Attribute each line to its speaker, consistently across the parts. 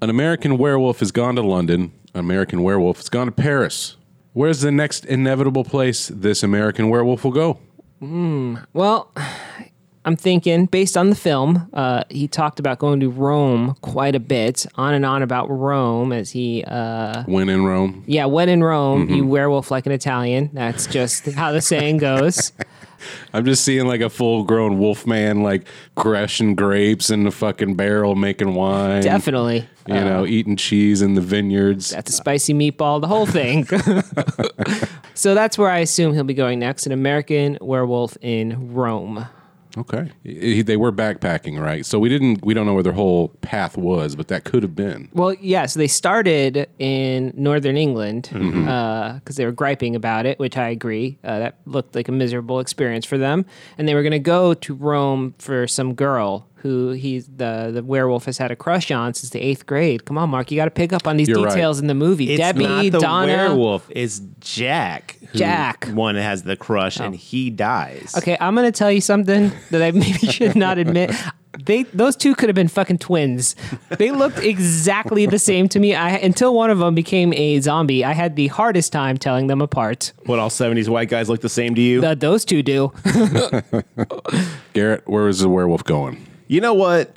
Speaker 1: An American werewolf has gone to London. An American werewolf has gone to Paris. Where's the next inevitable place this American werewolf will go?
Speaker 2: Well, I'm thinking based on the film, uh, he talked about going to Rome quite a bit, on and on about Rome as he, uh,
Speaker 1: When in Rome.
Speaker 2: yeah, when in Rome, you werewolf like an Italian. That's just how the saying goes.
Speaker 1: I'm just seeing like a full grown wolf man, like crushing grapes in the fucking barrel, making wine.
Speaker 2: Definitely.
Speaker 1: You know, eating cheese in the vineyards.
Speaker 2: That's a spicy meatball, the whole thing. so that's where I assume he'll be going next an American werewolf in Rome.
Speaker 1: Okay. He- They were backpacking, right? So we didn't, we don't know where their whole path was, but that could have been.
Speaker 2: Well, yeah, so they started in northern England because
Speaker 1: Mm-hmm.
Speaker 2: they were griping about it, which I agree. Uh, that looked like a miserable experience for them. And they were going to go to Rome for some girl who he's the, the werewolf has had a crush on since the eighth grade. Come on, Mark, you got to pick up on these
Speaker 1: You're right.
Speaker 2: details in the movie.
Speaker 3: It's
Speaker 2: Debbie,
Speaker 3: not the
Speaker 2: Donna.
Speaker 3: werewolf. It's Jack. who
Speaker 2: Jack. Oh.
Speaker 3: One has the crush and he dies.
Speaker 2: Okay, I'm going to tell you something that I maybe should not admit. They those two could have been fucking twins. They looked exactly the same to me. I until one of them became a zombie, I had the hardest time telling them apart.
Speaker 3: What all seventies white guys look the same to you?
Speaker 2: Uh, those two do.
Speaker 1: Garrett, where is the werewolf going?
Speaker 3: you know what?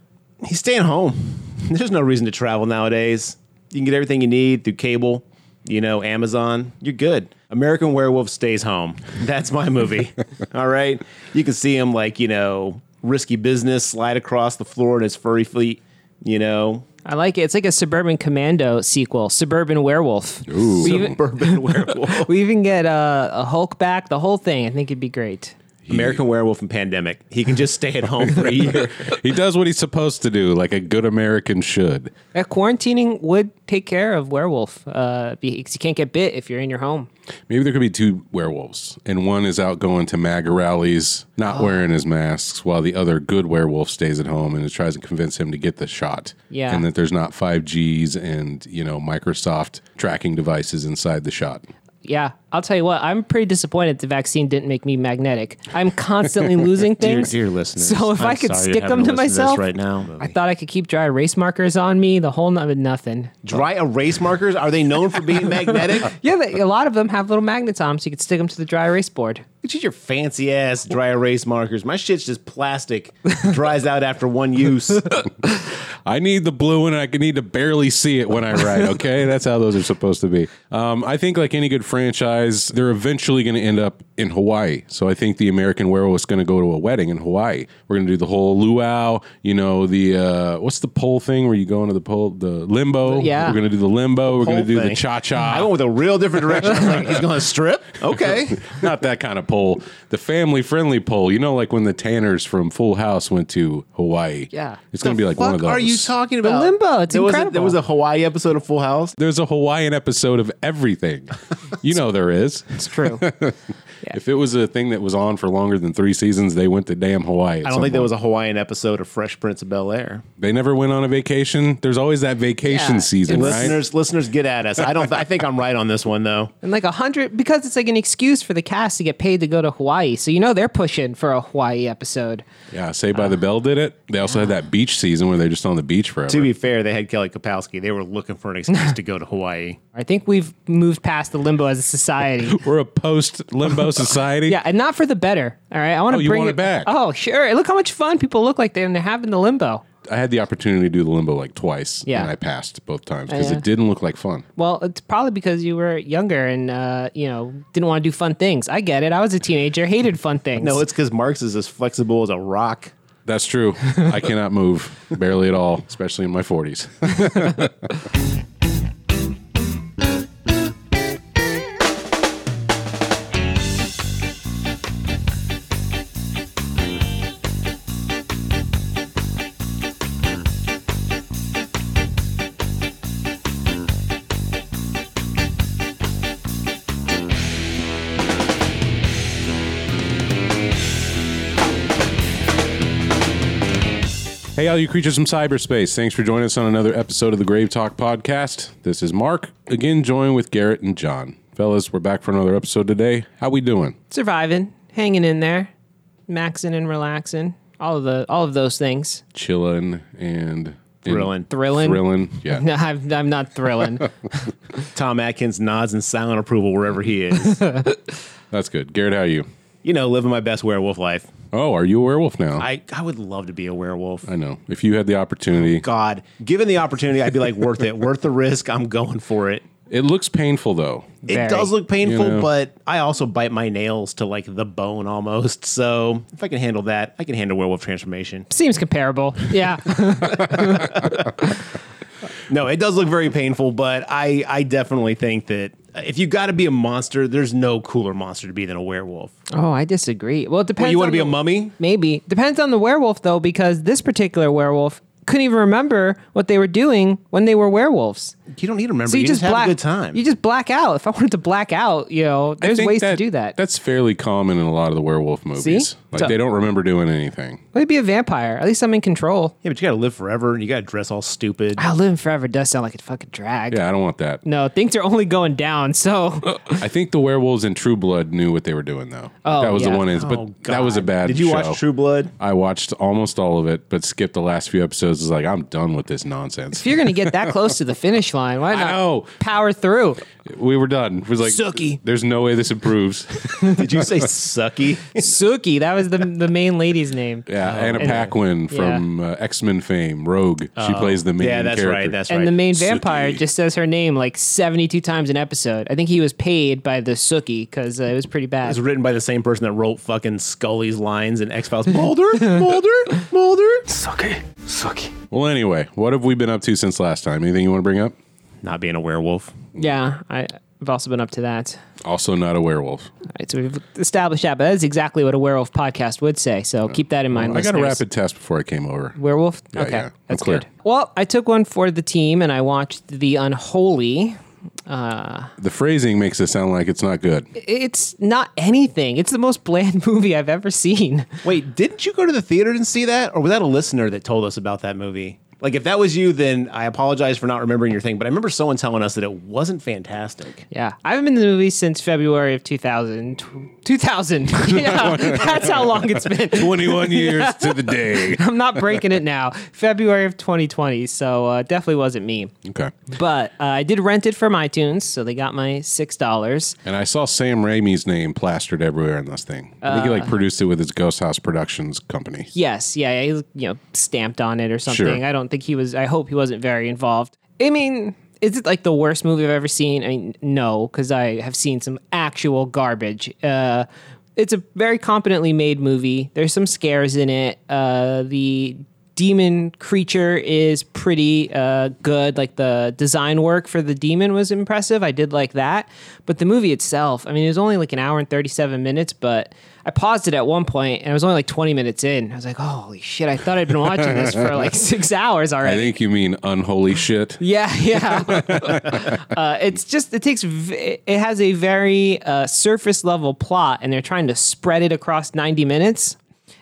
Speaker 3: He's staying home. There's no reason to travel nowadays. You can get everything you need through cable, you know, Amazon. You're good. American Werewolf stays home. That's my movie. all right. You can see him like, you know, risky business slide across the floor in his furry feet, you know.
Speaker 2: I like it. It's like a Suburban Commando sequel, Suburban Werewolf. We even,
Speaker 3: Suburban werewolf.
Speaker 2: we even get uh, a Hulk back, the whole thing. I think it'd be great.
Speaker 3: American werewolf and pandemic. He can just stay at home for a year.
Speaker 1: He does what he's supposed to do, like a good American should.
Speaker 2: Uh, quarantining would take care of werewolf uh, because you can't get bit if you're in your home.
Speaker 1: Maybe there could be two werewolves, and one is out going to MAGA rallies, not wearing his masks, while the other good werewolf stays at home and tries to convince him to get the shot.
Speaker 2: Yeah.
Speaker 1: And that there's not 5Gs and, you know, Microsoft tracking devices inside the shot.
Speaker 2: Yeah, I'll tell you what. I'm pretty disappointed the vaccine didn't make me magnetic. I'm constantly losing things.
Speaker 3: listeners.
Speaker 2: So if i could stick them to myself I thought I could keep dry erase markers on me. The whole n- nothing.
Speaker 3: Dry erase markers are they known for being magnetic?
Speaker 2: Yeah, but a lot of them have little magnets on them, so you could stick them to the dry erase board.
Speaker 3: It's your fancy ass dry erase markers. My shit's just plastic, dries out after one use.
Speaker 1: I need the blue one. and I can need to barely see it when I write. Okay, that's how those are supposed to be. Um, I think, like any good franchise, they're eventually going to end up in Hawaii. So I think the American Werewolf is going to go to a wedding in Hawaii. We're going to do the whole luau. You know the uh, what's the pole thing where you go into the pole, the limbo.
Speaker 2: Yeah.
Speaker 1: we're going to do the limbo. we're going
Speaker 3: Whole
Speaker 1: to do the
Speaker 3: thing.
Speaker 1: cha
Speaker 3: I
Speaker 1: cha.
Speaker 3: went with a real different direction. I was like, he's going to strip? Okay.
Speaker 1: Not that kind of pole. The family friendly pole. You know, like when the Tanners from Full House went to Hawaii.
Speaker 2: Yeah.
Speaker 1: it's going to be like one of
Speaker 3: Fuck
Speaker 1: those.
Speaker 3: are you talking about?
Speaker 2: limbo, it's
Speaker 3: there was a-
Speaker 2: incredible.
Speaker 3: there was a Hawaii episode of Full House.
Speaker 1: There's a Hawaiian episode of everything. You know there is.
Speaker 2: It's true.
Speaker 1: If it was a thing that was on for longer than three seasons, they went to damn Hawaii.
Speaker 3: I don't think there was a Hawaiian episode of Fresh Prince of Bel Air.
Speaker 1: They never went on a vacation. There's always that vacation
Speaker 2: Yeah.
Speaker 1: season, right?
Speaker 3: Listeners, listeners, get at us. I don't. I think I'm right on this one though.
Speaker 2: and like a hundred, because it's like an excuse for the cast to get paid to go to Hawaii. So you know they're pushing for a Hawaii episode.
Speaker 1: Yeah, Say by the Bell did it. They also had that beach season where they're just on the beach forever.
Speaker 3: To be fair, they had Kelly Kapowski. They were looking for an excuse to go to Hawaii.
Speaker 2: I think we've moved past the limbo as a society.
Speaker 1: We're a post limbo society.
Speaker 2: Yeah, and not for the better. All right, I want to
Speaker 1: Oh, you
Speaker 2: bring
Speaker 1: want
Speaker 2: it
Speaker 1: it back.
Speaker 2: Oh, sure. Look how much fun people look like they're, they're having the limbo.
Speaker 1: I had the opportunity to do the limbo like twice.
Speaker 2: Yeah. Oh,
Speaker 1: And I passed both times because
Speaker 2: Yeah.
Speaker 1: it didn't look like fun.
Speaker 2: Well, it's probably because you were younger and uh, you know didn't want to do fun things. I get it. I was a teenager, hated fun things.
Speaker 3: No, it's because Marx is as flexible as a rock.
Speaker 1: That's true. I cannot move barely at all, especially in my 40s. Hey, all you creatures from cyberspace. Thanks for joining us on another episode of the Grave Talk Podcast. This is Mark, again joined with Garrett and John. Fellas, we're back for another episode today. How we doing?
Speaker 2: surviving, hanging in there, maxing and relaxing, all of the all of those things.
Speaker 1: Chilling and
Speaker 3: Thrilling.
Speaker 2: Thrilling.
Speaker 1: Thrilling. Yeah.
Speaker 2: No, I'm, I'm not thrilling.
Speaker 3: Tom Atkins nods in silent approval wherever he is.
Speaker 1: That's good. Garrett, how are you?
Speaker 3: you know, living my best werewolf life.
Speaker 1: Oh, are you a werewolf now?
Speaker 3: I, I would love to be a werewolf.
Speaker 1: I know. If you had the opportunity,
Speaker 3: God, given the opportunity, I'd be like, worth it, worth the risk. I'm going for it.
Speaker 1: it looks painful though.
Speaker 2: Very.
Speaker 3: It does look painful,
Speaker 1: You know.
Speaker 3: but I also bite my nails to like the bone almost. So if I can handle that, I can handle werewolf transformation.
Speaker 2: Seems comparable. Yeah.
Speaker 3: No, it does look very painful, but I, I definitely think that if you got to be a monster, there's no cooler monster to be than a werewolf.
Speaker 2: Oh, I disagree. Well, it depends.
Speaker 3: Well, you want
Speaker 2: on
Speaker 3: to be
Speaker 2: the-
Speaker 3: a mummy?
Speaker 2: Maybe depends on the werewolf though, because this particular werewolf couldn't even remember what they were doing when they were werewolves.
Speaker 3: You don't need to remember.
Speaker 2: So
Speaker 3: you,
Speaker 2: you,
Speaker 3: just,
Speaker 2: black
Speaker 3: have a good time.
Speaker 2: You just black out. If I wanted to black out, you know,
Speaker 1: I
Speaker 2: there's
Speaker 1: think
Speaker 2: ways to do that.
Speaker 1: That's fairly common in a lot of the werewolf movies.
Speaker 2: See?
Speaker 1: Like
Speaker 2: So-
Speaker 1: they don't remember doing anything.
Speaker 2: Maybe be a vampire. At least I'm in control.
Speaker 3: yeah, but you got to live forever and you got to dress all stupid.
Speaker 2: Wow, living forever does sound like a fucking drag.
Speaker 1: Yeah, I don't want that.
Speaker 2: No, things are only going down. So
Speaker 1: I think the werewolves in True Blood knew what they were doing though.
Speaker 2: Oh,
Speaker 1: that was
Speaker 2: yeah.
Speaker 1: the one is, but
Speaker 3: Oh,
Speaker 1: that was a
Speaker 3: God.
Speaker 1: bad.
Speaker 3: Did you
Speaker 1: show.
Speaker 3: watch True Blood?
Speaker 1: I watched almost all of it, but skipped the last few episodes. Is like I'm done with this nonsense.
Speaker 2: if you're gonna get that close to the finish line, why not
Speaker 1: know.
Speaker 2: power through?
Speaker 1: We were done. It was like
Speaker 2: Sucky.
Speaker 1: There's no way this improves.
Speaker 3: Did you say sucky?
Speaker 2: Suki, that was the the main lady's name.
Speaker 1: Oh, Yeah, Oh. Anna Paquin from uh, X Men fame, Rogue. she plays the main.
Speaker 3: Yeah, that's
Speaker 1: character.
Speaker 3: right. That's
Speaker 2: and
Speaker 3: right.
Speaker 2: the main vampire
Speaker 1: Suki.
Speaker 2: just says her name like 72 times an episode. I think he was paid by the Suki because uh, it was pretty bad.
Speaker 3: It's written by the same person that wrote fucking Scully's lines in X Files. Mulder, Mulder, Mulder.
Speaker 1: Well, anyway, what have we been up to since last time? Anything you want to bring up?
Speaker 3: Not being a werewolf.
Speaker 2: Yeah, I, I've also been up to that.
Speaker 1: Also, not a werewolf.
Speaker 2: All right, so we've established that, but that's exactly what a werewolf podcast would say. So keep that in mind.
Speaker 1: I got a
Speaker 2: listeners.
Speaker 1: rapid test before I came over.
Speaker 2: werewolf. okay,
Speaker 1: yeah, I'm
Speaker 2: that's
Speaker 1: clear.
Speaker 2: good. Well, I took one for the team and I watched The Unholy. Uh,
Speaker 1: The phrasing makes it sound like it's not good.
Speaker 2: it's not anything. It's the most bland movie I've ever seen.
Speaker 3: Wait, didn't you go to the theater and see that, or was that a listener that told us about that movie? Like, if that was you, then I apologize for not remembering your thing. But I remember someone telling us that it wasn't fantastic.
Speaker 2: Yeah, I haven't been to the movies since February of 2000. Tw- 2000. yeah, that's how long it's been.
Speaker 1: 21 years to the day.
Speaker 2: I'm not breaking it now. February of 2020, so uh, definitely wasn't me.
Speaker 1: Okay.
Speaker 2: But uh, I did rent it from iTunes, so they got my six dollars.
Speaker 1: And I saw Sam Raimi's name plastered everywhere in this thing. I think he
Speaker 2: Uh.
Speaker 1: like produced it with his Ghost House Productions company.
Speaker 2: Yes, yeah, yeah, he, you know, stamped on it or something.
Speaker 1: Sure.
Speaker 2: I don't think he was. I hope he wasn't very involved. I mean, is it like the worst movie I've ever seen? I mean, no, because I have seen some actual garbage. Uh, it's a very competently made movie. There's some scares in it. Uh, the demon creature is pretty uh, good. Like the design work for the demon was impressive. I did like that. But the movie itself, I mean, it was only like an hour and 37 minutes, but I paused it at one point and it was only like 20 minutes in. I was like, holy shit, I thought I'd been watching this for like six hours
Speaker 1: I
Speaker 2: already.
Speaker 1: think you mean unholy shit.
Speaker 2: Yeah, yeah. uh, it's just it takes v- it has a very uh, surface level plot, and they're trying to spread it across ninety minutes,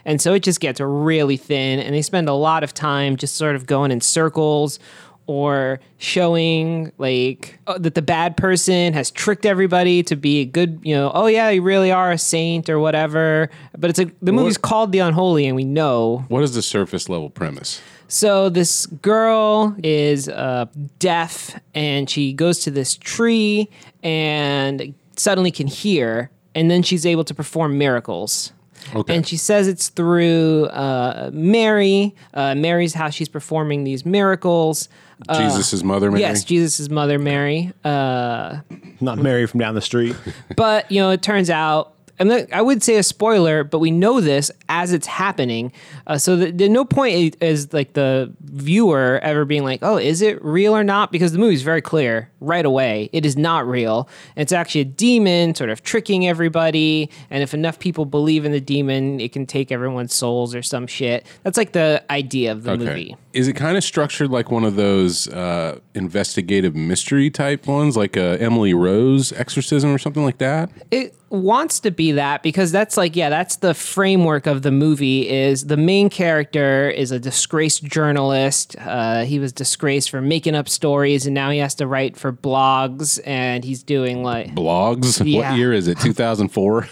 Speaker 2: and so it just gets really thin, and they spend a lot of time just sort of going in circles. Or showing like uh, that the bad person has tricked everybody to be a good, you know, oh yeah, you really are a saint or whatever. But it's like the movie's called The Unholy, and we know
Speaker 1: What is the surface level premise?
Speaker 2: so this girl is uh, deaf, and she goes to this tree and suddenly can hear, and then she's able to perform miracles.
Speaker 1: Okay.
Speaker 2: And she says it's through uh, Mary. Uh, Mary's how she's performing these miracles. Uh,
Speaker 1: Jesus' mother, Mary?
Speaker 2: yes, Jesus' mother Mary. Uh,
Speaker 3: Not Mary from down the street.
Speaker 2: but you know, it turns out, and look, I would say a spoiler, but we know this as it's happening. Uh, so the, the, no point i- is like the viewer ever being like, "Oh, is it real or not?" Because the movie's very clear right away. It is not real. It's actually a demon, sort of tricking everybody. And if enough people believe in the demon, it can take everyone's souls or some shit. That's like the idea of the movie.
Speaker 1: Is it kind of structured like one of those uh, investigative mystery type ones, like a Emily Rose exorcism or something like that?
Speaker 2: It wants to be that because that's like yeah that's the framework of the movie is the main character is a disgraced journalist uh, he was disgraced for making up stories and now he has to write for blogs and he's doing like
Speaker 1: Blogs.
Speaker 2: Yeah.
Speaker 1: What year is it? 2004.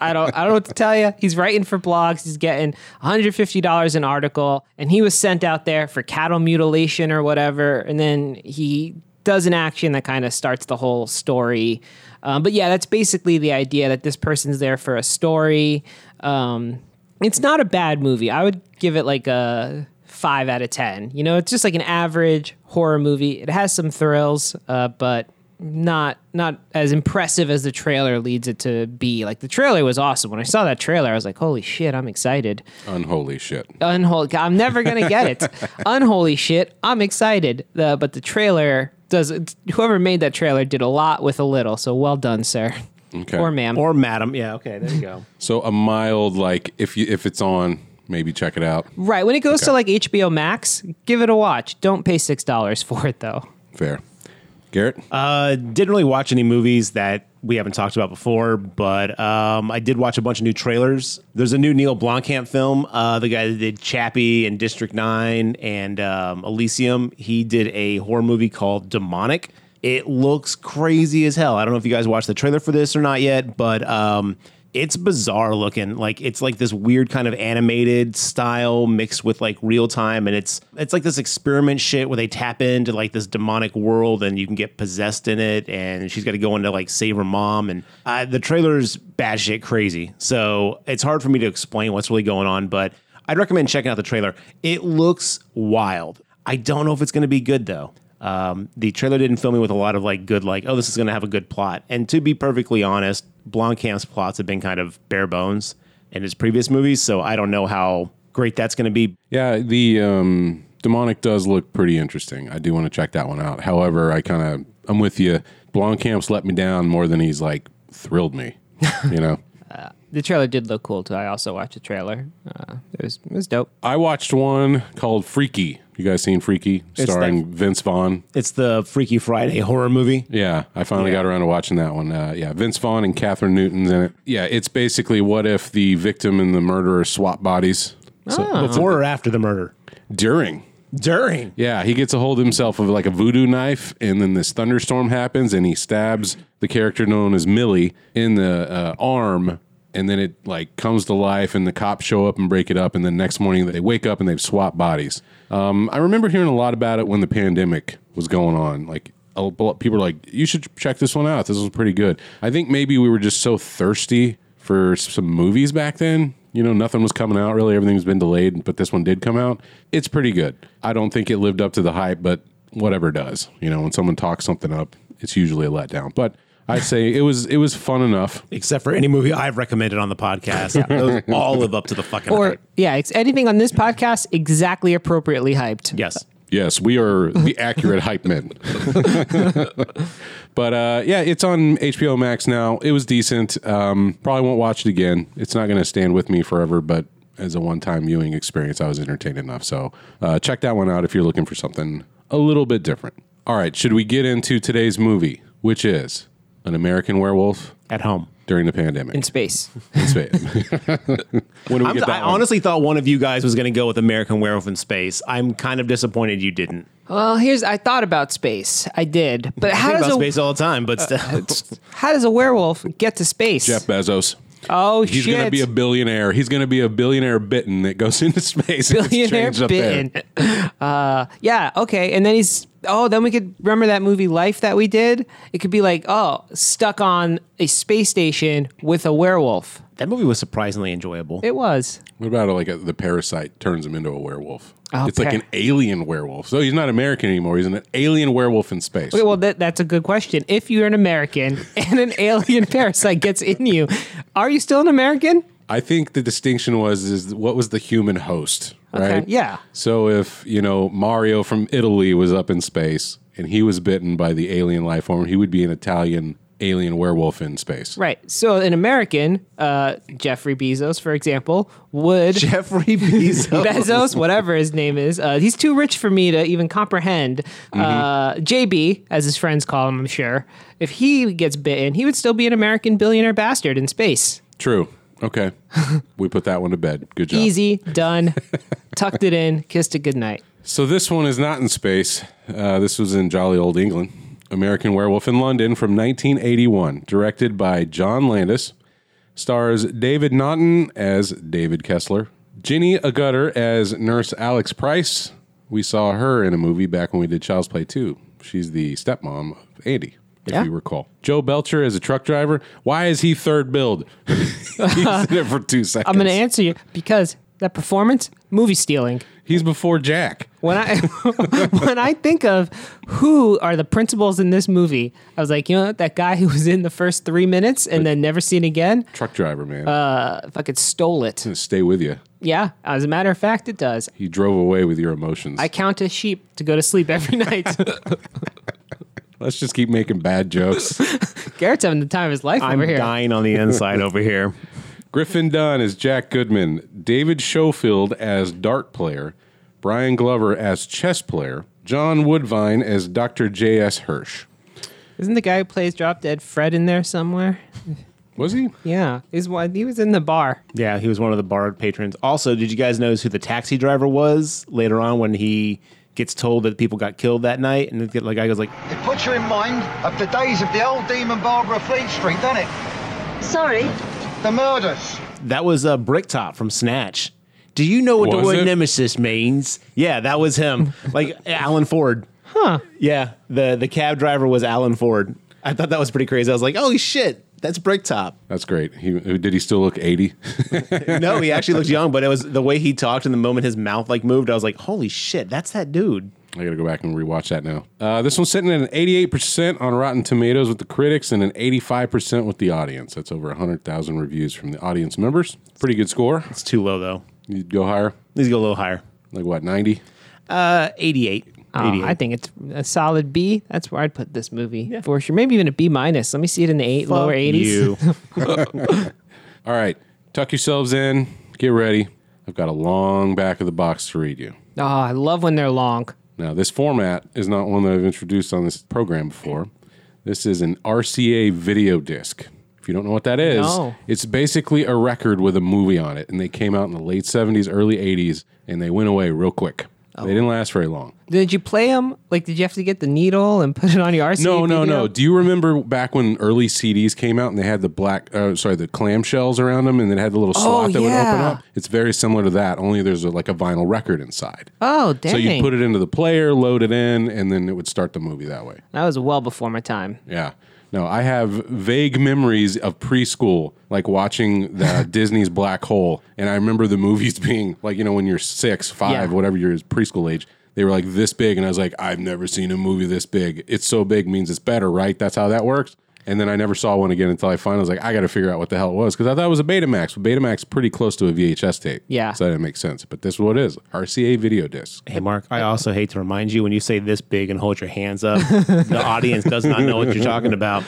Speaker 2: I don't I don't know what to tell you. He's writing for blogs. He's getting $150 an article and he was sent out there for cattle mutilation or whatever and then he does an action that kind of starts the whole story. Um, but yeah, that's basically the idea that this person's there for a story. Um, it's not a bad movie. I would give it like a 5 out of 10. You know, it's just like an average horror movie. It has some thrills, uh, but not not as impressive as the trailer leads it to be. Like the trailer was awesome. When I saw that trailer, I was like, "Holy shit, I'm excited."
Speaker 1: Unholy shit.
Speaker 2: Unholy, I'm never gonna get it. Unholy shit, I'm excited. The, but the trailer does. Whoever made that trailer did a lot with a little. So well done, sir
Speaker 1: Okay.
Speaker 2: or ma'am.
Speaker 3: Or madam. Yeah, okay, there you go.
Speaker 1: So a mild like if you if it's on, maybe check it out.
Speaker 2: right when it goes to like HBO Max, give it a watch. Don't pay six dollars for it though.
Speaker 1: Fair. Garrett.
Speaker 3: Uh, didn't really watch any movies that we haven't talked about before, but um, I did watch a bunch of new trailers. There's a new Neil Blomkamp film. Uh, the guy that did Chappie and District Nine and um, Elysium, he did a horror movie called Demonic. It looks crazy as hell. I don't know if you guys watched the trailer for this or not yet, but um, it's bizarre looking. Like it's like this weird kind of animated style mixed with like real time, and it's it's like this experiment shit where they tap into like this demonic world, and you can get possessed in it, and she's got to go into like save her mom, and uh, the trailer's batshit crazy. So it's hard for me to explain what's really going on, but I'd recommend checking out the trailer. It looks wild. I don't know if it's going to be good though. Um, the trailer didn't fill me with a lot of like good, like, oh, this is going to have a good plot. And to be perfectly honest, Blomkamp's plots have been kind of bare bones in his previous movies, so I don't know how great that's going to be.
Speaker 1: Yeah, the um, demonic does look pretty interesting. I do want to check that one out. However, I kind of I'm with you. Blomkamp's let me down more than he's like thrilled me. You know,
Speaker 2: The trailer did look cool too. I also watched the trailer. Uh, it was it was dope.
Speaker 1: I watched one called Freaky. You guys seen Freaky, starring Vince Vaughn?
Speaker 3: It's the Freaky Friday horror movie.
Speaker 1: Yeah, I finally got around to watching that one. Uh, yeah, Vince Vaughn and Catherine Newton's in it. Yeah, it's basically what if the victim and the murderer swap bodies
Speaker 3: Before or after the murder?
Speaker 1: Uh-huh. during.
Speaker 3: During.
Speaker 1: Yeah, he gets a hold of himself of like a voodoo knife, and then this thunderstorm happens, and he stabs the character known as Millie in the uh, arm, and then it like comes to life, and the cops show up and break it up, and then next morning they wake up and they've swapped bodies. Um, I remember hearing a lot about it when the pandemic was going on, like. a lot- People were like, you should check this one out. This was pretty good. I think maybe we were just so thirsty for some movies back then. You know, nothing was coming out really. Everything's been delayed, but this one did come out. It's pretty good. I don't think it lived up to the hype, but whatever does. You know, when someone talks something up, it's usually a letdown. But I say it was it was fun enough.
Speaker 3: Except for any movie I've recommended on the podcast. Those all live up to the fucking
Speaker 2: Or
Speaker 3: hype.
Speaker 2: yeah, it's anything on this podcast exactly appropriately hyped.
Speaker 3: Yes.
Speaker 1: Yes, we are the accurate hype men. but uh, yeah, it's on HBO Max now. It was decent. Um, probably won't watch it again. It's not going to stand with me forever, but as a one time viewing experience, I was entertained enough. So uh, check that one out if you're looking for something a little bit different. All right, should we get into today's movie, which is An American Werewolf
Speaker 3: At home.
Speaker 1: During the Pandemic?
Speaker 2: In space.
Speaker 1: In space. when do we
Speaker 3: I'm-
Speaker 1: get that
Speaker 3: I
Speaker 1: one?
Speaker 3: honestly thought one of you guys was going to go with American Werewolf in Space. I'm kind of disappointed you didn't.
Speaker 2: Well, here's I thought about space. I did, but
Speaker 3: I
Speaker 2: how
Speaker 3: think
Speaker 2: does
Speaker 3: about
Speaker 2: a Uh,
Speaker 3: space all the time, but still.
Speaker 2: how does a werewolf get to space?
Speaker 1: Jeff Bezos.
Speaker 2: Oh
Speaker 1: He's
Speaker 2: shit!
Speaker 1: going to be a billionaire. He's going to be a billionaire bitten that goes into space. and gets
Speaker 2: billionaire
Speaker 1: changed up there.
Speaker 2: bitten. Uh, yeah. Okay. And then he's oh, then we could remember that movie Life that we did. It could be like oh, stuck on a space station with a werewolf.
Speaker 3: that movie was surprisingly enjoyable.
Speaker 2: It was.
Speaker 1: What about like a, the parasite turns him into a werewolf?
Speaker 2: Oh,
Speaker 1: It's like
Speaker 2: par-
Speaker 1: an alien werewolf. So he's not American anymore. He's an alien werewolf in space.
Speaker 2: Okay, well, that, that's a good question. If you're an American and an alien parasite gets in you, are you still an American?
Speaker 1: I think the distinction was is what was the human host,
Speaker 2: Okay,
Speaker 1: right?
Speaker 2: yeah.
Speaker 1: So if you know Mario from Italy was up in space and he was bitten by the alien life form, he would be an Italian alien werewolf in space.
Speaker 2: Right. So an American, uh, Jeffrey Bezos, for example, would
Speaker 3: Jeffrey Bezos.
Speaker 2: Bezos, whatever his name is, uh, he's too rich for me to even comprehend. Uh,
Speaker 3: Mm-hmm.
Speaker 2: JB, as his friends call him, I'm sure. If he gets bitten, he would still be an American billionaire bastard in space.
Speaker 1: True. Okay. we put that one to bed. Good job.
Speaker 2: Easy, done, tucked it in, kissed it goodnight.
Speaker 1: So this one is not in space. Uh, this was in jolly old England. American Werewolf in London from 1981, directed by John Landis, stars David Naughton as David Kessler, Ginny Agutter as Nurse Alex Price. We saw her in a movie back when we did Child's Play 2. She's the stepmom of Andy, if
Speaker 2: Yeah.
Speaker 1: you recall. Joe Belcher as a truck driver. Why is he third billed? He's in it for two seconds.
Speaker 2: I'm going to answer you because that performance, movie stealing.
Speaker 1: He's before Jack.
Speaker 2: When I when I think of who are the principals in this movie, I was like, you know, what? that guy who was in the first three minutes and then never seen again,
Speaker 1: Truck driver, man.
Speaker 2: uh, fucking stole it.
Speaker 1: Stay with you.
Speaker 2: Yeah, as a matter of fact, it does.
Speaker 1: He drove away with your emotions.
Speaker 2: I count a sheep to go to sleep every night.
Speaker 1: Let's just keep making bad jokes.
Speaker 2: Garrett's having the time of his life
Speaker 3: I'm
Speaker 2: over here.
Speaker 3: dying on the inside over here.
Speaker 1: Griffin Dunn as Jack Goodman, David Schofield as dart player, Brian Glover as chess player, John Woodvine as Dr. J.S. Hirsch.
Speaker 2: Isn't the guy who plays Drop Dead Fred in there somewhere?
Speaker 1: Was he?
Speaker 2: Yeah, he's one. He was in the bar.
Speaker 3: Yeah, he was one of the bar patrons. Also, did you guys notice who the taxi driver was later on when he gets told that people got killed that night? And the guy goes like,
Speaker 4: It puts you in mind of the days of the old Demon Barbara Fleet Street, doesn't it?
Speaker 5: Sorry.
Speaker 4: The murders.
Speaker 3: "That was a uh, Bricktop from Snatch." Do you know what the
Speaker 1: Was
Speaker 3: word
Speaker 1: it?
Speaker 3: nemesis means? Yeah, that was him. like Alan Ford. Huh. Yeah, the the cab driver was Alan Ford. I thought that was pretty crazy. I was like, "Oh shit, that's Bricktop."
Speaker 1: That's great. He did he still look 80?
Speaker 3: no, he actually looked young, but it was the way he talked and the moment his mouth like moved, I was like, "Holy shit, that's that dude."
Speaker 1: I got to go back and rewatch that now. Uh, this one's sitting at an 88% on Rotten Tomatoes with the critics and an 85% with the audience. That's over 100,000 reviews from the audience members. Pretty good score.
Speaker 3: It's too low though.
Speaker 1: You'd go higher.
Speaker 3: Let's go a little higher.
Speaker 1: Like what, 90?
Speaker 3: Uh, 88.
Speaker 2: Oh, I think it's a solid B. That's where I'd put this movie for sure. Maybe even a B minus. Let me see it in the eight, lower eighties.
Speaker 1: All right, tuck yourselves in, get ready. I've got a long back of the box to read you.
Speaker 2: Oh, I love when they're long.
Speaker 1: Now, this format is not one that I've introduced on this program before. This is an RCA video disc. If you don't know what that is,
Speaker 2: No.
Speaker 1: it's basically a record with a movie on it, and they came out in the late 70s, early 80s, and they went away real quick. They didn't last very long.
Speaker 2: Did you play them? Like, did you have to get the needle and put it on your RC?
Speaker 1: No, no, no.
Speaker 2: video?
Speaker 1: Do you remember back when early CDs came out and they had the black, uh, sorry, the clamshells around them and it had the little slot that would open
Speaker 2: yeah.
Speaker 1: up? It's very similar to that, only there's a, like a vinyl record inside.
Speaker 2: Oh, dang!
Speaker 1: So you put it into the player, load it in, and then it would start the movie that way.
Speaker 2: that was well before my time.
Speaker 1: Yeah. No, I have vague memories of preschool, like watching the Disney's Black Hole, and I remember the movies being like, you know, when you're six, five,
Speaker 2: Yeah.
Speaker 1: whatever your preschool age, they were like this big, and I was like, I've never seen a movie this big. It's so big means it's better, right? That's how that works. And then I never saw one again until I finally was like, I got to figure out what the hell it was because I thought it was a Betamax, but Betamax pretty close to a VHS tape.
Speaker 2: Yeah.
Speaker 1: so that didn't make sense. But this is what it is: RCA video disc.
Speaker 3: Hey, Mark, I also hate to remind you when you say this big and hold your hands up, the audience does not know what you're talking about.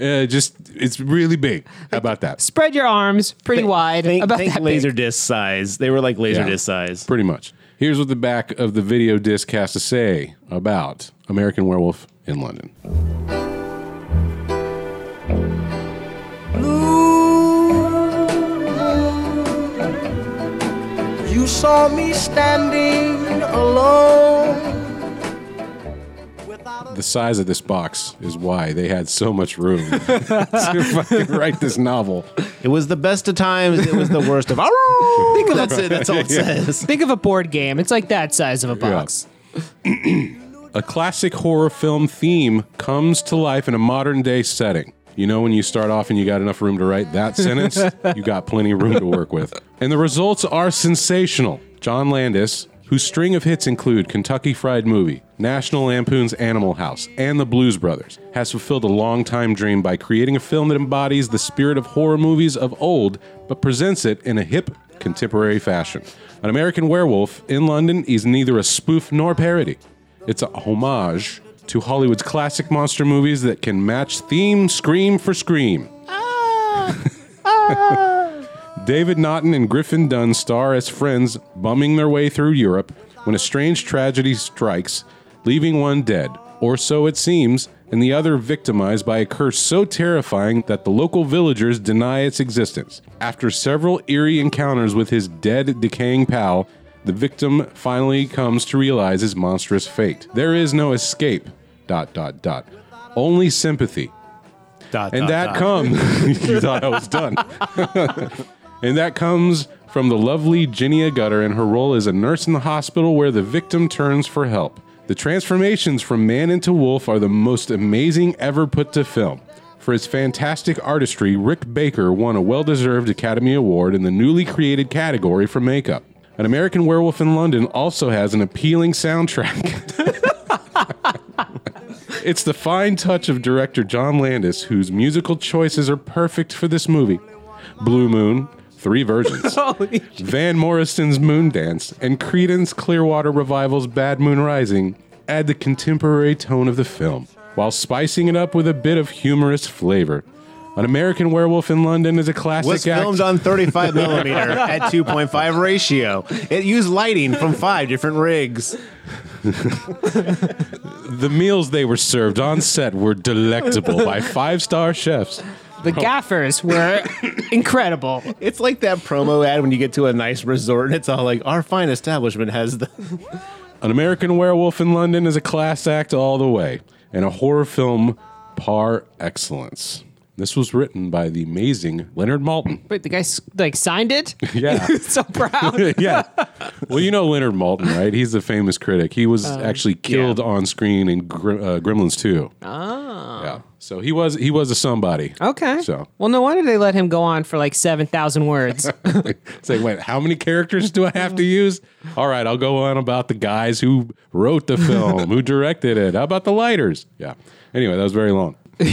Speaker 1: Uh, just it's really big. How about that?
Speaker 2: Spread your arms pretty wide.
Speaker 3: Think,
Speaker 2: about
Speaker 3: think
Speaker 2: that
Speaker 3: laser
Speaker 2: laser.
Speaker 3: disc size. They were like laser
Speaker 1: Yeah.
Speaker 3: disc size.
Speaker 1: Pretty much. Here's what the back of the video disc has to say about American Werewolf in London.
Speaker 6: You saw me standing alone.
Speaker 1: The size of this box is why they had so much room to fucking write this novel.
Speaker 3: It was the best of times. It was the worst of. Think of that's it. That's all it says.
Speaker 2: Think of a board game. It's like that size of a box.
Speaker 1: A classic horror film theme comes to life in a modern day setting. You know, when you start off and you got enough room to write that sentence, you got plenty of room to work with. And the results are sensational. John Landis, whose string of hits include Kentucky Fried Movie, National Lampoon's Animal House, and The Blues Brothers, has fulfilled a long-time dream by creating a film that embodies the spirit of horror movies of old, but presents it in a hip, contemporary fashion. An American Werewolf in London is neither a spoof nor parody. It's a homage to Hollywood's classic monster movies that can match theme scream for scream. David Naughton and Griffin Dunn star as friends bumming their way through Europe when a strange tragedy strikes, leaving one dead, or so it seems, and the other victimized by a curse so terrifying that the local villagers deny its existence. After several eerie encounters with his dead, decaying pal, the victim finally comes to realize his monstrous fate. There is no escape. Dot dot dot. Only sympathy.
Speaker 3: Dot,
Speaker 1: And
Speaker 3: dot,
Speaker 1: that
Speaker 3: dot.
Speaker 1: comes. you thought I was done. and that comes from the lovely Ginia Gutter and her role as a nurse in the hospital where the victim turns for help. The transformations from man into wolf are the most amazing ever put to film. For his fantastic artistry, Rick Baker won a well deserved Academy Award in the newly created category for makeup. An American Werewolf in London also has an appealing soundtrack. It's the fine touch of director John Landis, whose musical choices are perfect for this movie. Blue Moon, three versions, Van Morrison's Moon Dance, and Creedence Clearwater Revival's Bad Moon Rising add the contemporary tone of the film, while spicing it up with a bit of humorous flavor. An American Werewolf in London is a classic
Speaker 3: was
Speaker 1: act-
Speaker 3: filmed on 35 millimeter at 2.5 ratio. It used lighting from five different rigs.
Speaker 1: The meals they were served on set were delectable by five-star chefs.
Speaker 2: The
Speaker 1: Oh.
Speaker 2: gaffers were incredible.
Speaker 3: It's like that promo ad when you get to a nice resort and it's all like, our fine establishment has the.
Speaker 1: An American Werewolf in London is a class act all the way, and a horror film par excellence. This was written by the amazing Leonard Maltin.
Speaker 2: But the guy s- like signed it.
Speaker 1: Yeah.
Speaker 2: so proud.
Speaker 1: yeah. Well, you know Leonard Maltin, right? He's the famous critic. He was actually killed on screen in Gr- uh, Gremlins 2. Oh. Yeah. So he was he was a somebody.
Speaker 2: Okay.
Speaker 1: So
Speaker 2: Well, no wonder they let him go on for like seven thousand words.
Speaker 1: it's like, wait, how many characters do I have to use? All right, I'll go on about the guys who wrote the film, who directed it. How about the lighters? Yeah. Anyway, that was very long.
Speaker 3: I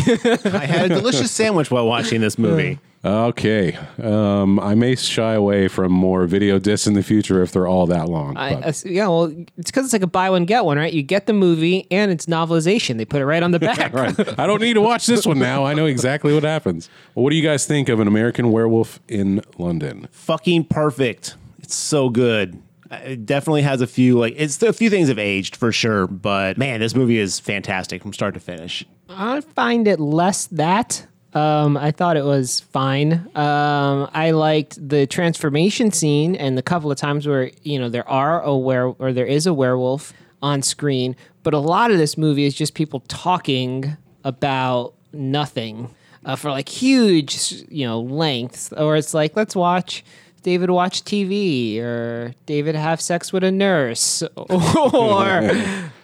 Speaker 3: had a delicious sandwich while watching this movie.
Speaker 1: Okay. Um, I may shy away from more video discs in the future if they're all that long.
Speaker 2: I,
Speaker 1: but-
Speaker 2: I s- yeah, well, it's because it's like a buy one get one, right? You get the movie and it's novelization. They put it right on the back.
Speaker 1: right. I don't need to watch this one now. I know exactly what happens. Well, what do you guys think of an American werewolf in London?
Speaker 3: Fucking perfect. It's so good. Uh, It definitely has a few, like, it's a few things have aged for sure, but man, this movie is fantastic from start to finish.
Speaker 2: I find it less that. Um, I thought it was fine. Um, I liked the transformation scene and the couple of times where you know there are a were or there is a werewolf on screen, but a lot of this movie is just people talking about nothing uh, for like huge you know lengths, or it's like let's watch. David watch TV or David have sex with a nurse or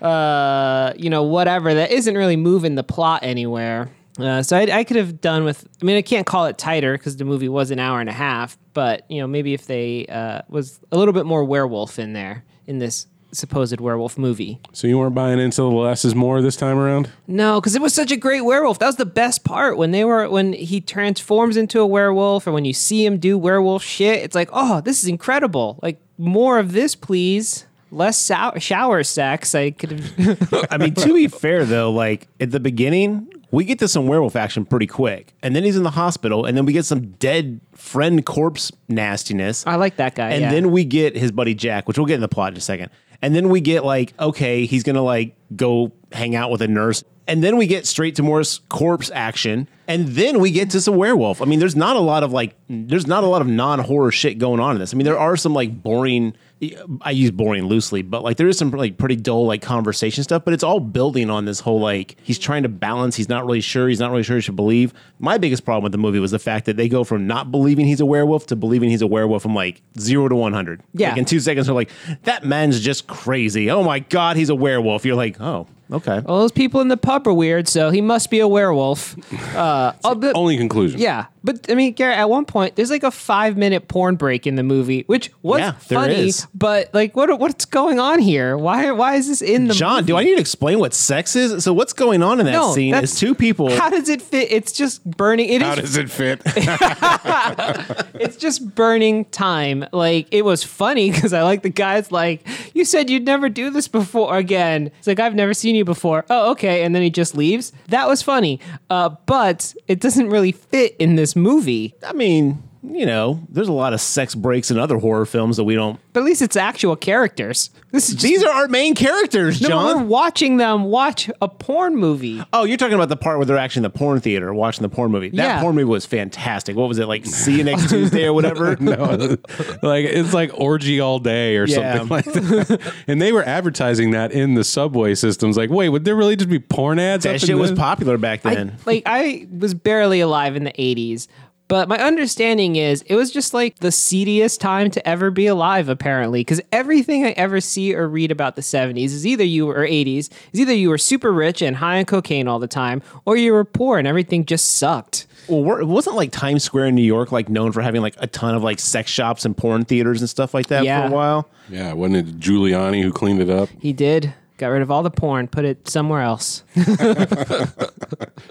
Speaker 2: uh, you know, whatever that isn't really moving the plot anywhere. Uh, so I, I could have done with. I mean, I can't call it tighter because the movie was an hour and a half. But you know, maybe if they uh, was a little bit more werewolf in there in this supposed werewolf movie.
Speaker 1: So you weren't buying into the less is more this time around?
Speaker 2: No, because it was such a great werewolf. That was the best part when they were when he transforms into a werewolf, or when you see him do werewolf shit. It's like, oh, this is incredible. Like more of this, please. Less sou- shower sex. I could have.
Speaker 3: I mean, to be fair though, like at the beginning, we get to some werewolf action pretty quick, and then he's in the hospital, and then we get some dead friend corpse nastiness.
Speaker 2: I like that guy.
Speaker 3: and
Speaker 2: yeah.
Speaker 3: then we get his buddy Jack, which we'll get in the plot in a second. And then we get like, okay, he's gonna like go hang out with a nurse. And then we get straight to more s- corpse action. And then we get to some werewolf. I mean, there's not a lot of like, there's not a lot of non horror shit going on in this. I mean, there are some like boring, I use boring loosely, but like there is some like pretty dull like conversation stuff, but it's all building on this whole like, he's trying to balance. He's not really sure. He's not really sure he should believe. My biggest problem with the movie was the fact that they go from not believing he's a werewolf to believing he's a werewolf from like zero to 100.
Speaker 2: Yeah.
Speaker 3: Like in two seconds, they're like, that man's just crazy. Oh my God, he's a werewolf. You're like, oh, okay.
Speaker 2: Well, those people in the pub are weird, so he must be a werewolf. Uh, oh, but-
Speaker 1: Only conclusion.
Speaker 2: yeah, But I mean, Garrett, at one point, there's like a five minute porn break in the movie, which was
Speaker 3: Yeah, there
Speaker 2: funny.
Speaker 3: is.
Speaker 2: But like, what what's going on here? Why why is this in the
Speaker 3: John, do I need to explain what sex is? So what's going on in that
Speaker 2: No,
Speaker 3: scene
Speaker 2: that's-
Speaker 3: is two people.
Speaker 2: How does it fit? It's just burning. It
Speaker 1: How
Speaker 2: is.
Speaker 1: does it fit?
Speaker 2: it's just burning time. Like it was funny because I like the guys. Like you said, you'd never do this before again. It's like I've never seen you before. Oh, okay. And then he just leaves. That was funny. Uh, but it doesn't really fit in this movie.
Speaker 3: I mean, you know, there's a lot of sex breaks in other horror films that we don't.
Speaker 2: But at least it's actual characters. This is just
Speaker 3: These are our main characters,
Speaker 2: No, but
Speaker 3: John.
Speaker 2: we're watching them watch a porn movie.
Speaker 3: Oh, you're talking about the part where they're actually in the porn theater watching the porn movie. That
Speaker 2: Yeah.
Speaker 3: porn movie was fantastic. What was it like? See you next Tuesday or whatever.
Speaker 1: no, like it's like orgy all day or
Speaker 3: Yeah.
Speaker 1: something like that. and they were advertising that in the subway systems. Like, wait, would there really just be porn ads? up
Speaker 3: That
Speaker 1: in
Speaker 3: shit was
Speaker 1: this?
Speaker 3: popular back then.
Speaker 2: I, like I was barely alive in the 80s, but my understanding is it was just like the seediest time to ever be alive apparently cuz everything I ever see or read about the 70s is either you were- or 80s is either you were super rich and high on cocaine all the time or you were poor and everything just sucked.
Speaker 3: well, we're- it wasn't like Times Square in New York like known for having like a ton of like sex shops and porn theaters and stuff like that
Speaker 2: Yeah.
Speaker 3: for a while.
Speaker 1: Yeah, wasn't it Giuliani who cleaned it up
Speaker 2: He did got rid of all the porn, put it somewhere else.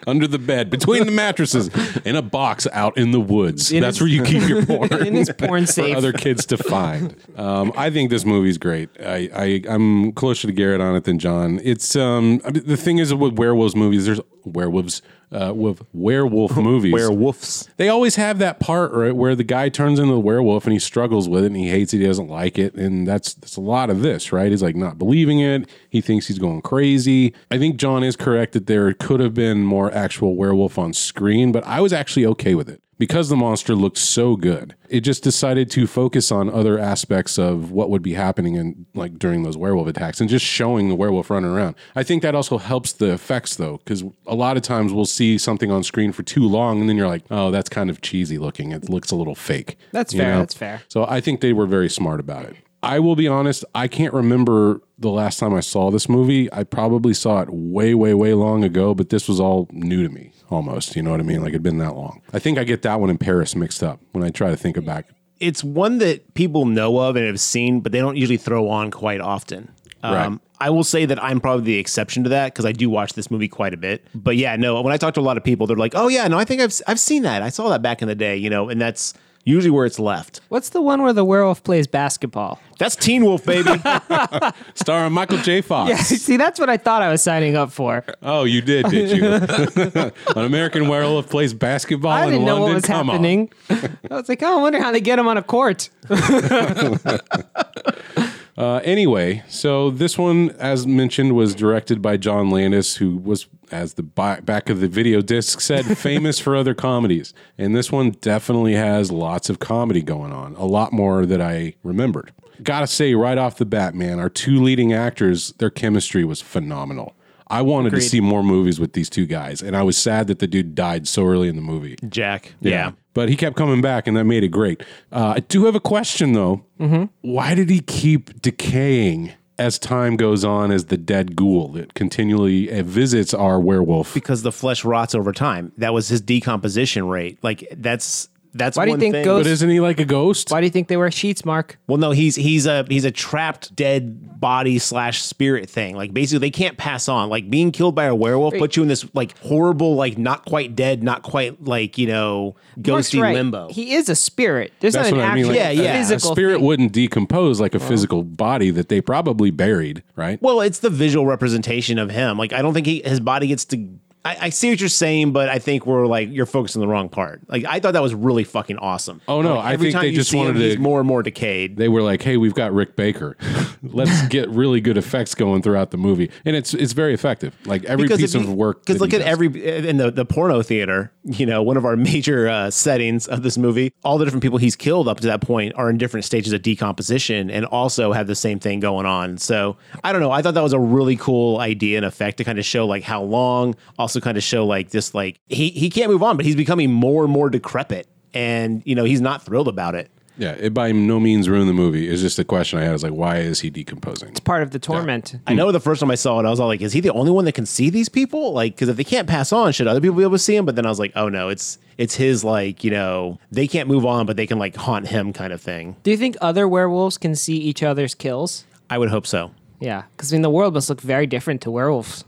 Speaker 1: under the bed, between the mattresses, in a box out in the woods?
Speaker 2: In
Speaker 1: That's
Speaker 2: his-
Speaker 1: where you keep your porn.
Speaker 2: In his porn
Speaker 1: for
Speaker 2: safe.
Speaker 1: other kids to find. Um, I think this movie's great. I, I I'm closer to Garrett on it than John. It's um I mean, the thing is with werewolves movies. There's werewolves uh, with werewolf movies.
Speaker 3: Werewolves.
Speaker 1: they always have that part right where the guy turns into the werewolf and he struggles with it and he hates it. He doesn't like it, and that's that's a lot of this, right? He's like not believing it. He thinks he's going crazy. I think John is correct that there could have been more actual werewolf on screen, but I was actually okay with it because the monster looked so good it just decided to focus on other aspects of what would be happening in like during those werewolf attacks and just showing the werewolf running around i think that also helps the effects though because a lot of times we'll see something on screen for too long and then you're like oh that's kind of cheesy looking it looks a little fake
Speaker 2: That's
Speaker 1: you
Speaker 2: fair, that's fair.
Speaker 1: so I think they were very smart about it. I will be honest, I can't remember the last time I saw this movie. I probably saw it way, way, way long ago, but this was all new to me almost. You know what I mean? Like it'd been that long. I think I get that one in Paris mixed up when I try to think about it.
Speaker 3: It's one that people know of and have seen, but they don't usually throw on quite often. Um,
Speaker 1: Right.
Speaker 3: I will say that I'm probably the exception to that because I do watch this movie quite a bit. But yeah, no, when I talk to a lot of people, they're like, "Oh yeah, no, I think I've I've seen that. I saw that back in the day, you know." And that's usually where it's left.
Speaker 2: What's the one where the werewolf plays basketball?
Speaker 3: That's Teen Wolf, baby.
Speaker 1: Starring Michael J. Fox.
Speaker 2: Yeah, see that's what I thought I was signing up for.
Speaker 1: Oh, you did, did you? An American werewolf plays basketball
Speaker 2: I didn't
Speaker 1: in
Speaker 2: know
Speaker 1: London.
Speaker 2: what was
Speaker 1: Come on.
Speaker 2: happening. I was like, oh, I wonder how they get him on a court.
Speaker 1: Uh, anyway, so this one, as mentioned, was directed by John Landis, who was, as the bi- back of the video disc said, famous for other comedies. And this one definitely has lots of comedy going on, a lot more that I remembered. Gotta say, right off the bat, man, our two leading actors, their chemistry was phenomenal. I wanted to see more movies with these two guys, and I was sad that the dude died so early in the movie.
Speaker 3: Jack. yeah.
Speaker 1: But he kept coming back, and that made it great. Uh, I do have a question, though.
Speaker 3: Mm-hmm.
Speaker 1: Why did he keep decaying as time goes on as the dead ghoul that continually uh, visits our werewolf?
Speaker 3: because the flesh rots over time. That was his decomposition rate. Like that's that's
Speaker 2: Why do you
Speaker 3: one
Speaker 2: think
Speaker 3: thing.
Speaker 2: ghosts-
Speaker 1: But isn't he like a ghost?
Speaker 2: Why do you think they wear sheets, Mark?
Speaker 3: well, no, he's he's a he's a trapped dead body slash spirit thing. Like basically, they can't pass on. Like being killed by a werewolf puts you in this like horrible, like not quite dead, not quite like you know
Speaker 2: Mark's
Speaker 3: ghosty
Speaker 2: right.
Speaker 3: limbo.
Speaker 2: He is a spirit. There's
Speaker 1: That's
Speaker 2: not
Speaker 1: what
Speaker 2: an
Speaker 1: I mean.
Speaker 2: actual
Speaker 1: Like,
Speaker 3: Yeah, yeah. a
Speaker 1: A
Speaker 2: physical
Speaker 1: spirit
Speaker 2: thing.
Speaker 1: wouldn't decompose like a physical body that they probably buried, right?
Speaker 3: well, it's the visual representation of him. Like I don't think he, his body gets to. I, I see what you're saying, but I think we're like you're focused on the wrong part. Like I thought that was really fucking awesome.
Speaker 1: Oh, no,
Speaker 3: Like,
Speaker 1: I
Speaker 3: every
Speaker 1: think
Speaker 3: time
Speaker 1: they
Speaker 3: you
Speaker 1: just
Speaker 3: see him,
Speaker 1: wanted to-
Speaker 3: he's more and more decayed.
Speaker 1: they were like, "Hey, we've got Rick Baker. Let's get really good effects going throughout the movie." And it's it's very effective. Like every piece
Speaker 3: if
Speaker 1: of
Speaker 3: you-
Speaker 1: work
Speaker 3: Because
Speaker 1: that
Speaker 3: look
Speaker 1: he
Speaker 3: at
Speaker 1: does.
Speaker 3: every eh, in the the porno theater. You know, one of our major uh, settings of this movie. All the different people he's killed up to that point are in different stages of decomposition, and also have the same thing going on. So I don't know. I thought that was a really cool idea and effect to kind of show like how long. Also, kind of show like this like he he can't move on, but he's becoming more and more decrepit, and you know he's not thrilled about it.
Speaker 1: Yeah, it by no means ruined the movie. It's just a question I had. I was like, why is he decomposing?
Speaker 2: part of the torment.
Speaker 3: I know the first time I saw it, I was all like, "Is he the only one that can see these people?" Like, because if they can't pass on, should other people be able to see him? But then I was like, "Oh no, it's It's his like you know they can't move on, but they can like haunt him kind of thing.
Speaker 2: Do you think other werewolves can see each other's kills?
Speaker 3: I would hope so.
Speaker 2: Yeah, because I mean, the world must look very different to werewolves.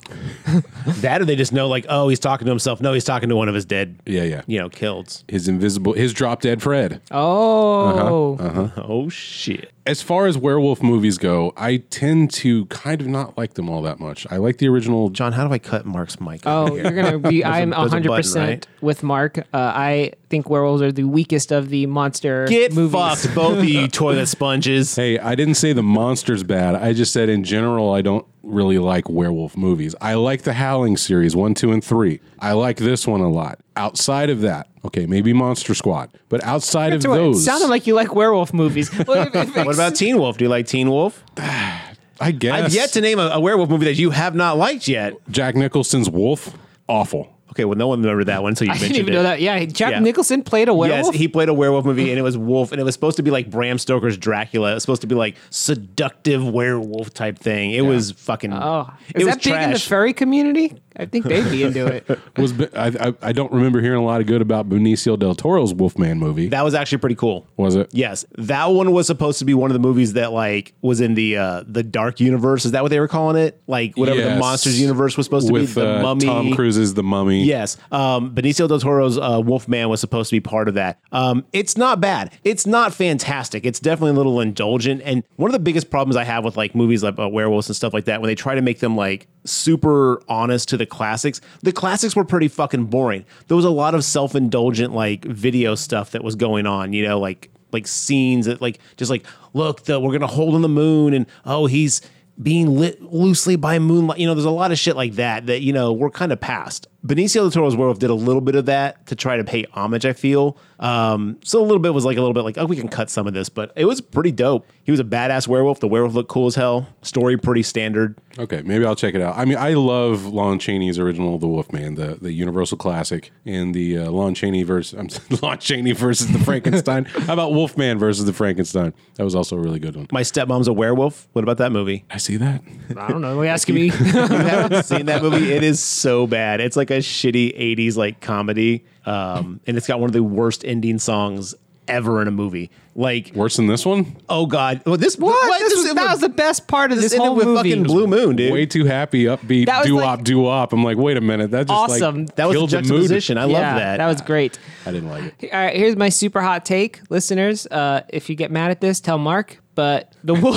Speaker 3: That or they just know like oh he's talking to himself. No, he's talking to one of his dead
Speaker 1: Yeah, yeah.
Speaker 3: you know killeds.
Speaker 1: His invisible, his drop dead Fred.
Speaker 2: Oh,
Speaker 3: Oh shit.
Speaker 1: As far as werewolf movies go, I tend to kind of not like them all that much. I like the original.
Speaker 3: John, how do I cut Mark's mic?
Speaker 2: oh, you're gonna be. I'm
Speaker 3: there's a button,
Speaker 2: 100
Speaker 3: right?
Speaker 2: percent with Mark. Uh, I think werewolves are the weakest of the monster
Speaker 3: Get
Speaker 2: movies.
Speaker 3: fucked, both of you toilet sponges.
Speaker 1: Hey, I didn't say the monster's bad. I just said in general, I don't really like werewolf movies. I like the Howling series, one, two, and three. I like this one a lot. Outside of that, okay, maybe Monster Squad, but outside of
Speaker 2: That's what- it
Speaker 1: those,
Speaker 2: sounded like you like werewolf movies. what
Speaker 3: What about Teen Wolf? Do you like Teen Wolf?
Speaker 1: I guess
Speaker 3: I've yet to name a, a werewolf movie that you have not liked yet.
Speaker 1: Jack Nicholson's Wolf, awful.
Speaker 3: Okay, well, no one remembered that one, so you
Speaker 2: I
Speaker 3: mentioned
Speaker 2: didn't even
Speaker 3: it.
Speaker 2: know that. Yeah, Jack
Speaker 3: Yeah.
Speaker 2: Nicholson played a werewolf.
Speaker 3: Yes, he played a werewolf movie, and it was Wolf, and it was supposed to be like Bram Stoker's Dracula. It was supposed to be like seductive werewolf type thing. It was fucking.
Speaker 2: oh,
Speaker 3: it
Speaker 2: is
Speaker 3: was
Speaker 2: that big in the furry community? I think they'd be into it.
Speaker 1: Was I, I, I don't remember hearing a lot of good about Benicio del Toro's Wolfman movie.
Speaker 3: that was actually pretty cool.
Speaker 1: was it?
Speaker 3: Yes, that one was supposed to be one of the movies that like was in the uh the dark universe. Is that what they were calling it? Like whatever the
Speaker 1: Yes.
Speaker 3: monsters universe was supposed
Speaker 1: With
Speaker 3: to be. The
Speaker 1: uh,
Speaker 3: mummy.
Speaker 1: Tom Cruise's The Mummy.
Speaker 3: Yes. Um, Benicio del Toro's uh, Wolfman was supposed to be part of that. Um, it's not bad. It's not fantastic. It's definitely a little indulgent. And one of the biggest problems I have with like movies like uh, werewolves and stuff like that, when they try to make them like super honest to the classics, the classics were pretty fucking boring. There was a lot of self indulgent like video stuff that was going on, you know, like like scenes that like just like look the we're gonna hold on the moon and oh he's being lit loosely by moonlight. You know, there's a lot of shit like that that, you know, we're kind of past. Benicio del Toro's Werewolf did a little bit of that to try to pay homage, I feel. Um, so a little bit was like a little bit like, oh, we can cut some of this, but it was pretty dope. He was a badass werewolf. The werewolf looked cool as hell. Story pretty standard.
Speaker 1: Okay, maybe I'll check it out. I mean, I love Lon Chaney's original The Wolfman, the the Universal classic, and the uh, Lon Chaney versus I'm sorry, Lon Chaney versus the Frankenstein. How about Wolfman versus the Frankenstein? That was also a really good one.
Speaker 3: My stepmom's a werewolf. What about that movie?
Speaker 1: I see that.
Speaker 2: I don't know. Are you asking me?
Speaker 3: you haven't seen that movie, it is so bad. It's like a shitty 80s like comedy. Um, and it's got one of the worst ending songs ever in a movie. Like
Speaker 1: Worse than this one.
Speaker 3: Oh God! Well, this
Speaker 2: What?
Speaker 3: This,
Speaker 2: This was- that was the best part of this
Speaker 3: ended
Speaker 2: whole
Speaker 3: with
Speaker 2: movie.
Speaker 3: Fucking Blue Moon, dude.
Speaker 1: Way too happy, upbeat,
Speaker 2: That was
Speaker 1: doo
Speaker 2: like-
Speaker 1: wop, doo wop. I'm like, wait a minute, that just
Speaker 2: Awesome.
Speaker 1: like
Speaker 3: that was the
Speaker 1: killed mood.
Speaker 3: juxtaposition. I love that.
Speaker 2: That was great.
Speaker 1: I didn't like it.
Speaker 2: All right, here's my super hot take, listeners. Uh, if you get mad at this, tell Mark. But the wolf,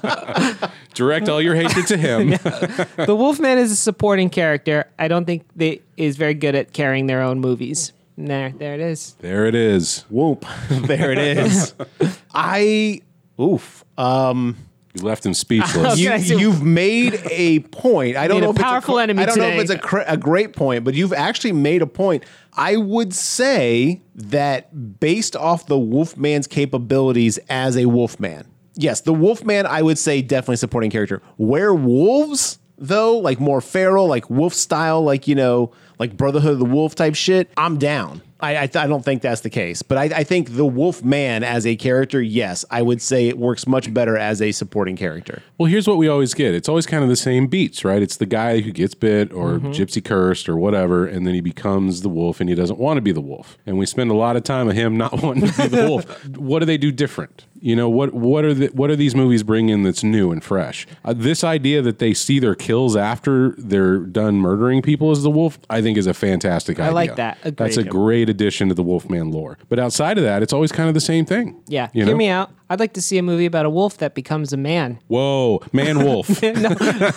Speaker 1: Direct all your hatred to him.
Speaker 2: the Wolfman is a supporting character. I don't think they is very good at carrying their own movies. And There, there it is.
Speaker 1: There it is.
Speaker 3: whoop. there it is. I oof. Um,
Speaker 1: You left him speechless.
Speaker 2: Okay,
Speaker 3: you,
Speaker 2: I see.
Speaker 3: you've made a point. I don't
Speaker 2: Made a
Speaker 3: know if
Speaker 2: powerful
Speaker 3: it's a, cr-
Speaker 2: enemy
Speaker 3: I don't know
Speaker 2: today.
Speaker 3: if it's a, cr- a great point, but you've actually made a point. I would say that based off the Wolfman's capabilities as a Wolfman, yes, the Wolfman I would say definitely supporting character. Werewolves though, like more feral, like wolf style, like you know, like Brotherhood of the Wolf type shit. I'm down. I, I, th- I don't think that's the case, but I, I think the Wolf Man as a character, yes, I would say it works much better as a supporting character.
Speaker 1: Well, here's what we always get. It's always kind of the same beats, right? It's the guy who gets bit or
Speaker 2: Mm-hmm.
Speaker 1: gypsy cursed or whatever, and then he becomes the wolf and he doesn't want to be the wolf. And we spend a lot of time of him not wanting to be the wolf. What do they do different? You know, what what are the, what are these movies bringing that's new and fresh? Uh, this idea that they see their kills after they're done murdering people as the wolf, I think is a fantastic idea.
Speaker 2: like that.
Speaker 1: That's a
Speaker 2: Agreed.
Speaker 1: great addition to the Wolfman lore. But outside of that, it's always kind of the same thing.
Speaker 2: Yeah,
Speaker 1: You
Speaker 2: hear
Speaker 1: know?
Speaker 2: me out. I'd like to see a movie about a wolf that becomes a man.
Speaker 1: Whoa, man wolf.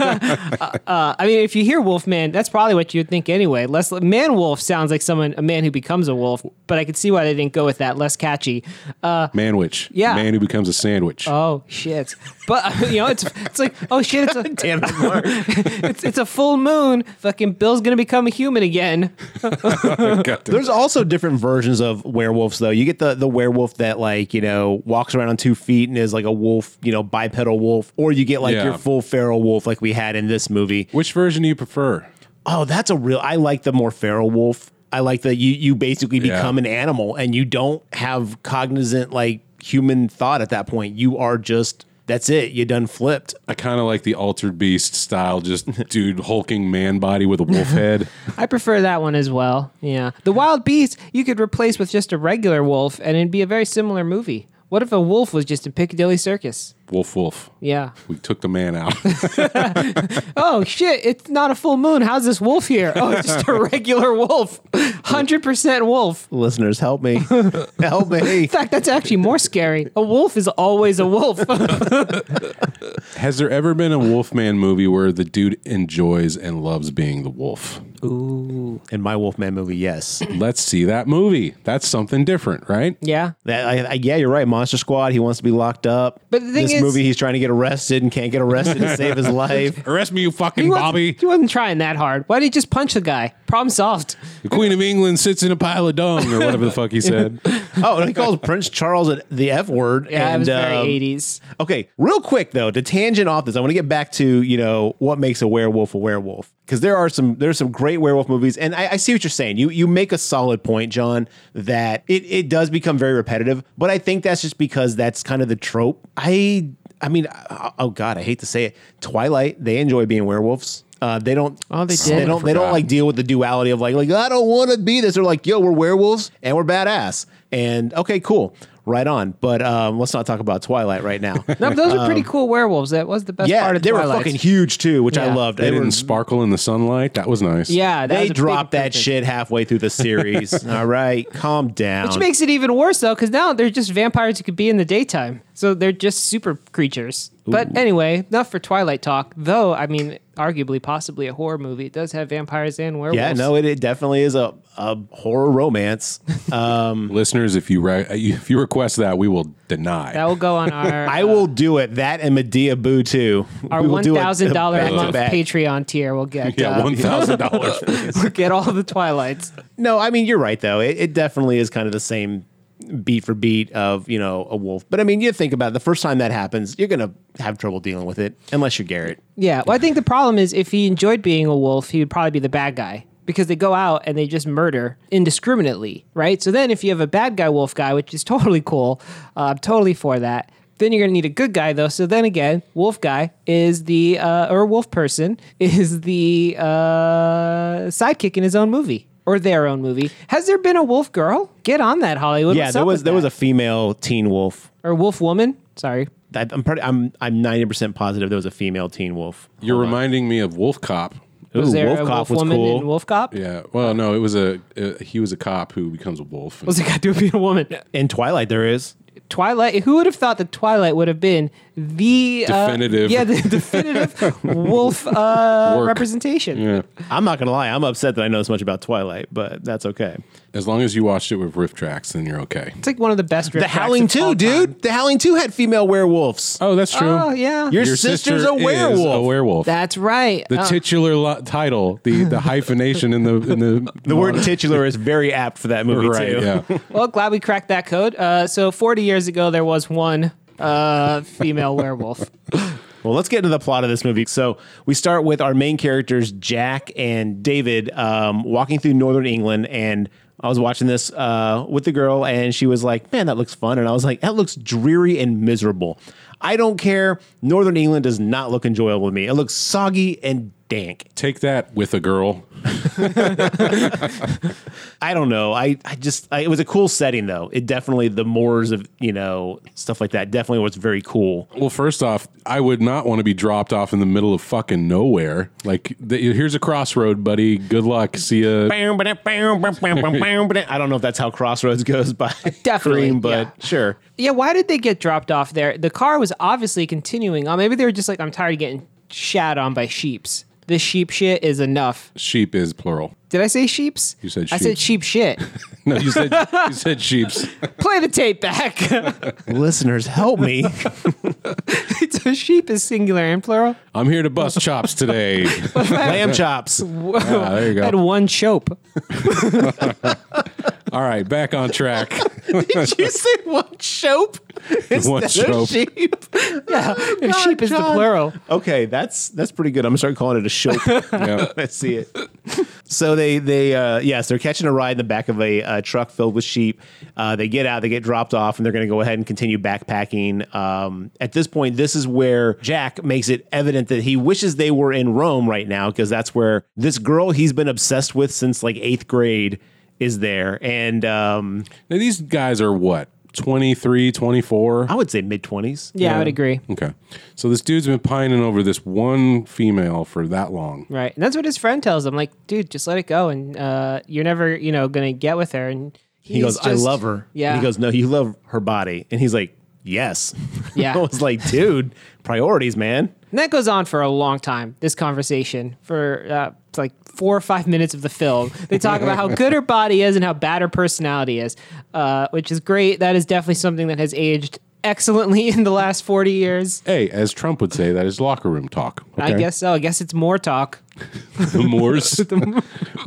Speaker 2: Uh, I mean, if you hear Wolfman, that's probably what you'd think anyway. Less man wolf sounds like someone a man who becomes a wolf, but I could see why they didn't go with that. Less catchy.
Speaker 1: Manwich.
Speaker 2: Yeah.
Speaker 1: Man who becomes a sandwich.
Speaker 2: Oh shit! But you know, it's it's like oh shit! It's a,
Speaker 3: Damn it, Mark.
Speaker 2: it's it's a full moon. Fucking Bill's gonna become a human again.
Speaker 1: God damn.
Speaker 3: There's also different versions of werewolves, though. You get the the werewolf that like you know walks around on two feet and is like a wolf, you know, bipedal wolf, or you get like
Speaker 1: Yeah.
Speaker 3: your full feral wolf, like we had in this movie.
Speaker 1: Which version do you prefer?
Speaker 3: Oh, that's a real. I like the more feral wolf. I like that you you basically
Speaker 1: Yeah.
Speaker 3: become an animal and you don't have cognizant like human thought at that point. You are just that's it. You done flipped.
Speaker 1: I kind of like the altered beast style, just dude hulking man body with a wolf head.
Speaker 2: I prefer that one as well. Yeah. The Wild Beast, you could replace with just a regular wolf and it'd be a very similar movie. What if a wolf was just in Piccadilly Circus?
Speaker 1: Wolf, wolf.
Speaker 2: Yeah.
Speaker 1: We took the man out.
Speaker 2: Oh, shit. It's not a full moon. How's this wolf here? Oh, it's just a regular wolf. 100% wolf. In
Speaker 3: Listeners, help me. help me.
Speaker 2: fact, that's actually more scary. A wolf is always a wolf.
Speaker 1: Has there ever been a Wolfman movie where the dude enjoys and loves being the wolf?
Speaker 3: In my Wolfman movie, yes.
Speaker 1: Let's see that movie. That's something different, right?
Speaker 2: yeah.
Speaker 3: That, I, I, yeah, you're right. Monster Squad. He wants to be locked up.
Speaker 2: But the thing
Speaker 3: this
Speaker 2: is-
Speaker 3: movie, he's trying to get arrested and can't get arrested to save his life.
Speaker 1: Arrest me, you fucking
Speaker 2: He wasn't-
Speaker 1: Bobby.
Speaker 2: He wasn't trying that hard. Why did he just punch the guy? Problem solved.
Speaker 1: The Queen of England sits in a pile of dung, or whatever the fuck he said.
Speaker 3: Oh, and he calls Prince Charles an- the F word.
Speaker 2: Yeah,
Speaker 3: and,
Speaker 2: it was very
Speaker 3: um,
Speaker 2: 80s.
Speaker 3: Okay, real quick though, to tangent off this, I want to get back to you know what makes a werewolf a werewolf because there are some there's some great werewolf movies, and I, I see what you're saying. You you make a solid point, John, that it it does become very repetitive, but I think that's just because that's kind of the trope. I I mean, I- oh god, I hate to say it. Twilight, they enjoy being werewolves. Uh, they don't.
Speaker 2: Oh, they
Speaker 3: They
Speaker 2: did.
Speaker 3: don't. They don't
Speaker 1: Forgot.
Speaker 3: like deal with the duality of like, like I don't want to be this. They're like, yo, we're werewolves and we're badass. And okay, cool, right on. But um, let's not talk about Twilight right now.
Speaker 2: No, but those are pretty cool werewolves. That was the best
Speaker 3: yeah,
Speaker 2: part of
Speaker 3: they were
Speaker 2: Twilight.
Speaker 3: fucking huge too, which I
Speaker 2: Yeah.
Speaker 3: loved.
Speaker 1: They
Speaker 3: were-
Speaker 1: didn't sparkle in the sunlight. That was nice.
Speaker 2: Yeah, that
Speaker 3: they
Speaker 2: was a big
Speaker 3: dropped that
Speaker 2: improvement.
Speaker 3: shit halfway through the series. All right, calm down.
Speaker 2: Which makes it even worse though, because now they're just vampires who could be in the daytime. So they're just super creatures. But anyway, enough for Twilight talk. Though, I mean, arguably, possibly a horror movie. It does have vampires and werewolves.
Speaker 3: yeah, no, it, it definitely is a, a horror romance.
Speaker 1: Listeners, if you re- if you request that, we will deny.
Speaker 2: That will go on our
Speaker 3: I will do it. That and Medea Boo too.
Speaker 2: our
Speaker 3: We will
Speaker 2: one
Speaker 3: do it
Speaker 2: thousand dollar
Speaker 3: back
Speaker 2: a
Speaker 3: to
Speaker 2: month
Speaker 3: back.
Speaker 2: Patreon tier. We'll get
Speaker 1: yeah,
Speaker 2: uh,
Speaker 1: one thousand dollars.
Speaker 2: we'll get all the Twilights.
Speaker 3: No, I mean you're right though. It, it definitely is kind of the same beat for beat of you know a wolf. But I mean, you think about it, the first time that happens, you're gonna have trouble dealing with it unless you're Garrett.
Speaker 2: Yeah. Well, I think the problem is if he enjoyed being a wolf, he would probably be the bad guy because they go out and they just murder indiscriminately, right? So then if you have a bad guy wolf guy, which is totally cool, uh, I'm totally for that. Then you're gonna need a good guy though. So then again, wolf guy is the uh, or wolf person is the uh, sidekick in his own movie or their own movie. Has there been a wolf girl? Get on that Hollywood.
Speaker 3: yeah,
Speaker 2: What's
Speaker 3: there
Speaker 2: up
Speaker 3: was
Speaker 2: with
Speaker 3: there
Speaker 2: that?
Speaker 3: was a female Teen Wolf.
Speaker 2: or wolf woman. Sorry,
Speaker 3: I, I'm pretty. I'm I'm ninety percent positive there was a female Teen Wolf.
Speaker 1: You're reminding me of Wolf Cop.
Speaker 2: was
Speaker 3: Ooh,
Speaker 2: there
Speaker 3: Wolf
Speaker 2: a
Speaker 3: Cop
Speaker 2: wolf
Speaker 3: was
Speaker 2: woman
Speaker 3: cool.
Speaker 2: in Wolf Cop?
Speaker 1: Yeah. Well, no, it was a uh, he was a cop who becomes a wolf.
Speaker 2: What's it got to do with being a woman?
Speaker 3: In Twilight, there is.
Speaker 2: Twilight. Who would have thought that Twilight would have been the uh,
Speaker 1: Definitive.
Speaker 2: yeah, the definitive wolf uh,
Speaker 1: Work.
Speaker 2: representation.
Speaker 1: yeah.
Speaker 3: I'm not gonna lie. I'm upset that I know as much about Twilight, but that's okay.
Speaker 1: As long as you watched it with riff tracks, then you're okay.
Speaker 2: It's like one of the best.
Speaker 3: The Howling Two, dude. The Howling Two had female werewolves.
Speaker 1: Oh, that's true.
Speaker 2: Oh yeah,
Speaker 3: Your sister's a
Speaker 1: is
Speaker 3: werewolf. oh.
Speaker 1: a werewolf.
Speaker 2: that's right.
Speaker 1: the
Speaker 2: Uh,
Speaker 1: titular lo- title, the the hyphenation in the in the
Speaker 3: The word titular is very apt for that movie
Speaker 1: right.
Speaker 3: too.
Speaker 1: Yeah.
Speaker 2: well, glad we cracked that code. Uh, so 40 years ago, there was one uh, female werewolf.
Speaker 3: Well, let's get into the plot of this movie. So we start with our main characters, Jack and David, um, walking through northern England. And I was watching this uh, with the girl, and she was like, Man, that looks fun. And I was like, That looks dreary and miserable. I don't care. Northern England does not look enjoyable to me. It looks soggy and dank.
Speaker 1: Take that with a girl.
Speaker 3: I don't know. I, I just, I, it was a cool setting, though. It definitely, the moors of, you know, stuff like that definitely was very cool.
Speaker 1: Well, first off, I would not want to be dropped off in the middle of fucking nowhere. Like, th- here's a crossroad, buddy. Good luck. See ya.
Speaker 3: I don't know if that's how Crossroads goes by
Speaker 2: Definitely,
Speaker 3: Kareem, but
Speaker 2: yeah.
Speaker 3: sure.
Speaker 2: Yeah, why did they get dropped off there? The car was obviously continuing on. Maybe they were just like, I'm tired of getting shat on by sheeps. This sheep shit is enough.
Speaker 1: Sheep is plural.
Speaker 2: Did I say sheeps?
Speaker 1: You said
Speaker 2: I said sheep shit.
Speaker 1: No, you said you said sheeps.
Speaker 2: Play the tape back.
Speaker 3: Listeners, help me.
Speaker 2: so sheep is singular and plural.
Speaker 1: I'm here to bust chops today.
Speaker 3: Lamb chops.
Speaker 1: Ah, there you
Speaker 2: Had
Speaker 1: go.
Speaker 2: one chope.
Speaker 1: All right, back on track.
Speaker 3: Did you say one chope?
Speaker 1: One
Speaker 3: instead
Speaker 1: chope.
Speaker 3: of sheep?
Speaker 2: Yeah, sheep is the
Speaker 3: John.
Speaker 2: plural.
Speaker 3: Okay, that's that's pretty good. I'm gonna start calling it a chope.
Speaker 1: Yeah.
Speaker 3: Let's see it. So they they uh, yes, they're catching a ride in the back of a, uh truck filled with sheep. Uh, they get out, they get dropped off, and they're going to go ahead and continue backpacking. Um, at this point, this is where Jack makes it evident that he wishes they were in Rome right now because that's where this girl he's been obsessed with since like eighth grade is there, and um,
Speaker 1: Now, these guys are what, 23, 24?
Speaker 3: I would say mid twenties.
Speaker 2: Yeah, I would agree.
Speaker 1: Okay. So this dude's been pining over this one female for that long.
Speaker 2: Right. And that's what his friend tells him. Like, dude, just let it go. And uh, you're never, you know, going to get with her. And
Speaker 3: He goes, I love her.
Speaker 2: Yeah.
Speaker 3: And he goes, No, you love her body. And he's like, Yes.
Speaker 2: Yeah.
Speaker 3: I was like, Dude, priorities, man.
Speaker 2: And that goes on for a long time, this conversation, for uh, it's like four or five minutes of the film. They talk about how good her body is and how bad her personality is, uh, which is great. That is definitely something that has aged excellently in the last 40 years.
Speaker 1: Hey, as Trump would say, that is locker room talk.
Speaker 2: I
Speaker 1: okay?
Speaker 2: guess so. I guess it's more talk.
Speaker 1: the Moors.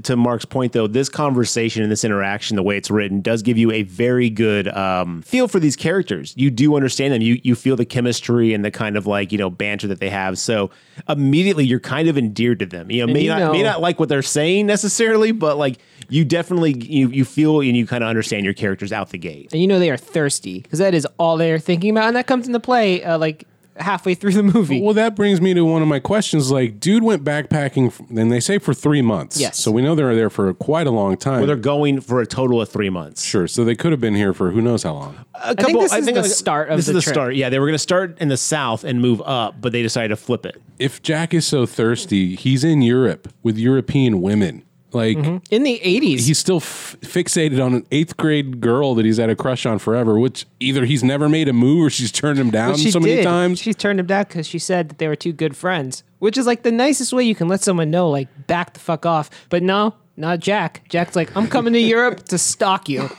Speaker 3: To Mark's point, though, this conversation and this interaction, the way it's written, does give you a very good um, feel for these characters. You do understand them. You you feel the chemistry and the kind of like you know banter that they have. So immediately you're kind of endeared to them. You know, may
Speaker 2: you
Speaker 3: not
Speaker 2: know-
Speaker 3: may not like what they're saying necessarily, but like you definitely you you feel and you kind of understand your characters out the gate.
Speaker 2: And you know they are thirsty because that is all they are thinking about. And that comes into play uh, like halfway through the movie.
Speaker 1: Well, that brings me to one of my questions. Like, dude went backpacking, f- and they say for three months.
Speaker 2: Yes.
Speaker 1: So we know they're there for quite a long time.
Speaker 3: Well, they're going for a total of three months.
Speaker 1: sure. So they could have been here for who knows how long.
Speaker 3: a
Speaker 2: think
Speaker 3: couple.
Speaker 2: this is the start of
Speaker 3: this
Speaker 2: the
Speaker 3: is the
Speaker 2: trip.
Speaker 3: start. Yeah, they were going to start in the south and move up, but they decided to flip it.
Speaker 1: If Jack is so thirsty, he's in Europe with European women. Like,
Speaker 2: In the 80s.
Speaker 1: he's still f- fixated on an eighth grade girl that he's had a crush on forever, which either he's never made a move or she's turned him down
Speaker 2: But she
Speaker 1: so
Speaker 2: did.
Speaker 1: many times.
Speaker 2: She turned him down because she said that they were two good friends, which is like the nicest way you can let someone know, like, back the fuck off. But no, not Jack. Jack's like, I'm coming to Europe to stalk you.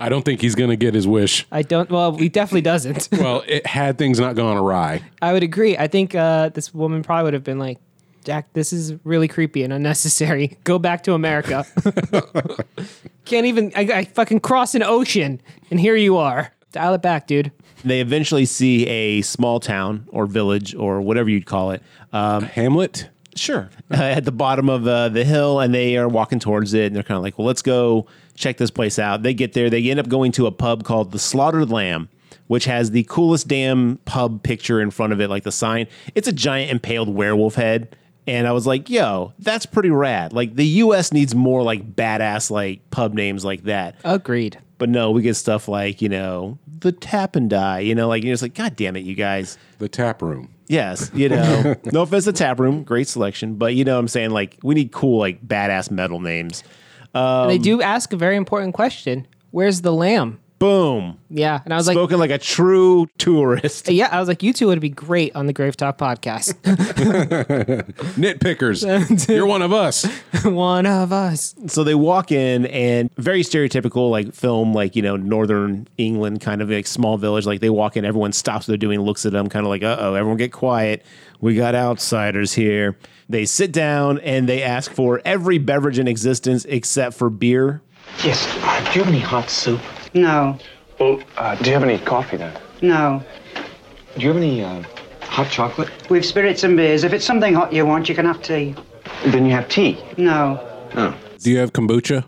Speaker 1: I don't think he's going to get his wish.
Speaker 2: I don't, well, he definitely doesn't.
Speaker 1: Well, it, had things not gone awry.
Speaker 2: I would agree. I think uh, this woman probably would have been like, Jack, this is really creepy and unnecessary. Go back to America. Can't even, I, I fucking cross an ocean and here you are. Dial it back, dude.
Speaker 3: They eventually see a small town or village or whatever you'd call it. Um,
Speaker 1: Hamlet?
Speaker 3: sure, uh, at the bottom of uh, the hill, and they are walking towards it, and they're kind of like, "Well, let's go check this place out." They get there, they end up going to a pub called the Slaughtered Lamb. Which has the coolest damn pub picture in front of it, like the sign. It's a giant impaled werewolf head. And I was like, yo, that's pretty rad. Like, the US needs more, like, badass, like, pub names like that.
Speaker 2: Agreed.
Speaker 3: But no, we get stuff like, you know, the tap and die, you know, like you're just like, God damn it, you guys.
Speaker 1: The tap room.
Speaker 3: Yes, you know. no offense to tap room, great selection. But you know what I'm saying? Like, we need cool, like badass metal names.
Speaker 2: And they
Speaker 1: Um,
Speaker 2: do ask a very important question Where's the lamb?
Speaker 3: Boom.
Speaker 2: Yeah. And I was like,
Speaker 3: Spoken like a true tourist.
Speaker 2: Yeah, I was like, you two would be great on the Grave Talk podcast.
Speaker 1: Nitpickers. You're one of us.
Speaker 2: One of us.
Speaker 3: So they walk in and very stereotypical like film, like, you know, northern England kind of like small village. Like they walk in, everyone stops what they're doing, looks at them, kind of like, uh oh, everyone get quiet. We got outsiders here. They sit down and they ask for every beverage in existence except for beer.
Speaker 5: Yes. Uh, do you have any hot soup?
Speaker 7: No,
Speaker 5: Well, uh, do you have any coffee then?
Speaker 7: no.
Speaker 5: Do you have any uh, hot chocolate?
Speaker 7: We've spirits and beers. If it's something hot you want, you can have tea.
Speaker 5: Then you have tea.
Speaker 7: No,
Speaker 1: Do you have kombucha?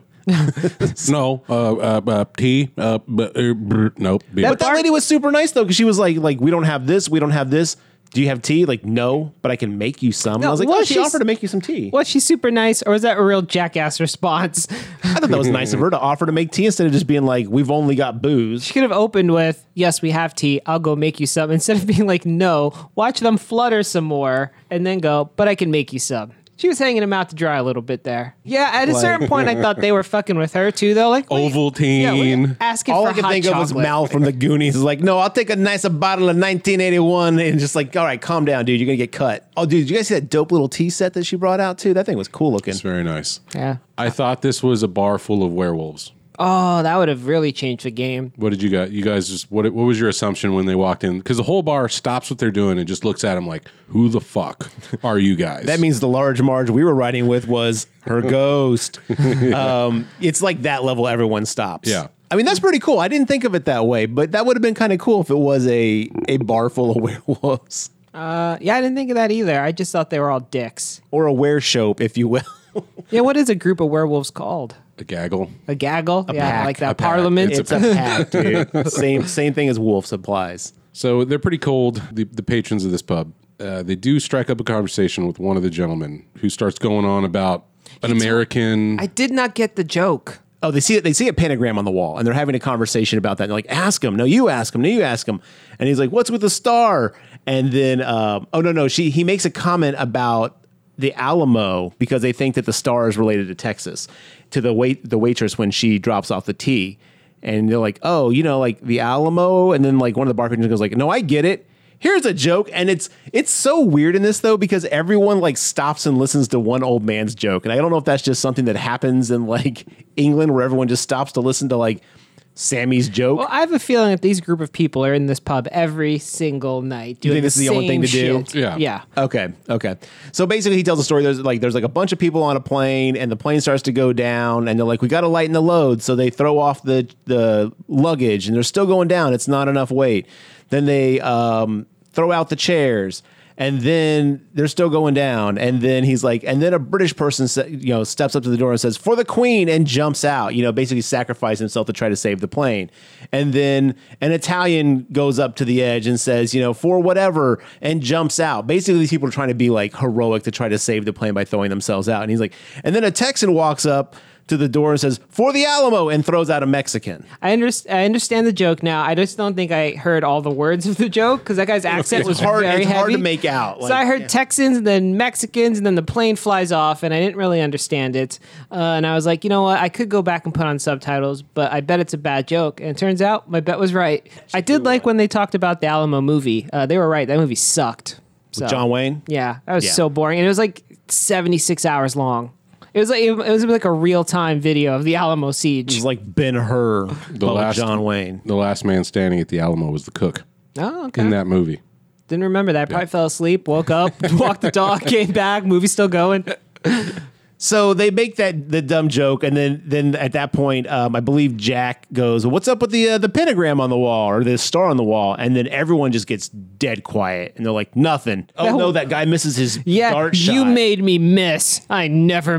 Speaker 1: no. Uh, uh, uh, tea? Uh, b- uh, br- nope. Beer.
Speaker 3: But that lady was super nice though, because she was like, like, we don't have this, we don't have this. Do you have tea? Like, no, but I can make you some. And I was like,
Speaker 2: well,
Speaker 3: oh, she
Speaker 2: she's-
Speaker 3: offered to make you some tea.
Speaker 2: Was she super nice, or was that a real jackass response?
Speaker 3: I thought that was nice of her to offer to make tea instead of just being like, we've only got booze.
Speaker 2: She could have opened with, Yes, we have tea. I'll go make you some. Instead of being like, No, watch them flutter some more and then go, But I can make you some. She was hanging him out to dry a little bit there. Yeah, at a certain point, I thought they were fucking with her too, though. Like, wait, yeah, wait,
Speaker 1: Ovaltine.
Speaker 2: asking
Speaker 3: All
Speaker 2: for
Speaker 3: I can
Speaker 2: hot
Speaker 3: think
Speaker 2: chocolate.
Speaker 3: of was Mal from the Goonies. Is like, no, I'll take a nice bottle of 1981 and just like, all right, calm down, dude. You're gonna get cut. Oh, dude, did you guys see that dope little tea set that she brought out too? That thing was cool looking.
Speaker 1: It's very nice.
Speaker 2: Yeah.
Speaker 1: I thought this was a bar full of werewolves.
Speaker 2: Oh, that would have really changed the game.
Speaker 1: What did you guys? You guys just what? What was your assumption when they walked in? Because the whole bar stops what they're doing and just looks at them like, "Who the fuck are you guys?"
Speaker 3: That means the large Marge we were riding with was her ghost. um, it's like that level. Everyone stops.
Speaker 1: Yeah.
Speaker 3: I mean that's pretty cool. I didn't think of it that way, but that would have been kind of cool if it was a a bar full of werewolves
Speaker 2: Uh, yeah, I didn't think of that either. I just thought they were all dicks.
Speaker 3: or a were shope, if you will.
Speaker 2: Yeah, what is a group of werewolves called?
Speaker 1: A gaggle.
Speaker 2: A gaggle? yeah,
Speaker 3: pack.
Speaker 2: like
Speaker 1: A
Speaker 2: that
Speaker 1: pack.
Speaker 2: parliament.
Speaker 1: It's
Speaker 3: It's a pack, dude. same same thing as wolves applies.
Speaker 1: So they're pretty cold, the, the patrons of this pub. Uh, they do strike up a conversation with one of the gentlemen who starts going on about an American.
Speaker 2: I did not get the joke.
Speaker 3: Oh, they see they see a pentagram on the wall, and they're having a conversation about that. And they're like, "Ask him, no, you ask him, no, you ask him." And he's like, "What's with the star?" And then, um, oh no, no, she he makes a comment about the Alamo because they think that the star is related to Texas. To the wait the waitress when she drops off the tea, and they're like, "Oh, you know, like the Alamo," and then like one of the bartenders goes like, "No, I get it." Here's a joke, and it's it's so weird in this though because everyone like stops and listens to one old man's joke, and I don't know if that's just something that happens in like England where everyone just stops to listen to like Sammy's joke.
Speaker 2: Well, I have a feeling that these group of people are in this pub every single night doing
Speaker 3: think this is the only
Speaker 2: same
Speaker 3: thing to do?
Speaker 2: shit.
Speaker 1: Yeah.
Speaker 2: Yeah.
Speaker 3: Okay. Okay. So basically, he tells a story. There's like there's like a bunch of people on a plane, and the plane starts to go down, and they're like, "We got to lighten the load." So they throw off the the luggage, and they're still going down. It's not enough weight. Then they um, throw out the chairs, and then they're still going down. And then he's like, and then a British person, sa- you know, steps up to the door and says, "For the Queen," and jumps out. You know, basically sacrifices himself to try to save the plane. And then an Italian goes up to the edge and says, you know, for whatever, and jumps out. Basically, these people are trying to be like heroic to try to save the plane by throwing themselves out. And he's like, and then a Texan walks up to the door and says, for the Alamo, and throws out a Mexican.
Speaker 2: I, under- I understand the joke now. I just don't think I heard all the words of the joke because that guy's accent
Speaker 3: It's
Speaker 2: was
Speaker 3: hard-
Speaker 2: very
Speaker 3: it's
Speaker 2: heavy.
Speaker 3: hard to make out,
Speaker 2: so
Speaker 3: like,
Speaker 2: I heard Texans and then Mexicans and then the plane flies off and I didn't really understand it. Uh, and I was like, you know what? I could go back and put on subtitles, but I bet it's a bad joke. And it turns out my bet was right. I did like when they talked about the Alamo movie. Uh, they were right. That movie sucked. So,
Speaker 3: John Wayne.
Speaker 2: Yeah, that was
Speaker 3: Yeah.
Speaker 2: so boring. And it was like 76 hours long. It was like it was like a real time video of the Alamo siege.
Speaker 3: He's like Ben Hur, the
Speaker 1: last-
Speaker 3: John Wayne.
Speaker 1: the last man standing at the Alamo was the cook
Speaker 2: Oh, okay.
Speaker 1: in that movie.
Speaker 2: Didn't remember that. Probably fell asleep, woke up, walked the dog, came back, movie's still going.
Speaker 3: So they make that the dumb joke, and then then at that point, um, I believe Jack goes, "What's up with the uh, the pentagram on the wall or the star on the wall?" And then everyone just gets dead quiet, and they're like, "Nothing." Oh
Speaker 2: That-
Speaker 3: no, that guy misses his
Speaker 2: Yeah,
Speaker 3: dart shot.
Speaker 2: you made me miss. I never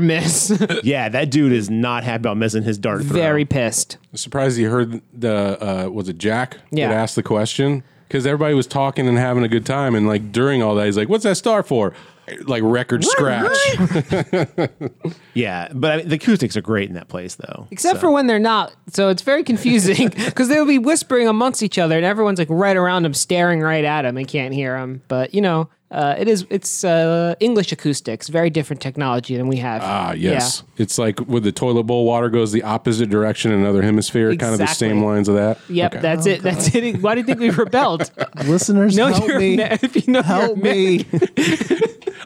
Speaker 2: miss.
Speaker 3: yeah, that dude is not happy about missing his dart. throw.
Speaker 2: Very pissed.
Speaker 1: I'm surprised you heard the uh, was it Jack
Speaker 2: Yeah.
Speaker 1: that asked the question because everybody was talking and having a good time and like during all that he's like, "What's that star for?" Like record scratch.
Speaker 3: yeah, but I mean, the acoustics are great in that place, though.
Speaker 2: Except for when they're not. So it's very confusing because they'll be whispering amongst each other and everyone's like right around them, staring right at them and can't hear them. But, you know, uh, it is, it's uh, English acoustics, very different technology than we have.
Speaker 1: Ah, yes. It's like with the toilet bowl, water goes the opposite direction in another hemisphere, kind of the
Speaker 2: Exactly.
Speaker 1: same lines of that.
Speaker 2: Yep,
Speaker 1: Okay.
Speaker 2: that's it. That's it. Why do you think we rebelled?
Speaker 3: listeners,
Speaker 2: No, you're Amer- if you know you're
Speaker 3: me.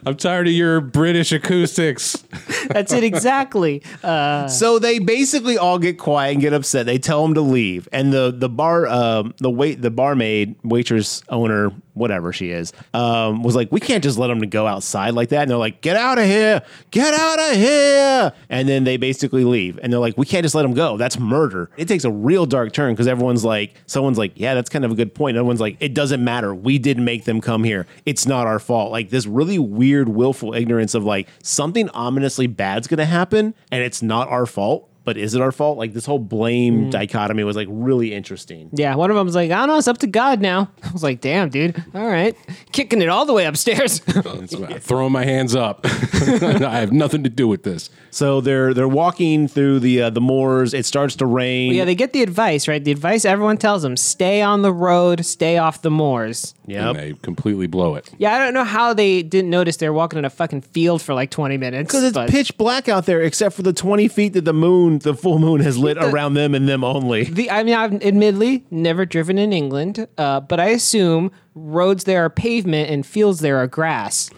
Speaker 1: I'm tired of your British acoustics.
Speaker 2: That's it exactly.
Speaker 3: So they basically all get quiet and get upset. They tell him to leave, and the the bar um, the wait the barmaid waitress owner whatever she is um, was like, we can't just let him to go outside like that. And they're like, get out of here, get out of here. And then they basically leave, and they're like, we can't just let him go. That's murder. It takes a real dark turn because everyone's like, someone's like, yeah, that's kind of a good point. And everyone's like, it doesn't matter. We didn't make them come here. It's not our fault. Like this really weird, willful ignorance of like something ominously bad's going to happen and it's not our fault. But is it our fault? Like this whole blame
Speaker 2: Mm.
Speaker 3: dichotomy was like really interesting.
Speaker 2: Yeah, one of them was like, I don't know, it's up to God now. I was like, damn, dude. All right. Kicking it all the way upstairs.
Speaker 1: That's what- I'm throwing my hands up. I have nothing to do with this.
Speaker 3: So they're they're walking through the uh, the moors. It starts to rain.
Speaker 2: yeah, they get the advice, right? The advice everyone tells them stay on the road, stay off the moors.
Speaker 1: And
Speaker 3: yep.
Speaker 1: they completely blow it.
Speaker 2: Yeah, I don't know how they didn't notice they're walking in a fucking field for like 20 minutes.
Speaker 3: Because it's
Speaker 2: but
Speaker 3: pitch black out there, except for the twenty feet that the moon, the full moon, has lit around them and them only.
Speaker 2: The, I mean, I've admittedly never driven in England, uh, but I assume roads there are pavement and fields there are grass.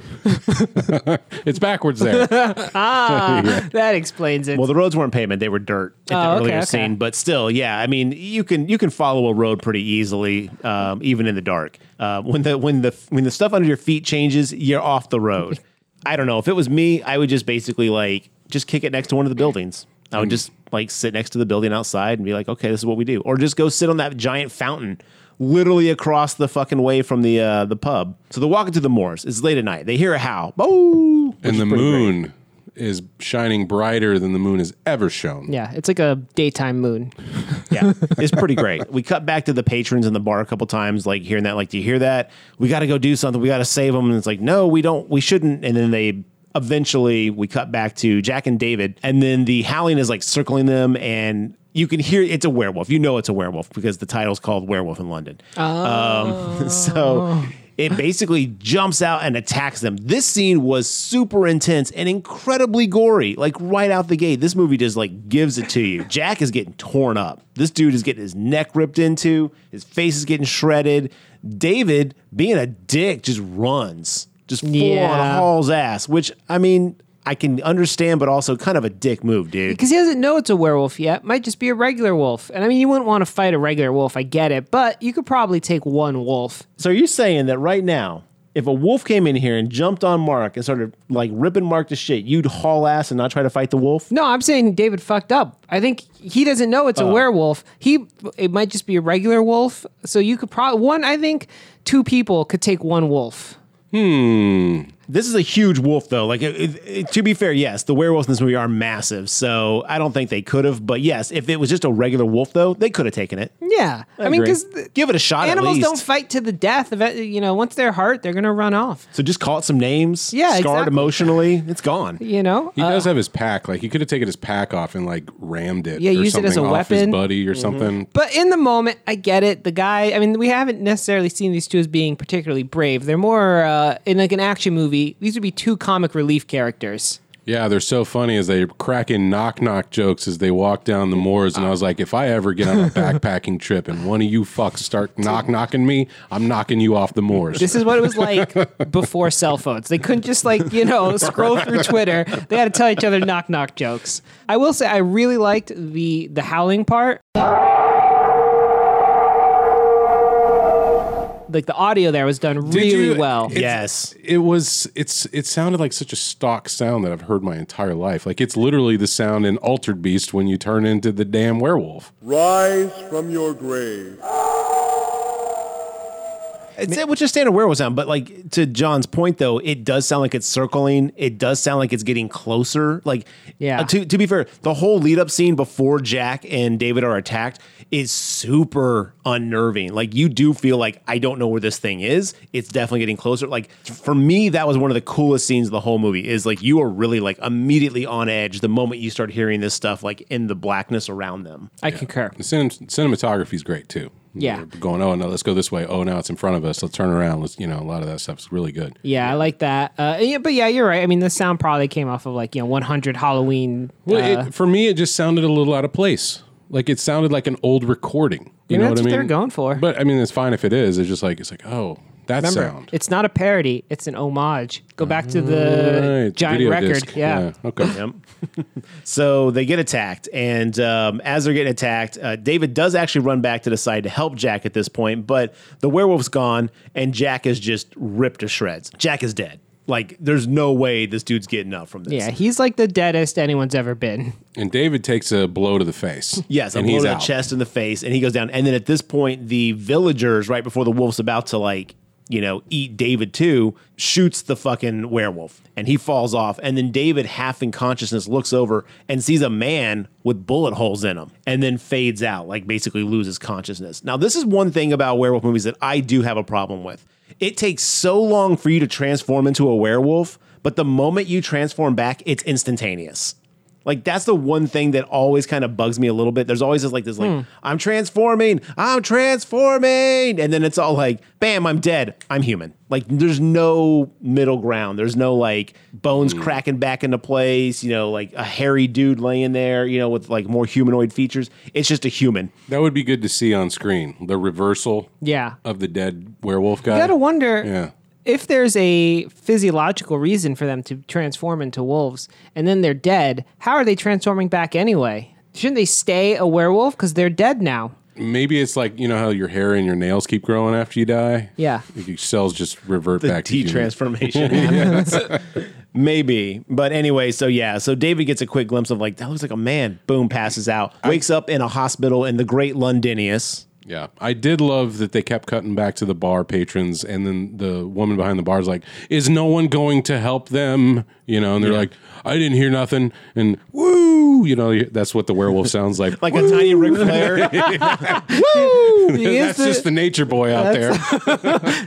Speaker 1: It's backwards there.
Speaker 2: That explains it.
Speaker 3: Well, the roads weren't pavement; they were dirt at
Speaker 2: Oh,
Speaker 3: the
Speaker 2: okay,
Speaker 3: earlier
Speaker 2: okay.
Speaker 3: scene. But still, yeah, I mean, you can you can follow a road pretty easily, um, even in the dark. Uh, when the when the when the stuff under your feet changes, you're off the road. I don't know if it was me, I would just basically like just kick it next to one of the buildings. I
Speaker 2: Hmm.
Speaker 3: would just like sit next to the building outside and be like, okay, this is what we do, or just go sit on that giant fountain. Literally across the fucking way from the uh, the pub. So they're walking to the moors. It's late at night. They hear a howl. Oh,
Speaker 1: and the moon is shining brighter than the moon has ever shown.
Speaker 2: Yeah, it's like a daytime moon.
Speaker 3: Yeah, it's pretty great. We cut back to the patrons in the bar a couple times, like hearing that, like, do you hear that? We got to go do something. We got to save them. And it's like, no, we don't, we shouldn't. And then they eventually we cut back to Jack and David, and then the howling is like circling them and. You can hear it's a werewolf. You know it's a werewolf because the title's called Werewolf in London. Um, so it basically jumps out and attacks them. This scene was super intense and incredibly gory, like right out the gate. This movie just like gives it to you. Jack is getting torn up. This dude is getting his neck ripped into, his face is getting shredded. David, being a dick, just runs, just full
Speaker 2: Yeah.
Speaker 3: on hauls ass, which I mean, I can understand, but also kind of a dick move, dude.
Speaker 2: Because he doesn't know it's a werewolf yet. Might just be a regular wolf. And I mean, you wouldn't want to fight a regular wolf. I get it. But you could probably take one wolf.
Speaker 3: So are you saying that right now, if a wolf came in here and jumped on Mark and started like ripping Mark to shit, you'd haul ass and not try to fight the wolf?
Speaker 2: No, I'm saying David fucked up. I think he doesn't know it's a
Speaker 3: Uh-huh.
Speaker 2: werewolf. He it might just be a regular wolf. So you could probably one. I think two people could take one wolf.
Speaker 3: This is a huge wolf, though. Like, it, it- it- to be fair, yes, the werewolves in this movie are massive, so I don't think they could have. But yes, if it was just a regular wolf, though, they could have taken it.
Speaker 2: Yeah, I, mean,
Speaker 3: agree.
Speaker 2: because
Speaker 3: give it a shot.
Speaker 2: animals
Speaker 3: at least.
Speaker 2: don't fight to the death. If it- You know, once they're hurt, they're gonna run off.
Speaker 3: so just call it some names.
Speaker 2: Yeah,
Speaker 3: scarred
Speaker 2: exactly.
Speaker 3: emotionally, it's gone.
Speaker 2: You know,
Speaker 1: He
Speaker 2: Uh,
Speaker 1: does have his pack. Like he could have taken his pack off and like rammed it.
Speaker 2: Yeah,
Speaker 1: or
Speaker 2: used it as
Speaker 1: something
Speaker 2: a
Speaker 1: off his
Speaker 2: weapon.
Speaker 1: buddy or something.
Speaker 2: But in the moment, I get it. The guy, I mean, we haven't necessarily seen these two as being particularly brave. They're more uh, in like an action movie. These would be two comic relief characters.
Speaker 1: Yeah, they're so funny as they crack in knock knock jokes as they walk down the moors. And I was like, if I ever get on a backpacking trip and one of you fucks start knock knocking me, I'm knocking you off the moors.
Speaker 2: This is what it was like before cell phones. They couldn't just like, you know, scroll through Twitter. They had to tell each other knock knock jokes. I will say I really liked the the howling part. Like the audio there was done really
Speaker 1: you-
Speaker 2: well.
Speaker 1: it's-
Speaker 3: Yes,
Speaker 1: it was it's it sounded like such a stock sound that I've heard my entire life. Like it's literally the sound in Altered Beast when you turn into the damn werewolf.
Speaker 8: Rise from your grave.
Speaker 3: it's, it was just standard werewolf sound. But like to John's point, though, it does sound like it's circling. It does sound like it's getting closer. Like,
Speaker 2: Yeah.
Speaker 3: uh, to to be fair, the whole lead up scene before Jack and David are attacked is super unnerving. Like, you do feel like I don't know where this thing is. It's definitely getting closer. Like for me, that was one of the coolest scenes of the whole movie. Is like you are really like immediately on edge the moment you start hearing this stuff like in the blackness around them.
Speaker 2: I concur.
Speaker 1: The cinem- cinematography is great too.
Speaker 2: Yeah.
Speaker 1: They're going oh no, let's go this way. Oh now it's in front of us. Let's turn around. Let's you know a lot of that stuff's really good.
Speaker 2: Yeah, I like that. Uh, yeah, but yeah, you're right. I mean, the sound probably came off of like you know 100 Halloween.
Speaker 1: Well,
Speaker 2: uh,
Speaker 1: it, for me, it just sounded a little out of place. Like it sounded like an old recording. You
Speaker 2: Maybe
Speaker 1: know what I
Speaker 2: that's what
Speaker 1: mean?
Speaker 2: they're going for.
Speaker 1: But I mean, it's fine if it is. It's just like it's like oh that
Speaker 2: remember,
Speaker 1: sound.
Speaker 2: it's not a parody; it's an homage. Go back to the
Speaker 1: Right,
Speaker 2: giant
Speaker 1: video
Speaker 2: record.
Speaker 1: disc.
Speaker 2: Yeah.
Speaker 1: Okay.
Speaker 3: So they get attacked, and um, as they're getting attacked, uh, David does actually run back to the side to help Jack at this point, but the werewolf's gone, and Jack is just ripped to shreds. Jack is dead. Like, there's no way this dude's getting up from this.
Speaker 2: yeah, he's like the deadest anyone's ever been.
Speaker 1: And David takes a blow to the face.
Speaker 3: Yes, a
Speaker 1: and
Speaker 3: blow
Speaker 1: he's
Speaker 3: to the
Speaker 1: out.
Speaker 3: chest and the face, and he goes down. And then at this point, the villagers, right before the wolf's about to like, you know, eat David too, shoots the fucking werewolf, and he falls off. And then David, half in consciousness, looks over and sees a man with bullet holes in him, and then fades out, like basically loses consciousness. Now, this is one thing about werewolf movies that I do have a problem with. It takes so long for you to transform into a werewolf, but the moment you transform back, it's instantaneous. Like that's the one thing that always kind of bugs me a little bit. There's always this like this like I'm transforming, I'm transforming, and then it's all like bam, I'm dead, I'm human. Like there's no middle ground. There's no like bones
Speaker 1: Hmm.
Speaker 3: cracking back into place. You know, like a hairy dude laying there. You know, with like more humanoid features. It's just a human.
Speaker 1: That would be good to see on screen. The reversal
Speaker 2: Yeah,
Speaker 1: of the dead werewolf guy.
Speaker 2: you gotta wonder
Speaker 1: Uh, Yeah.
Speaker 2: if there's a physiological reason for them to transform into wolves, and then they're dead. How are they transforming back anyway? Shouldn't they stay a werewolf because they're dead now?
Speaker 1: Maybe it's like you know how your hair and your nails keep growing after you die.
Speaker 2: Yeah.
Speaker 1: your cells just revert
Speaker 3: the
Speaker 1: back to
Speaker 3: T
Speaker 1: human.
Speaker 3: transformation. Maybe. But anyway, so yeah. So David gets a quick glimpse of like, that looks like a man. Boom, passes out. Wakes up in a hospital in the great Londinius.
Speaker 1: Yeah, I did love that they kept cutting back to the bar patrons, and then the woman behind the bar is like, "Is no one going to help them?" You know, and they're like, "I didn't hear nothing," and woo, you know, that's what the werewolf sounds like,
Speaker 3: Like a tiny Ric Flair.
Speaker 2: He is
Speaker 1: that's just the nature boy out there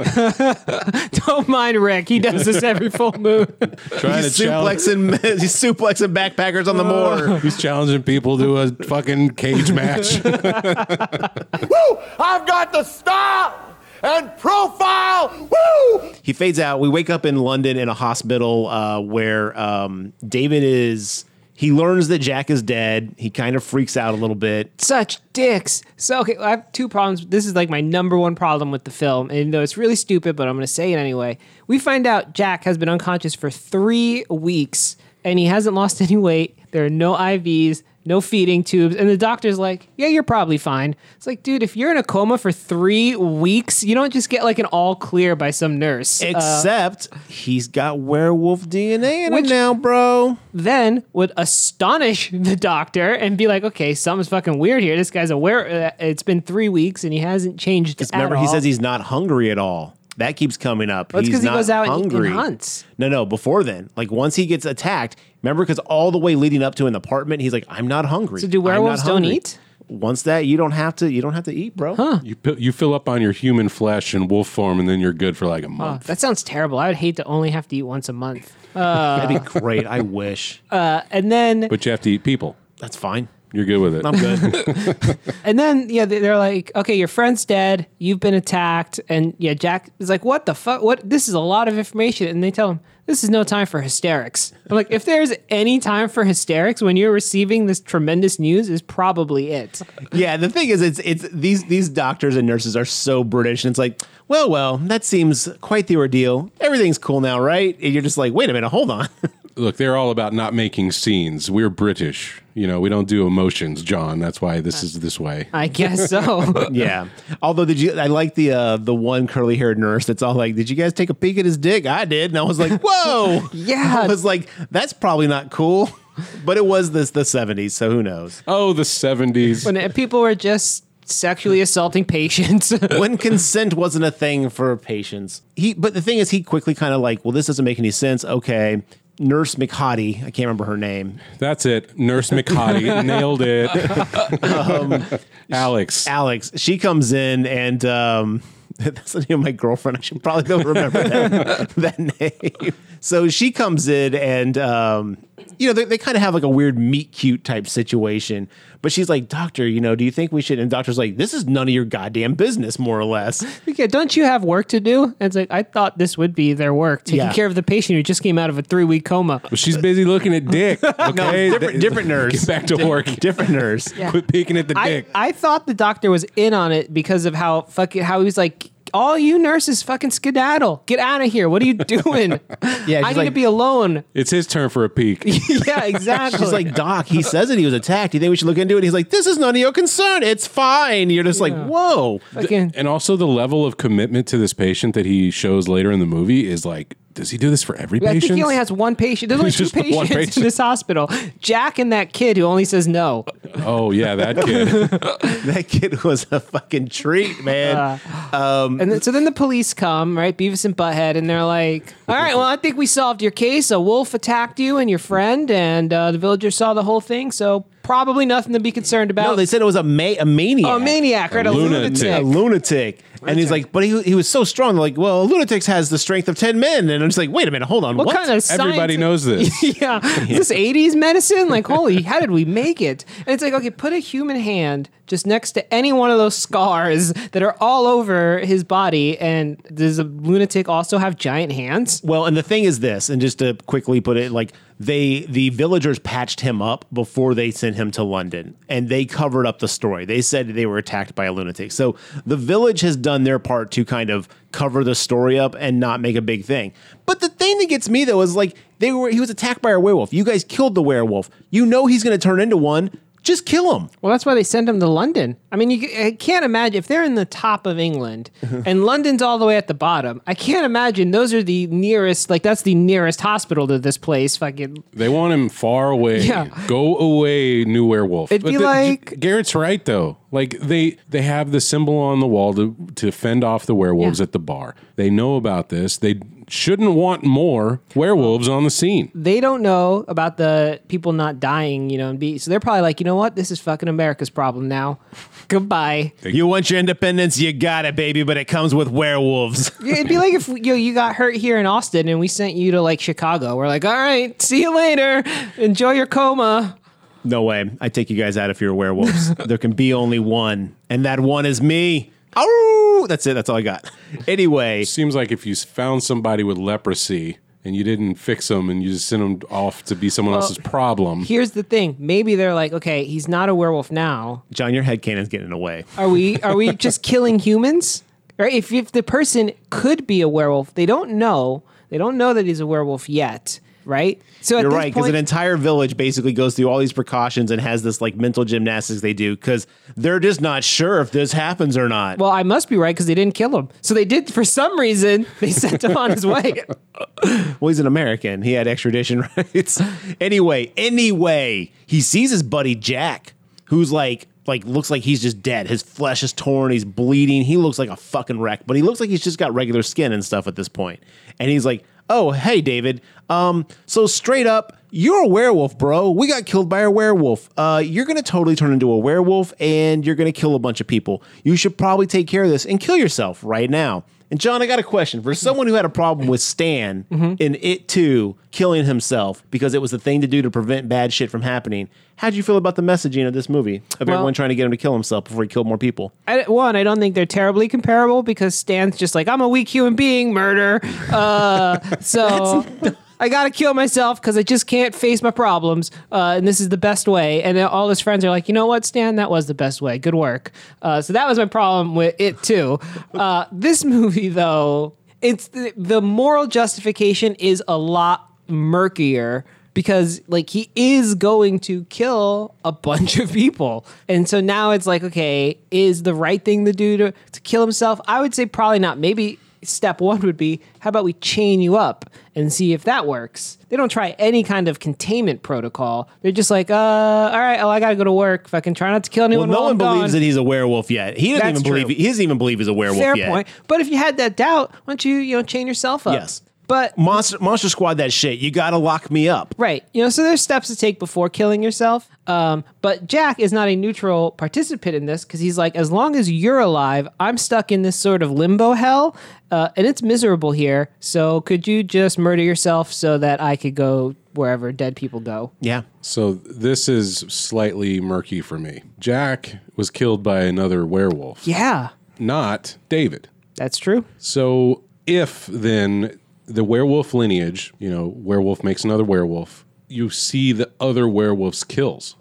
Speaker 2: Don't mind Rick. He does this every full moon.
Speaker 1: trying to
Speaker 3: He's
Speaker 1: challenge.
Speaker 3: suplexing, he's suplexing backpackers on the moor.
Speaker 1: He's challenging people to a fucking cage match.
Speaker 6: Woo! I've got the style and profile. Woo!
Speaker 3: He fades out. We wake up in London in a hospital uh, where um, David is. He learns that Jack is dead. He kind of freaks out a little bit.
Speaker 2: Such dicks. So okay, I have two problems. This is like my number one problem with the film, and though it's really stupid, but I'm going to say it anyway. We find out Jack has been unconscious for three weeks, and he hasn't lost any weight. There are no IVs, no feeding tubes, and the doctor's like, "Yeah, you're probably fine." It's like, dude, if you're in a coma for three weeks, you don't just get like an all clear by some nurse. Uh,
Speaker 3: Except he's got werewolf DNA in
Speaker 2: Which-
Speaker 3: him now, bro.
Speaker 2: then would astonish the doctor and be like, "Okay, something's fucking weird here. This guy's aware. Uh, it's been three weeks and he hasn't changed." at
Speaker 3: Remember, he
Speaker 2: all."
Speaker 3: says he's not hungry at all. That keeps coming up.
Speaker 2: Well, it's
Speaker 3: He's
Speaker 2: 'cause he
Speaker 3: not
Speaker 2: goes out and- and
Speaker 3: hungry.
Speaker 2: hunts.
Speaker 3: No, no. Before then, like once he gets attacked, remember because all the way leading up to an apartment, he's like, "I'm not hungry."
Speaker 2: So do
Speaker 3: I'm not
Speaker 2: werewolves don't
Speaker 3: hungry."
Speaker 2: eat?
Speaker 3: Once that you don't have to, you don't have to eat, bro. Huh?
Speaker 1: you, pi- you fill up on your human flesh in wolf form, and then you're good for like a
Speaker 2: Oh,
Speaker 1: month.
Speaker 2: that sounds terrible. I would hate to only have to eat once a month.
Speaker 3: That'd be great. I wish.
Speaker 2: And then,
Speaker 1: but you have to eat people.
Speaker 3: That's fine.
Speaker 1: You're good with it.
Speaker 3: I'm good.
Speaker 2: and then, yeah, they- they're like, okay, your friend's dead. You've been attacked. And yeah, Jack is like, what the fuck? What? This is a lot of information. And they tell him, this is no time for hysterics. I'm like, if there's any time for hysterics when you're receiving this tremendous news, is probably it.
Speaker 3: yeah. The thing is, it's it's these these doctors and nurses are so British, and it's like, well, well, that seems quite the ordeal. Everything's cool now, right? And you're just like, wait a minute, hold on.
Speaker 1: Look, they're all about not making scenes. We're British. You know, we don't do emotions, John. That's why this is this way.
Speaker 2: I guess so.
Speaker 3: yeah. Although, did you? I like the uh, the one curly haired nurse that's all like, did you guys take a peek at his dick? I did, and I was like, whoa.
Speaker 2: Yeah.
Speaker 3: I was like, that's probably not cool. But it was this the 70s, so who knows?
Speaker 1: Oh, the 70s.
Speaker 2: when people were just sexually assaulting patients.
Speaker 3: when consent wasn't a thing for patients. He but the thing is he quickly kind of like, well, this doesn't make any sense. Okay. Nurse McHottie, I can't remember her name.
Speaker 1: That's it. Nurse McCotty nailed it.
Speaker 3: Um,
Speaker 1: Alex.
Speaker 3: Alex, she comes in and um that's the name of my girlfriend. I should probably don't remember that, that name. So she comes in and um you know, they, they kind of have like a weird meet cute type situation. But she's like, Doctor, you know, do you think we should? And the doctor's like, this is none of your goddamn business, more or less.
Speaker 2: Yeah, don't you have work to do? And it's like I thought this would be their work, taking
Speaker 3: Yeah.
Speaker 2: care of the patient who just came out of a three week coma.
Speaker 1: But she's busy looking at dick. Okay?
Speaker 3: different- different nurse.
Speaker 1: Get back to work.
Speaker 3: Different nurse.
Speaker 1: Quit peeking at the
Speaker 2: I,
Speaker 1: dick.
Speaker 2: I thought the doctor was in on it because of how fucking how he was like, all you nurses fucking skedaddle, get out of here. What are you doing?
Speaker 3: Yeah,
Speaker 2: I
Speaker 3: she's
Speaker 2: need to
Speaker 3: like-
Speaker 2: be alone.
Speaker 1: it's his turn for a peek.
Speaker 2: yeah, exactly.
Speaker 3: She's like, Doc, he says that he was attacked. Do you think we should look into it? He's like, this is none of your concern. It's fine. You're just like, whoa.
Speaker 2: Fucking-
Speaker 1: And also the level of commitment to this patient that he shows later in the movie is like, does he do this for every
Speaker 2: I
Speaker 1: patient?
Speaker 2: think he only has one patient. There's only
Speaker 1: It's
Speaker 2: two
Speaker 1: just the one
Speaker 2: patients in
Speaker 1: patient.
Speaker 2: this hospital. Jack and that kid who only says no.
Speaker 1: oh yeah, that kid.
Speaker 3: That kid was a fucking treat, man.
Speaker 2: And then, so then the police come, right? Beavis and Butthead, and they're like, "All right, well, I think we solved your case. A wolf attacked you and your friend, and uh, the villagers saw the whole thing. So probably nothing to be concerned about.
Speaker 3: no, they said it was a, ma- a maniac.
Speaker 2: oh, a maniac, right? A,
Speaker 1: lunatic.
Speaker 2: lunatic.
Speaker 3: A lunatic. And he's like, but he, he was so strong. They're like, well, lunatics has the strength of 10 men. And I'm just like, wait a minute, hold on.
Speaker 2: What,
Speaker 3: What,
Speaker 2: kind of
Speaker 1: Everybody
Speaker 2: scientific-
Speaker 1: knows this.
Speaker 2: yeah, is this '80s medicine? Like, holy, how did we make it? And it's like, okay, put a human hand just next to any one of those scars that are all over his body, and does a lunatic also have giant hands?
Speaker 3: Well, and the thing is this, and just to quickly put it, like they the villagers patched him up before they sent him to London, and they covered up the story. They said they were attacked by a lunatic. So the village has done their part to kind of cover the story up and not make a big thing. But the thing that gets me though is like they were he was attacked by a werewolf. You guys killed the werewolf. You know he's going to turn into one. Just kill him.
Speaker 2: Well, that's why they send them to London. I mean, you I can't imagine if they're in the top of England and London's all the way at the bottom. I can't imagine those are the nearest, like that's the nearest hospital to this place. Fucking
Speaker 1: They want him far away.
Speaker 2: Yeah.
Speaker 1: Go away, new werewolf.
Speaker 2: It'd be
Speaker 1: the-
Speaker 2: like-
Speaker 1: Garrett's right though. Like they they have the symbol on the wall to to fend off the werewolves
Speaker 2: Yeah.
Speaker 1: at the bar. They know about this. They shouldn't want more werewolves on the scene.
Speaker 2: they don't know about the people not dying, you know, and be so they're probably like, you know what, this is fucking America's problem now. Goodbye.
Speaker 3: You want your independence, you got it, baby, but it comes with werewolves.
Speaker 2: It'd be like if yo you got hurt here in Austin and we sent you to like Chicago. We're like, all right, see you later. Enjoy your coma.
Speaker 3: no way. I take you guys out if you're werewolves. there can be only one, and that one is me. Oh, that's it. That's all I got. Anyway,
Speaker 1: Seems like if you found somebody with leprosy and you didn't fix them and you just sent them off to be someone else's problem.
Speaker 2: Here's the thing. Maybe they're like, okay, he's not a werewolf now.
Speaker 3: John, your head cannon's getting in the way.
Speaker 2: Are we are we just killing humans? Right? If if the person could be a werewolf, they don't know. They don't know that he's a werewolf yet, right? So at
Speaker 3: You're
Speaker 2: this
Speaker 3: right, because
Speaker 2: point-
Speaker 3: an entire village basically goes through all these precautions and has this like mental gymnastics they do because they're just not sure if this happens or not.
Speaker 2: Well, I must be right because they didn't kill him. So they did for some reason. They sent him on his way.
Speaker 3: Well, he's an American. He had extradition rights. anyway, anyway, he sees his buddy Jack, who's like, like looks like he's just dead. His flesh is torn. He's bleeding. He looks like a fucking wreck. But he looks like he's just got regular skin and stuff at this point. And he's like, "Oh, hey, David. Um, so straight up, you're a werewolf, bro. We got killed by a werewolf. Uh, you're gonna totally turn into a werewolf, and you're gonna kill a bunch of people. You should probably take care of this and kill yourself right now." And John, I got a question for someone who had a problem with Stan
Speaker 2: Mm-hmm.
Speaker 3: in it too killing himself because it was the thing to do to prevent bad shit from happening. How would you feel about the messaging of this movie of
Speaker 2: Well-
Speaker 3: everyone trying to get him to kill himself before he killed more people?
Speaker 2: I, one, I don't think they're terribly comparable because Stan's just like, I'm a weak human being, murder. Uh, so I got to kill myself because I just can't face my problems. Uh, and this is the best way. And then all his friends are like, you know what, Stan? That was the best way. Good work. Uh, so that was my problem with it, too. Uh, this movie, though, it's the, the moral justification is a lot murkier because like he is going to kill a bunch of people and so now it's like okay is the right thing to do to, to kill himself i would say probably not maybe step one would be how about we chain you up and see if that works they don't try any kind of containment protocol they're just like uh all right oh i gotta go to work fucking try not to kill
Speaker 3: Well,
Speaker 2: anyone
Speaker 3: no
Speaker 2: while
Speaker 3: one
Speaker 2: I'm
Speaker 3: believes
Speaker 2: gone.
Speaker 3: that he's a werewolf yet. He doesn't
Speaker 2: That's
Speaker 3: even believe
Speaker 2: true.
Speaker 3: he doesn't even believe he's a werewolf
Speaker 2: fair
Speaker 3: yet.
Speaker 2: point but if you had that doubt why don't you you know chain yourself up
Speaker 3: Yes.
Speaker 2: but
Speaker 3: Monster Monster Squad, that shit. You gotta lock me up.
Speaker 2: Right. You know, so there's steps to take before killing yourself. Um, but Jack is not a neutral participant in this because he's like, as long as you're alive, I'm stuck in this sort of limbo hell uh, and it's miserable here. So could you just murder yourself so that I could go wherever dead people go?
Speaker 3: Yeah.
Speaker 1: So this is slightly murky for me. Jack was killed by another werewolf,
Speaker 2: Yeah,
Speaker 1: not David.
Speaker 2: that's true.
Speaker 1: So if then the werewolf lineage, you know, werewolf makes another werewolf, you see the other werewolf's kills.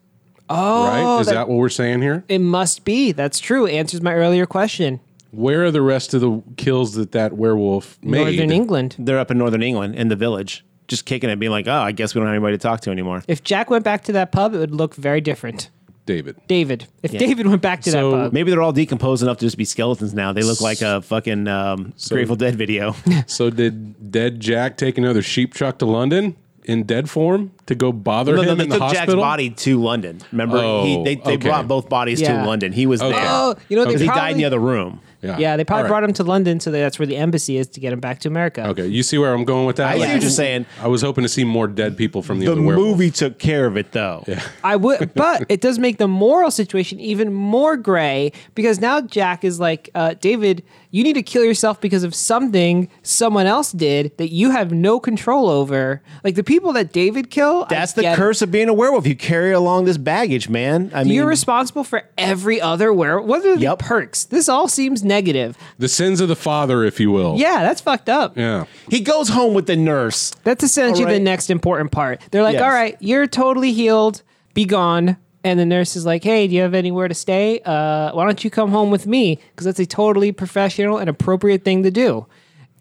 Speaker 1: Oh, right? Is that, what we're saying here?
Speaker 2: It must be. That's true. Answers my earlier question.
Speaker 1: Where are the rest of the kills that that werewolf made?
Speaker 2: Northern England.
Speaker 3: They're up in northern England in the village, just kicking it, being like, Oh, I guess we don't have anybody to talk to anymore.
Speaker 2: If Jack went back to that pub, it would look very different.
Speaker 1: David.
Speaker 2: David. If David went back to
Speaker 1: So-
Speaker 2: that pub.
Speaker 3: Maybe they're all decomposed enough to just be skeletons now. They look like a fucking um, Grateful Dead video.
Speaker 1: So did dead Jack take another sheep truck to London in dead form to go bother
Speaker 3: No,
Speaker 1: him
Speaker 3: no, they
Speaker 1: in the
Speaker 3: took Jack's
Speaker 1: hospital?
Speaker 3: body to London. Remember,
Speaker 1: Oh,
Speaker 3: he, they, they
Speaker 1: okay.
Speaker 3: brought both bodies
Speaker 2: Yeah.
Speaker 3: to London. He was there.
Speaker 2: Oh, you know, they
Speaker 3: 'Cause he died
Speaker 2: probably-
Speaker 3: in the other room.
Speaker 2: Yeah, they probably
Speaker 1: All right.
Speaker 2: brought him to London, so that's where the embassy is to get him back to America.
Speaker 1: Okay, you see where I'm going with that?
Speaker 3: I see what you're saying.
Speaker 1: I was hoping to see more dead people from the,
Speaker 3: The
Speaker 1: other werewolf.
Speaker 3: movie took care of it, though.
Speaker 2: I would, but it does make the moral situation even more gray because now Jack is like, uh, David, you need to kill yourself because of something someone else did that you have no control over. Like the people that David killed,
Speaker 3: That's the curse of being a werewolf. You carry along this baggage, man. I mean,
Speaker 2: You're responsible for every other where. What are the
Speaker 3: Yep.
Speaker 2: perks? This all seems negative.
Speaker 1: The sins of the father, if you will.
Speaker 2: Yeah, that's fucked up.
Speaker 1: Yeah.
Speaker 3: he goes home with the nurse.
Speaker 2: That's essentially
Speaker 3: All right.
Speaker 2: the next important part. They're like,
Speaker 3: Yes.
Speaker 2: all right, you're totally healed. Be gone. And the nurse is like, hey, do you have anywhere to stay? Uh, why don't you come home with me? Because that's a totally professional and appropriate thing to do.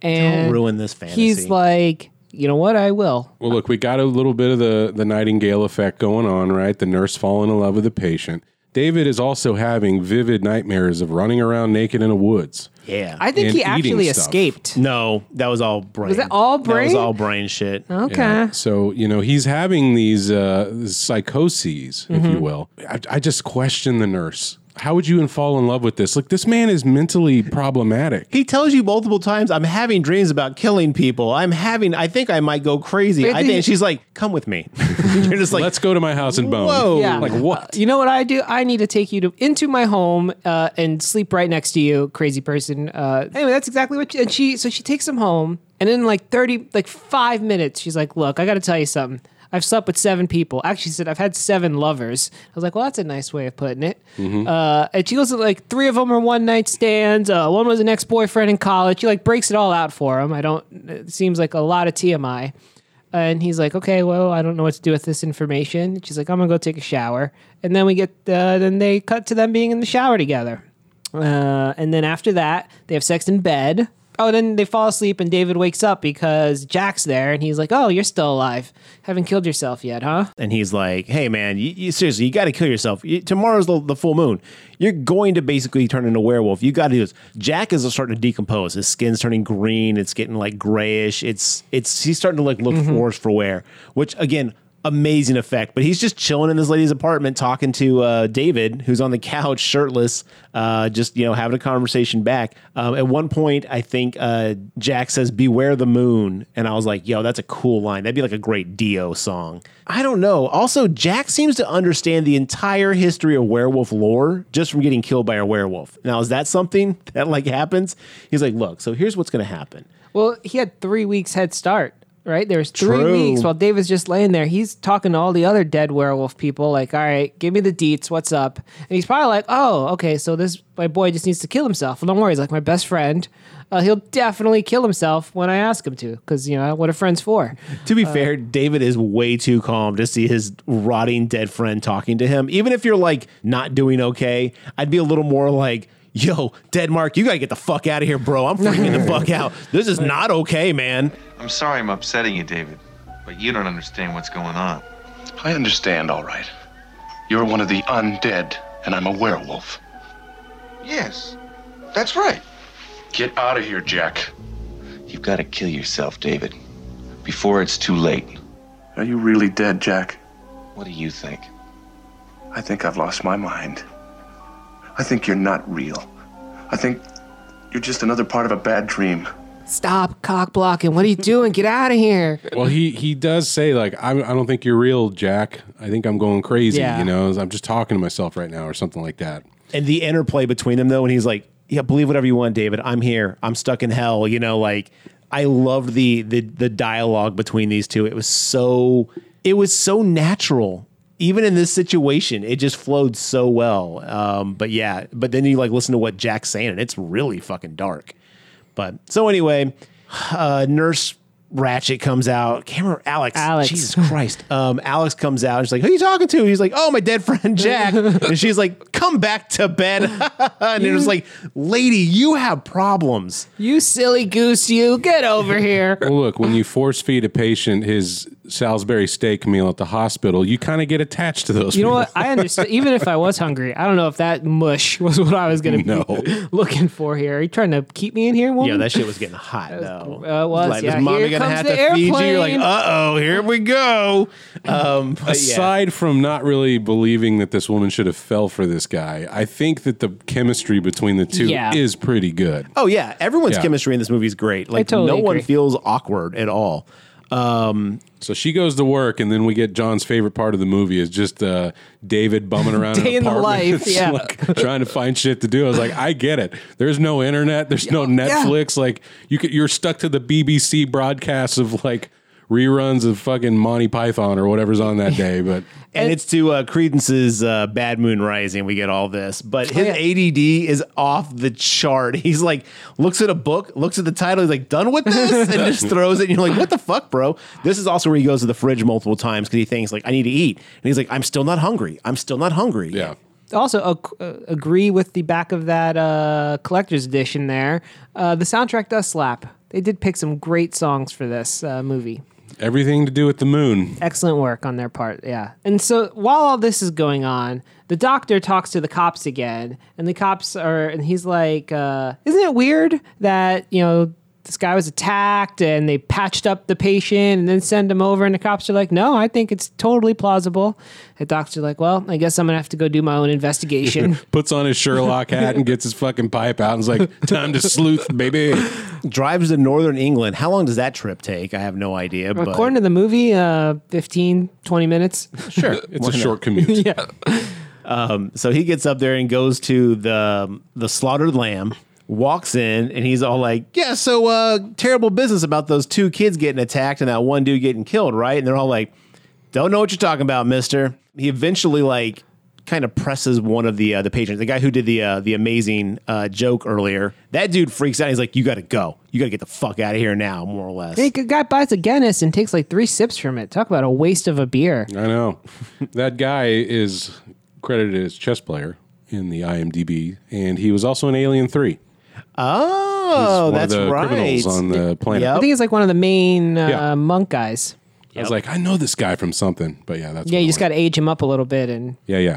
Speaker 2: And
Speaker 3: ruin this fantasy.
Speaker 2: He's like, you know what? I will.
Speaker 1: Well, look, we got a little bit of the the nightingale effect going on, right? The nurse falling in love with the patient. David is also having vivid nightmares of running around naked in the woods.
Speaker 3: Yeah.
Speaker 2: I think
Speaker 1: And
Speaker 2: he
Speaker 1: eating
Speaker 2: actually
Speaker 1: stuff.
Speaker 2: escaped.
Speaker 3: no, that was all brain.
Speaker 2: Was that all
Speaker 3: That was
Speaker 2: brain? Oh.
Speaker 3: all brain shit.
Speaker 2: Okay.
Speaker 1: Yeah. So, you know, he's
Speaker 3: Mm-hmm.
Speaker 1: having these uh, psychoses, if you will. I, I just question the nurse. How would you even fall in love with this? Like this man is mentally problematic.
Speaker 3: He tells you multiple times, I'm having dreams about killing people. I'm having, I think I might go crazy.
Speaker 2: Wait,
Speaker 3: I
Speaker 2: did
Speaker 3: think
Speaker 2: he-
Speaker 3: she's like, come with me. You're just like,
Speaker 1: Let's go to my house and bone.
Speaker 3: Whoa.
Speaker 2: Yeah.
Speaker 1: Like what?
Speaker 2: You know what I do? I need to take you to into my home uh, and sleep right next to you, crazy person. Uh, anyway, that's exactly what. She, and she so she takes him home, and in like thirty, like five minutes, she's like, "Look, I got to tell you something." I've slept with seven people. Actually, she said I've had seven lovers. I was like, "Well, that's a nice way of putting it." Uh, and she goes to like three of them are one night stands. Uh, one was an ex boyfriend in college. She like breaks it all out for him. I don't. It seems like a lot of TMI. And he's like, okay, well, I don't know what to do with this information. She's like, I'm gonna go take a shower. And then we get, uh, then they cut to them being in the shower together. Uh, and then after that, they have sex in bed. Oh, then they fall asleep, and David wakes up because Jack's there, and he's like, oh, you're still alive. Haven't killed yourself yet, huh?
Speaker 3: and he's like, hey, man, you, you- seriously, you got to kill yourself. You- tomorrow's the, the full moon. You're going to basically turn into a werewolf. You got to do this. Jack is starting to decompose. His skin's turning green. It's getting like grayish. It's, it's, he's starting to like look worse for wear, which again, amazing effect. But he's just chilling in this lady's apartment, talking to uh, David, who's on the couch, shirtless, uh, just you know having a conversation back. Um, at one point, I think uh, Jack says, "Beware the moon," and I was like, "Yo, that's a cool line. That'd be like a great Dio song." I don't know. Also, Jack seems to understand the entire history of werewolf lore just from getting killed by a werewolf. Now, is that something that like happens? He's like, "Look, so here's what's going to happen."
Speaker 2: Well, he had three weeks head start, right? There was three
Speaker 3: True.
Speaker 2: weeks while David's just laying there. He's talking to all the other dead werewolf people, like, all right, give me the deets, what's up? And he's probably like, oh, okay, so this my boy just needs to kill himself. Well, don't worry, he's like my best friend. Uh, he'll definitely kill himself when I ask him to, because you know what a friend's for.
Speaker 3: To be fair, David is way too calm to see his rotting dead friend talking to him. Even if you're like not doing okay, I'd be a little more like, yo, dead Mark, you gotta get the fuck out of here, bro. I'm freaking the fuck out. This is not okay, man.
Speaker 9: I'm sorry I'm upsetting you, David, but you don't understand what's going on.
Speaker 5: I understand, all right. You're one of the undead, and I'm a werewolf.
Speaker 4: Yes, that's right.
Speaker 5: Get out of here, Jack.
Speaker 9: You've got to kill yourself, David, before it's too late.
Speaker 5: Are you really dead, Jack?
Speaker 9: What do you think?
Speaker 5: I think I've lost my mind. I think you're not real. I think you're just another part of a bad dream.
Speaker 2: Stop cock blocking. What are you doing? Get out of here.
Speaker 1: Well, he he does say like I, I don't think you're real, Jack. I think I'm going crazy.
Speaker 2: Yeah.
Speaker 1: You know, I'm just talking to myself right now or something like that.
Speaker 3: And the interplay between them though, and he's like, Yeah, believe whatever you want, David. I'm here. I'm stuck in hell, you know, like I loved the the the dialogue between these two. It was so it was so natural. Even in this situation, it just flowed so well. Um, but yeah, but then you like listen to what Jack's saying, and it's really fucking dark. But so anyway, uh, Nurse Ratchet comes out. Camera Alex.
Speaker 2: Alex.
Speaker 3: Jesus Christ. Um, Alex comes out. And she's like, "Who are you talking to?" He's like, "Oh, my dead friend Jack." and she's like, "Come back to bed." and it was like, "Lady, you have problems."
Speaker 2: You silly goose, you get over here.
Speaker 1: Well, look, when you force feed a patient his Salisbury steak meal at the hospital, you kind of get attached to those.
Speaker 2: You know
Speaker 1: people.
Speaker 2: what? I understand. Even if I was hungry, I don't know if that mush was what I was going to
Speaker 1: No.
Speaker 2: be looking for here. Are you trying to keep me in here, woman?
Speaker 3: Yeah, that shit was getting hot though.
Speaker 2: uh, it was,
Speaker 3: Like,
Speaker 2: yeah.
Speaker 3: is mommy
Speaker 2: Here
Speaker 3: gonna
Speaker 2: comes
Speaker 3: have
Speaker 2: the
Speaker 3: to feed you? You're like,
Speaker 2: airplane.
Speaker 3: uh oh, here we go. Um, but yeah.
Speaker 1: Aside from not really believing that this woman should have fell for this guy, I think that the chemistry between the two
Speaker 2: Yeah.
Speaker 1: is pretty good.
Speaker 3: Oh yeah, everyone's
Speaker 1: Yeah.
Speaker 3: chemistry in this movie is great. Like
Speaker 2: totally
Speaker 3: no one
Speaker 2: agree.
Speaker 3: feels awkward at all. Um,
Speaker 1: So she goes to work, and then we get John's favorite part of the movie is just uh, David bumming around
Speaker 2: Day in
Speaker 1: an
Speaker 2: the
Speaker 1: apartment,
Speaker 2: life, yeah.
Speaker 1: like, trying to find shit to do. I was like, I get it. There's no internet. There's no Netflix. Like you, could, you're stuck to the BBC broadcasts of like reruns of fucking Monty Python or whatever's on that day. But
Speaker 3: and it's to uh, Credence's uh, Bad Moon Rising. We get all this, but his
Speaker 2: yeah.
Speaker 3: ADD is off the chart. He's like, looks at a book, looks at the title, he's like, done with this, and just throws it. And you're like, what the fuck, bro? This is also where he goes to the fridge multiple times because he thinks like, I need to eat, and he's like, I'm still not hungry. I'm still not hungry.
Speaker 1: yeah.
Speaker 2: also ac- uh, agree with the back of that uh, collector's edition there. Uh, the soundtrack does slap. They did pick some great songs for this uh, movie.
Speaker 1: Everything to do with the moon.
Speaker 2: Excellent work on their part, yeah. And so while all this is going on, the doctor talks to the cops again, and the cops are, and he's like, uh, "Isn't it weird that you know this guy was attacked and they patched up the patient and then send him over and the cops are like no i think it's totally plausible the doctors are like well i guess i'm gonna have to go do my own investigation
Speaker 1: Puts on his Sherlock hat and gets his fucking pipe out and is like, time to sleuth, baby.
Speaker 3: Drives to northern England. How long does that trip take? I have no idea. But
Speaker 2: according to the movie uh 15 20 minutes
Speaker 1: Sure. It's a short commute.
Speaker 2: yeah
Speaker 3: so he gets up there and goes to the um, the slaughtered lamb. Walks in and he's all like, "Yeah, so uh, terrible business about those two kids getting attacked and that one dude getting killed, right?" And they're all like, "Don't know what you're talking about, Mister." He eventually like kind of presses one of the uh, the patrons, the guy who did the uh, the amazing uh, joke earlier. That dude freaks out. He's like, "You got to go. You got to get the fuck out of here now," more or less.
Speaker 2: Hey, a guy buys a Guinness and takes like three sips from it. Talk about a waste of a beer.
Speaker 1: I know. That guy is credited as chess player in the IMDb, and he was also in Alien 3.
Speaker 3: oh,
Speaker 1: One of
Speaker 3: that's
Speaker 1: the
Speaker 3: right.
Speaker 1: criminals on the planet.
Speaker 3: Yep.
Speaker 2: I think he's like one of the main uh,
Speaker 1: Yeah.
Speaker 2: monk guys.
Speaker 1: I was like, I know this guy from something, but yeah, that's
Speaker 2: Yeah,
Speaker 1: what
Speaker 2: you
Speaker 1: it
Speaker 2: just
Speaker 1: was.
Speaker 2: got to age him up a little bit. And
Speaker 1: yeah, yeah.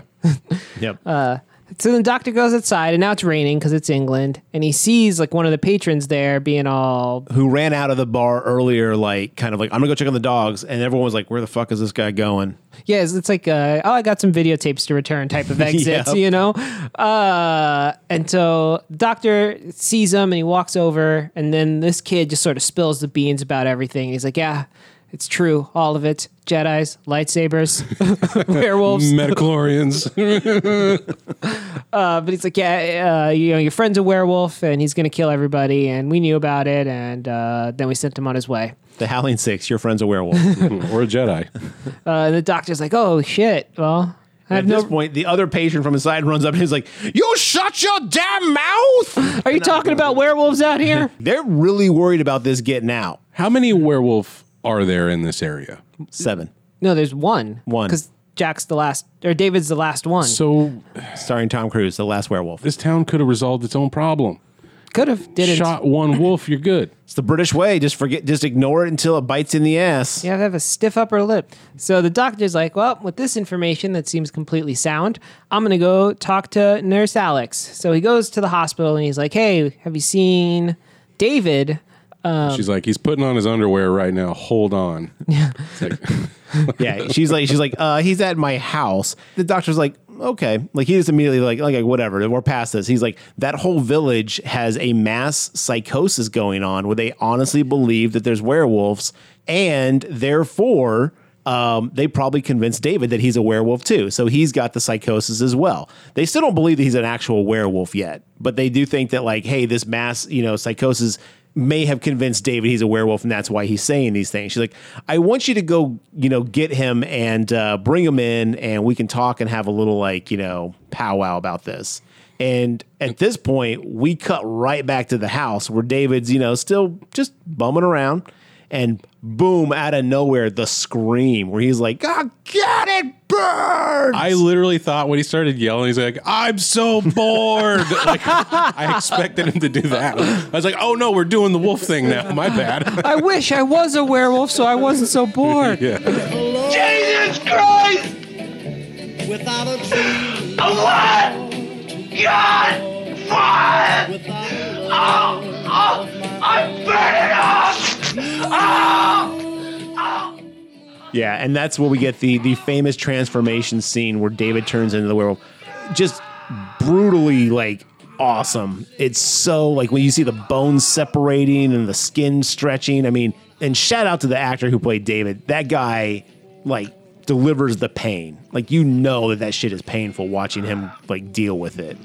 Speaker 3: yep.
Speaker 2: so then doctor goes outside, and now it's raining because it's England, and he sees like one of the patrons there being all
Speaker 3: who ran out of the bar earlier, like kind of like, I'm gonna go check on the dogs, and everyone was like, Where the fuck is this guy going?
Speaker 2: yeah, it's, it's like uh, oh, I got some videotapes to return type of exits,
Speaker 3: Yep.
Speaker 2: you know. Uh, and so doctor sees him, and he walks over, and then this kid just sort of spills the beans about everything. He's like, yeah. It's true, all of it. Jedi's, lightsabers, werewolves.
Speaker 1: Metachlorians.
Speaker 2: but he's like, yeah, uh, you know, your friend's a werewolf, and he's gonna kill everybody, and we knew about it, and uh, then we sent him on his way.
Speaker 3: The Howling Six, your friend's a werewolf.
Speaker 1: or a Jedi.
Speaker 2: Uh, and the doctor's like, oh shit, well, I
Speaker 3: At
Speaker 2: have
Speaker 3: this
Speaker 2: no.
Speaker 3: point, the other patron from his side runs up and he's like, You shut your damn mouth!
Speaker 2: Are you talking about werewolves out here?
Speaker 3: They're really worried about this getting out.
Speaker 1: How many werewolf are there in this area?
Speaker 3: Seven.
Speaker 2: no, there's one.
Speaker 3: One.
Speaker 2: because Jack's the last, or David's the last one.
Speaker 1: So
Speaker 3: Starring Tom Cruise, the last werewolf.
Speaker 1: this town could have resolved its own problem.
Speaker 2: Could have didn't.
Speaker 1: Shot one wolf, you're good.
Speaker 3: It's the British way. Just forget just ignore it until it bites in the ass.
Speaker 2: You have to have a stiff upper lip. So the doctor's like, well, with this information that seems completely sound, I'm going to go talk to Nurse Alex. So he goes to the hospital and he's like, hey, have you seen David?
Speaker 1: She's like, he's putting on his underwear right now. Hold on. Yeah.
Speaker 3: Yeah, she's like, she's like, uh, he's at my house. The doctor's like, okay, like he just immediately like, like, like, whatever, we're past this. He's like, that whole village has a mass psychosis going on where they honestly believe that there's werewolves, and therefore. Um, they probably convinced David that he's a werewolf too, so he's got the psychosis as well. They still don't believe that he's an actual werewolf yet, but they do think that like, hey, this mass, you know, psychosis may have convinced David he's a werewolf and that's why he's saying these things. She's like, I want you to go, you know, get him and uh, bring him in and we can talk and have a little like, you know, powwow about this. And at this point, we cut right back to the house where David's, you know, still just bumming around. And boom, out of nowhere, the scream where he's like, I got it, burns.
Speaker 1: I literally thought when he started yelling, he's like, I'm so bored. like, I expected him to do that. I was like, oh no, we're doing the wolf thing now. My bad.
Speaker 2: I wish I was a werewolf so I wasn't so bored.
Speaker 4: Jesus Christ! Without a What? God! Fire! Oh, oh, I'm burning up! Oh!
Speaker 3: Yeah, and that's where we get the the famous transformation scene where David turns into the werewolf. Just brutally like awesome. It's so like when you see the bones separating and the skin stretching. I mean, and shout out to the actor who played David. That guy like delivers the pain. Like you know that that shit is painful watching him like deal with it.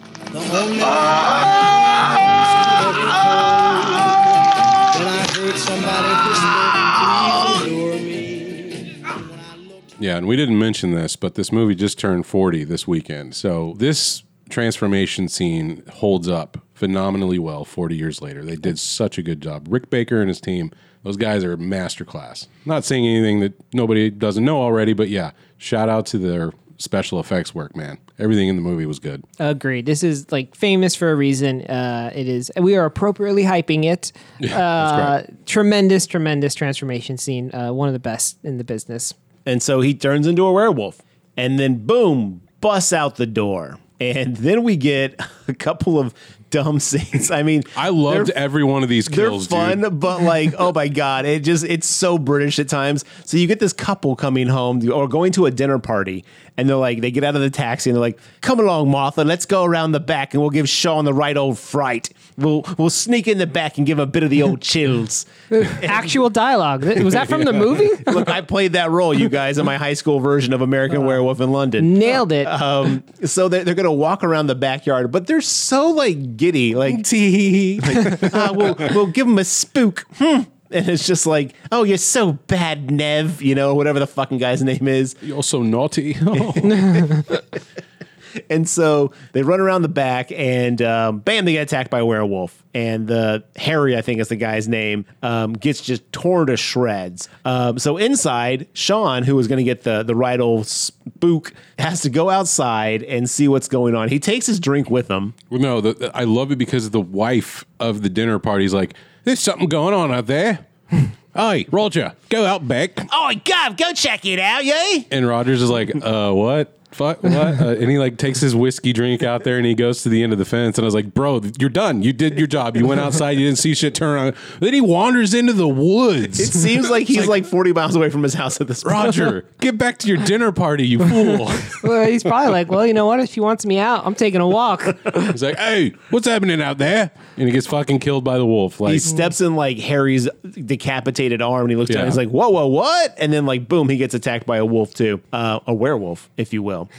Speaker 1: Yeah, and we didn't mention this, but this movie just turned 40 this weekend. So this transformation scene holds up phenomenally well 40 years later. They did such a good job. Rick Baker and his team, those guys are masterclass. Not saying anything that nobody doesn't know already, but yeah, shout out to their special effects work, man. Everything in the movie was good.
Speaker 2: Agreed. This is like famous for a reason. Uh, it is. We are appropriately hyping it. uh, tremendous, tremendous transformation scene. Uh, one of the best in the business.
Speaker 3: And so he turns into a werewolf. And then boom, busts out the door. And then we get a couple of dumb scenes. I mean,
Speaker 1: I loved
Speaker 3: they're-
Speaker 1: every one of these kills,
Speaker 3: they're fun,
Speaker 1: dude.
Speaker 3: but like, oh my god, it just it's so British at times. So you get this couple coming home or going to a dinner party, and they're like, they get out of the taxi and they're like, "Come along, Martha, let's go around the back and we'll give Sean the right old fright. We'll we'll sneak in the back and give him a bit of the old chills."
Speaker 2: Actual dialogue. Th- Was that from the movie?
Speaker 3: Look, I played that role, you guys, in my high school version of American Werewolf in London.
Speaker 2: Nailed it.
Speaker 3: Um, so they're, they're gonna walk around the backyard, but they're so like giddy, like uh, we'll, we'll give him a spook. Hmm. And it's just like, oh, you're so bad, Nev, you know, whatever the fucking guy's name is.
Speaker 1: You're so naughty.
Speaker 3: And so they run around the back and um, bam, they get attacked by a werewolf. And the Harry, I think is the guy's name, um, gets just torn to shreds. Um, so inside, Sean, who was going to get the, the right old spook, has to go outside and see what's going on. He takes his drink with him.
Speaker 1: Well, no, the, the- I love it because the wife of the dinner party's like, "There's something going on out there." hey, Roger, go out back.
Speaker 3: Oh, God, go check it out, yay!
Speaker 1: And Rogers is like, "Uh, what?" Fuck what? Uh, and he like takes his whiskey drink out there and he goes to the end of the fence and I was like, "Bro, you're done. You did your job. You went outside. You didn't see shit turn on." Then he wanders into the woods.
Speaker 3: It seems like he's like 40 miles away from his house at this point.
Speaker 1: Roger, get back to your dinner party, you fool.
Speaker 2: well, he's probably like, well, you know what? If she wants me out, I'm taking a walk.
Speaker 1: He's like, "Hey, what's happening out there?" And he gets fucking killed by the wolf. Like
Speaker 3: he steps in like Harry's decapitated arm and he looks down
Speaker 1: Yeah.
Speaker 3: and he's like, whoa, whoa, what? And then like, boom, he gets attacked by a wolf too. Uh, a werewolf, if you will.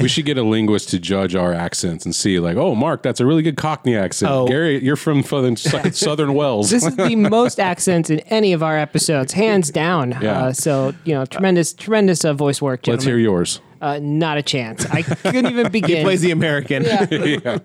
Speaker 1: We should get a linguist to judge our accents and see, like, oh, Mark, that's a really good Cockney accent.
Speaker 3: Oh.
Speaker 1: Gary, you're from fucking Su- Southern Wells.
Speaker 2: This is the most accents in any of our episodes, hands down.
Speaker 1: Yeah.
Speaker 2: Uh, so, you know, tremendous, tremendous uh, voice work,
Speaker 1: Let's
Speaker 2: gentlemen.
Speaker 1: hear yours.
Speaker 2: Uh, not a chance. I couldn't even begin.
Speaker 3: He plays the American.
Speaker 1: yeah.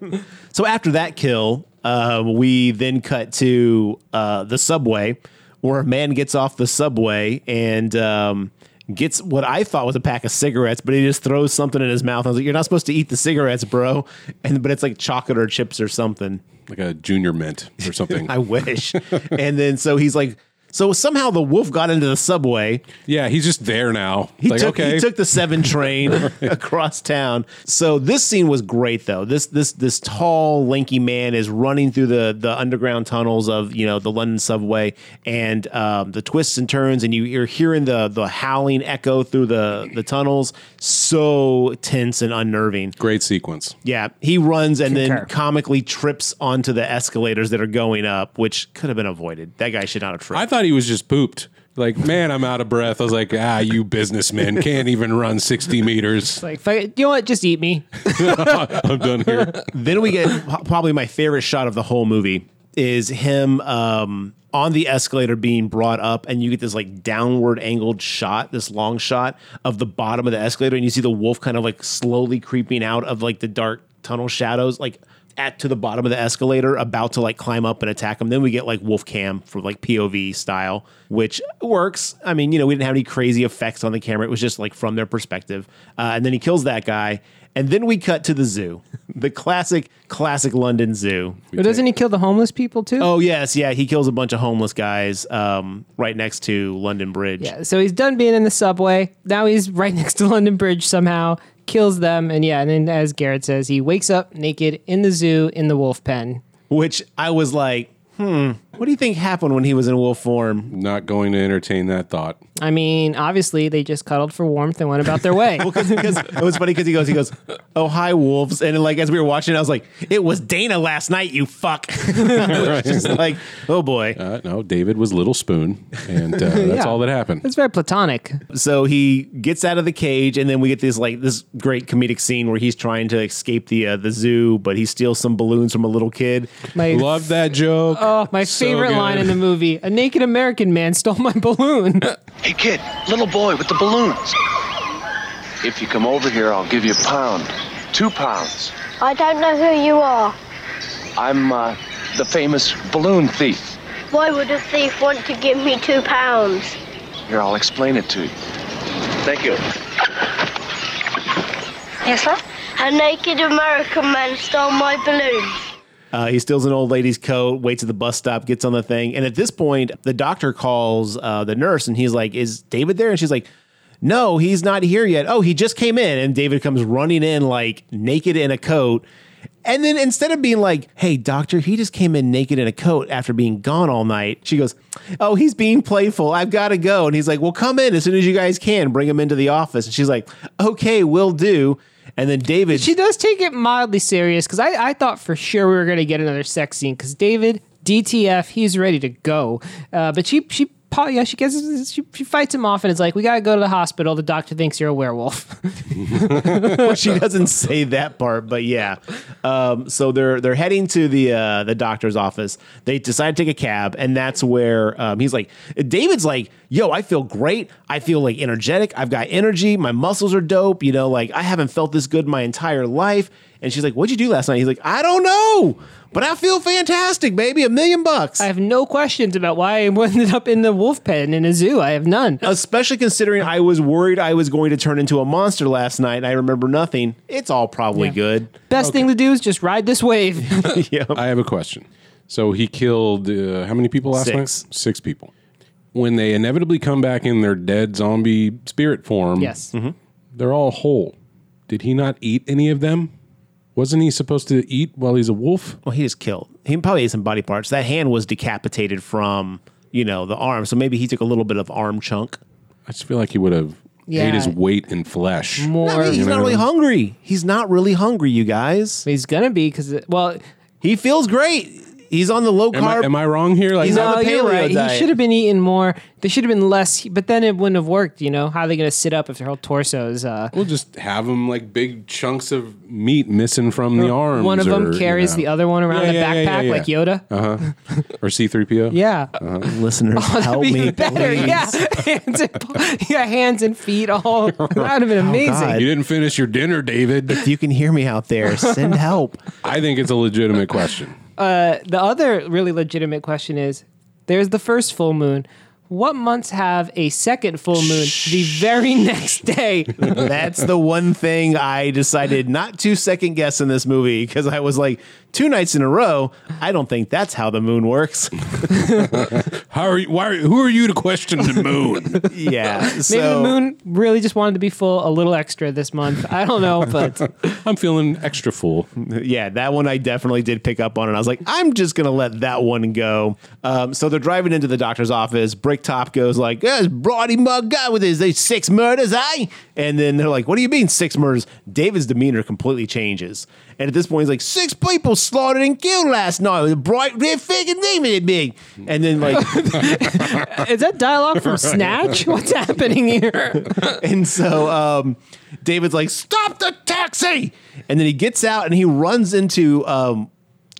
Speaker 3: So after that kill, um, we then cut to uh, the subway where a man gets off the subway and um, gets what I thought was a pack of cigarettes, but he just throws something in his mouth. I was like, you're not supposed to eat the cigarettes, bro. And But it's like chocolate or chips or something.
Speaker 1: Like a junior mint or something.
Speaker 3: I wish. and then so he's like, so somehow the wolf got into the subway.
Speaker 1: yeah, he's just there now.
Speaker 3: He
Speaker 1: like,
Speaker 3: took
Speaker 1: okay.
Speaker 3: he took the seven train across town. So this scene was great though. This this this tall lanky man is running through the the underground tunnels of you know the London subway and um, the twists and turns and you, you're hearing the the howling echo through the the tunnels. So tense and unnerving.
Speaker 1: Great sequence.
Speaker 3: Yeah, he runs and
Speaker 2: Concur.
Speaker 3: then comically trips onto the escalators that are going up, which could have been avoided. That guy should not have tripped.
Speaker 1: I thought he was just pooped. Like, man, I'm out of breath. I was like, ah, you businessmen can't even run 60 meters.
Speaker 2: like, "Fuck it, you know what? Just eat me.
Speaker 1: I'm done here.
Speaker 3: then we get po- probably my favorite shot of the whole movie is him um, on the escalator being brought up, and you get this like downward angled shot, this long shot of the bottom of the escalator, and you see the wolf kind of like slowly creeping out of like the dark tunnel shadows, like at to the bottom of the escalator, about to like climb up and attack him. Then we get like wolf cam for like POV style, which works. I mean, you know, we didn't have any crazy effects on the camera; it was just like from their perspective. Uh, and then he kills that guy, and then we cut to the zoo, the classic, classic London zoo.
Speaker 2: But doesn't he kill the homeless people too?
Speaker 3: Oh yes, yeah, he kills a bunch of homeless guys um, right next to London Bridge.
Speaker 2: Yeah, so he's done being in the subway. Now he's right next to London Bridge somehow, kills them, and yeah, and then as Garrett says, he wakes up naked in the zoo in the wolf pen.
Speaker 3: Which I was like, hmm, what do you think happened when he was in wolf form?
Speaker 1: Not going to entertain that thought.
Speaker 2: I mean, obviously they just cuddled for warmth and went about their way.
Speaker 3: Because it was funny because he goes, he goes, oh hi wolves, and like as we were watching, I was like, it was Dana last night, you fuck. I was just like, oh boy.
Speaker 1: Uh, no, David was Little Spoon, and uh, that's all that happened.
Speaker 2: it's very platonic.
Speaker 3: So he gets out of the cage, and then we get this like this great comedic scene where he's trying to escape the uh, the zoo, but he steals some balloons from a little kid.
Speaker 2: My
Speaker 1: Love that joke.
Speaker 2: Oh, my
Speaker 1: So
Speaker 2: favorite
Speaker 1: good.
Speaker 2: line in the movie: "A naked American man stole my balloon."
Speaker 9: Hey, kid, little boy with the balloons. If you come over here, I'll give you a pound, two pounds.
Speaker 10: I don't know who you are.
Speaker 9: I'm uh, the famous balloon thief.
Speaker 10: Why would a thief want to give me two pounds?
Speaker 9: Here, I'll explain it to you. Thank you.
Speaker 10: Yes, sir? A naked American man stole my balloon.
Speaker 3: Uh, he steals an old lady's coat, waits at the bus stop, gets on the thing, and at this point, the doctor calls uh, the nurse, and he's like, "Is David there?" And she's like. No, he's not here yet. Oh, he just came in, and David comes running in like naked in a coat, And then instead of being like, hey, doctor, he just came in naked in a coat after being gone all night, she goes, oh, he's being playful. I've got to go. And he's like, well, come in as soon as you guys can. Bring him into the office. And she's like, okay, will do. And then David,
Speaker 2: She does take it mildly serious because I, I thought for sure we were going to get another sex scene because David, DTF, he's ready to go. Uh, but she, she, po- yeah, she gets, she, she fights him off and is like, we got to go to the hospital. The doctor thinks you're a werewolf.
Speaker 3: well, she doesn't say that part, but yeah. Um, so they're they're heading to the uh, the doctor's office. They decide to take a cab, and that's where um, he's like, David's like, "Yo, I feel great. I feel like energetic. I've got energy. My muscles are dope. You know, like I haven't felt this good my entire life." And she's like, "What'd you do last night?" He's like, "I don't know, but I feel fantastic, baby. A million bucks."
Speaker 2: I have no questions about why I ended up in the wolf pen in a zoo. I have none.
Speaker 3: Especially considering I was worried I was going to turn into a monster last night and I remember nothing. It's all probably
Speaker 2: Yeah.
Speaker 3: good.
Speaker 2: Best thing to do is just ride this wave.
Speaker 3: Mm-hmm.
Speaker 1: I have a question. So he killed uh, how many people last
Speaker 3: Six.
Speaker 1: night? Six people. When they inevitably come back in their dead zombie spirit form,
Speaker 2: yes.
Speaker 3: Mm-hmm.
Speaker 1: they're all whole. Did he not eat any of them? Wasn't he supposed to eat while he's a wolf?
Speaker 3: Well, he just killed. He probably ate some body parts. That hand was decapitated from, you know, the arm. So maybe he took a little bit of arm chunk.
Speaker 1: I just feel like he would have
Speaker 2: Yeah.
Speaker 1: ate his weight in flesh.
Speaker 2: More.
Speaker 3: I mean, he's not really hungry. He's not really hungry, you guys.
Speaker 2: He's gonna be because well,
Speaker 3: He feels great. He's on the low
Speaker 1: Am I,
Speaker 3: carb.
Speaker 1: am I wrong here? Like,
Speaker 3: He's on
Speaker 2: no,
Speaker 3: the
Speaker 2: you're
Speaker 3: paleo
Speaker 2: right. He
Speaker 3: diet.
Speaker 2: should have been eating more. They should have been less, but then it wouldn't have worked. You know, how are they gonna sit up if their whole torso is? Uh,
Speaker 1: we'll just have him like big chunks of meat missing from the arms.
Speaker 2: one of them carries the other one around
Speaker 1: Yeah,
Speaker 2: the
Speaker 1: yeah,
Speaker 2: backpack
Speaker 1: yeah, yeah,
Speaker 2: like
Speaker 1: yeah.
Speaker 2: Yoda.
Speaker 1: other, or C three PO.
Speaker 2: yeah.
Speaker 3: Listeners, help
Speaker 2: That'd Oh, be
Speaker 3: me.
Speaker 2: even better.
Speaker 3: please.
Speaker 2: Yeah. Hands and, yeah, hands and feet all. That would have
Speaker 1: Oh,
Speaker 2: been amazing.
Speaker 3: God.
Speaker 1: You didn't finish your dinner, David.
Speaker 3: If you can hear me out there, send help.
Speaker 1: I think it's a legitimate question.
Speaker 2: the other really legitimate question is there's the first full moon. What months have a second full moon the very next day?
Speaker 3: That's the one thing I decided not to second guess in this movie because I was like, two nights in a row. I don't think that's how the moon works.
Speaker 1: How are you? Why? Are, who are you to question the moon?
Speaker 3: Yeah.
Speaker 2: Maybe
Speaker 3: so,
Speaker 2: the moon really just wanted to be full a little extra this month. I don't know, but
Speaker 1: I'm feeling extra full.
Speaker 3: Yeah, that one I definitely did pick up on, and I was like, I'm just gonna let that one go. Um, so they're driving into the doctor's office. Bricktop goes like, "Yes, Brody mug guy with his these six murders, eh?" And then they're like, "What do you mean six murders?" David's demeanor completely changes, and at this point he's like, six people slaughtered and killed last night. Bright red figure name it big." And then like,
Speaker 2: is that dialogue from Snatch? What's happening here?
Speaker 3: and so um, David's like, "Stop the taxi!" And then he gets out and he runs into um,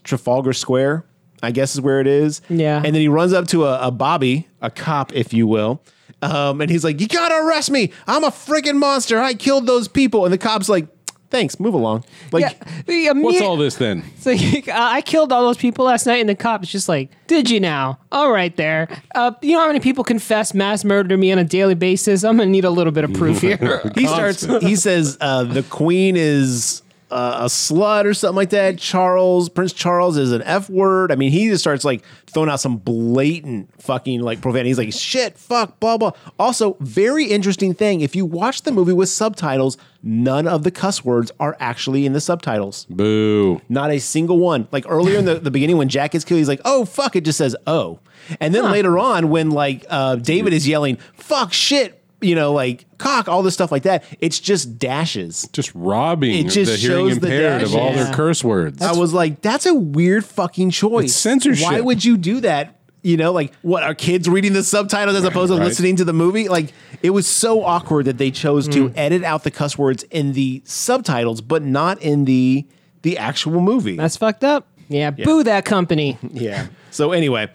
Speaker 3: Trafalgar Square, I guess is where it is.
Speaker 2: Yeah.
Speaker 3: And then he runs up to a, a Bobby, a cop, if you will. Um, and he's like, "You gotta arrest me! I'm a freaking monster! I killed those people!" And the cop's like, "Thanks, move along." Like,
Speaker 2: yeah, the imme-
Speaker 1: What's all this then?
Speaker 2: it's like, uh, I killed all those people last night, and the cop's just like, "Did you now? All right, there. Uh, you know how many people confess mass murder to me on a daily basis? I'm gonna need a little bit of proof here."
Speaker 3: he starts. He says, uh, "The queen is." Uh, a slut or something like that. Charles, Prince Charles is an F word. I mean, he just starts like throwing out some blatant fucking like profanity. He's like, shit, fuck, blah, blah. Also, very interesting thing if you watch the movie with subtitles, none of the cuss words are actually in the subtitles.
Speaker 1: Boo!
Speaker 3: Not a single one. Like earlier in the, the beginning when Jack is killed, he's like, oh, fuck, it just says, oh. And then later on when like uh, David is yelling, fuck, shit, you know, like cock, all this stuff like that, it's just dashes.
Speaker 1: Just robbing
Speaker 3: It just
Speaker 1: the hearing
Speaker 3: shows the
Speaker 1: impaired of all
Speaker 2: dashes.
Speaker 1: their curse words.
Speaker 3: I was like, that's a weird fucking choice.
Speaker 1: It's censorship.
Speaker 3: Why would you do that? You know, like what are kids reading the subtitles as opposed to
Speaker 1: right.
Speaker 3: listening to the movie? Like it was so awkward that they chose
Speaker 1: Mm.
Speaker 3: to edit out the cuss words in the subtitles, but not in the the actual movie.
Speaker 2: That's fucked up. Yeah, boo that company.
Speaker 3: yeah. So anyway,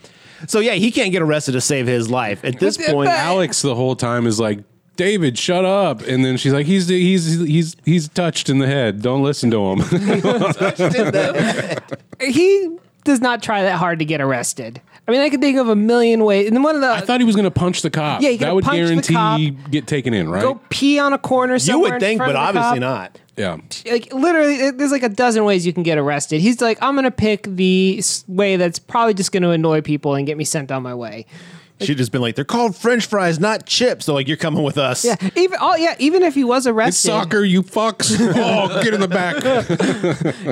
Speaker 3: so yeah, he can't get arrested to save his life at this point.
Speaker 1: Alex the whole time is like, David, shut up! And then she's like, he's he's he's he's touched in the head. Don't listen to him.
Speaker 2: He does not try that hard to get arrested. I mean, I could think of a million ways. And then one of the
Speaker 1: I thought he was gonna punch the cop.
Speaker 2: Yeah, he
Speaker 1: that
Speaker 2: could've
Speaker 1: would
Speaker 2: punched the
Speaker 1: guarantee
Speaker 2: cop.
Speaker 1: get taken in, right?
Speaker 2: go pee on a corner
Speaker 3: you
Speaker 2: somewhere.
Speaker 3: would
Speaker 2: in
Speaker 3: think,
Speaker 2: front
Speaker 3: but
Speaker 2: of the
Speaker 3: obviously
Speaker 2: cop.
Speaker 3: not.
Speaker 1: Yeah.
Speaker 2: Like literally, it- there's like a dozen ways you can get arrested. He's like, I'm gonna pick the s- way that's probably just gonna annoy people and get me sent on my way.
Speaker 3: She'd just been like, they're called French fries, not chips. So like, you're coming with us.
Speaker 2: Yeah, even oh yeah, even if he was arrested,
Speaker 1: soccer, you fucks. Oh, get in the back.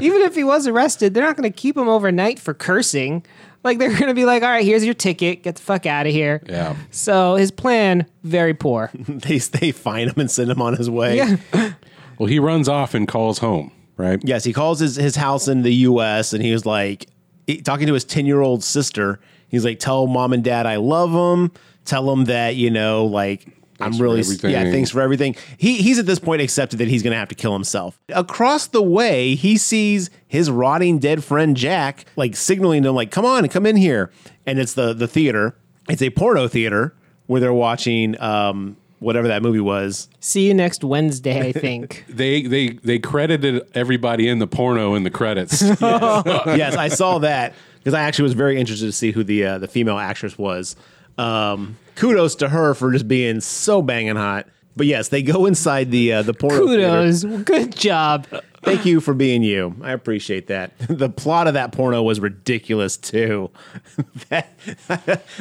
Speaker 2: even if he was arrested, they're not going to keep him overnight for cursing. Like they're going to be like, "All right, here's your ticket. Get the fuck out of here."
Speaker 1: Yeah.
Speaker 2: So his plan very poor.
Speaker 3: they they find him and send him on his way.
Speaker 2: yeah.
Speaker 1: Well, he runs off and calls home, right?
Speaker 3: Yes, he calls his, his house in the U.S. and he was like he- talking to his ten year old sister. He's like, "Tell mom and dad I love them. Tell them that you know, like I'm
Speaker 1: for
Speaker 3: really
Speaker 1: everything.
Speaker 3: yeah, thanks for everything." He he's at this point accepted that he's going to have to kill himself. Across the way, he sees his rotting dead friend Jack like signaling to him, like, "Come on, come in here." And it's the the theater. It's a porno theater where they're watching um, whatever that movie was.
Speaker 2: See you next Wednesday, I think.
Speaker 1: They they they credited everybody in the porno in the credits.
Speaker 3: yes, I saw that because I actually was very interested to see who the uh, the female actress was. Um, kudos to her for just being so banging hot. But yes, they go inside the uh, the porno. theater.
Speaker 2: Kudos. Good job.
Speaker 3: Thank you for being you. I appreciate that. The plot of that porno was ridiculous too. That-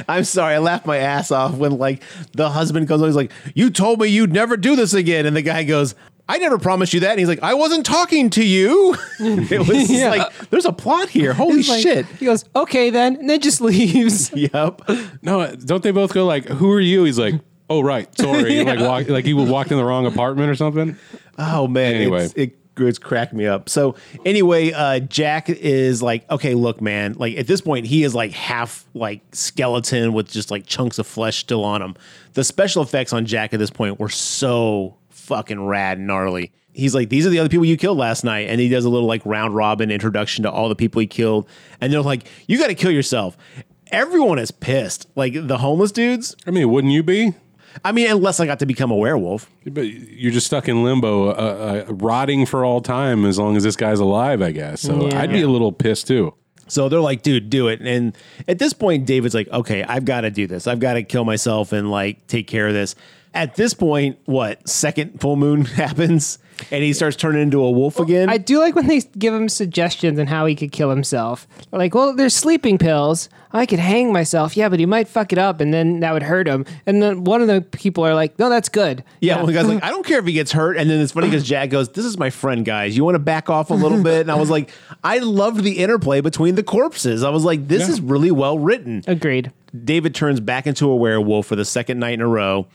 Speaker 3: I'm sorry, I laughed my ass off when like the husband comes on. He's like, "You told me you'd never do this again," and the guy goes. I never promised you that. And he's like, I wasn't talking to you. it was
Speaker 2: Yeah.
Speaker 3: like, there's a plot here. Holy
Speaker 2: He's like-
Speaker 3: shit.
Speaker 2: He goes, okay then, and then just leaves.
Speaker 3: Yep.
Speaker 1: no, don't they both go like, "Who are you?" He's like, "Oh right, sorry." Like walk, like he walked in the wrong apartment or something.
Speaker 3: Oh man.
Speaker 1: Anyway.
Speaker 3: It's, it it's cracked me up. So anyway, uh, Jack is like, okay, look, man. Like at this point, he is like half like skeleton with just like chunks of flesh still on him. The special effects on Jack at this point were so fucking rad and gnarly. He's like, these are the other people you killed last night, and he does a little like round robin introduction to all the people he killed, and they're like, you got to kill yourself. Everyone is pissed. Like the homeless dudes.
Speaker 1: I mean, wouldn't you be?
Speaker 3: I mean, unless I got to become a werewolf.
Speaker 1: But you're just stuck in limbo, uh, uh, rotting for all time as long as this guy's alive, I guess. So
Speaker 2: Yeah.
Speaker 1: I'd be a little pissed too.
Speaker 3: So they're like, dude, do it. And at this point, David's like, okay, I've got to do this. I've got to kill myself and like take care of this. At this point, what second full moon happens and he starts turning into a wolf again?
Speaker 2: I do like when they give him suggestions on how he could kill himself. Like, well, there's sleeping pills. I could hang myself. Yeah, but he might fuck it up, and then that would hurt him. And then one of the people are like, no, that's good.
Speaker 3: yeah, one guy's like, I don't care if he gets hurt. And then it's funny because Jack goes, This is my friend, guys. You want to back off a little bit? And I was like, I loved the interplay between the corpses. I was like, This
Speaker 1: Yeah.
Speaker 3: is really well written.
Speaker 2: Agreed.
Speaker 3: David turns back into a werewolf for the second night in a row.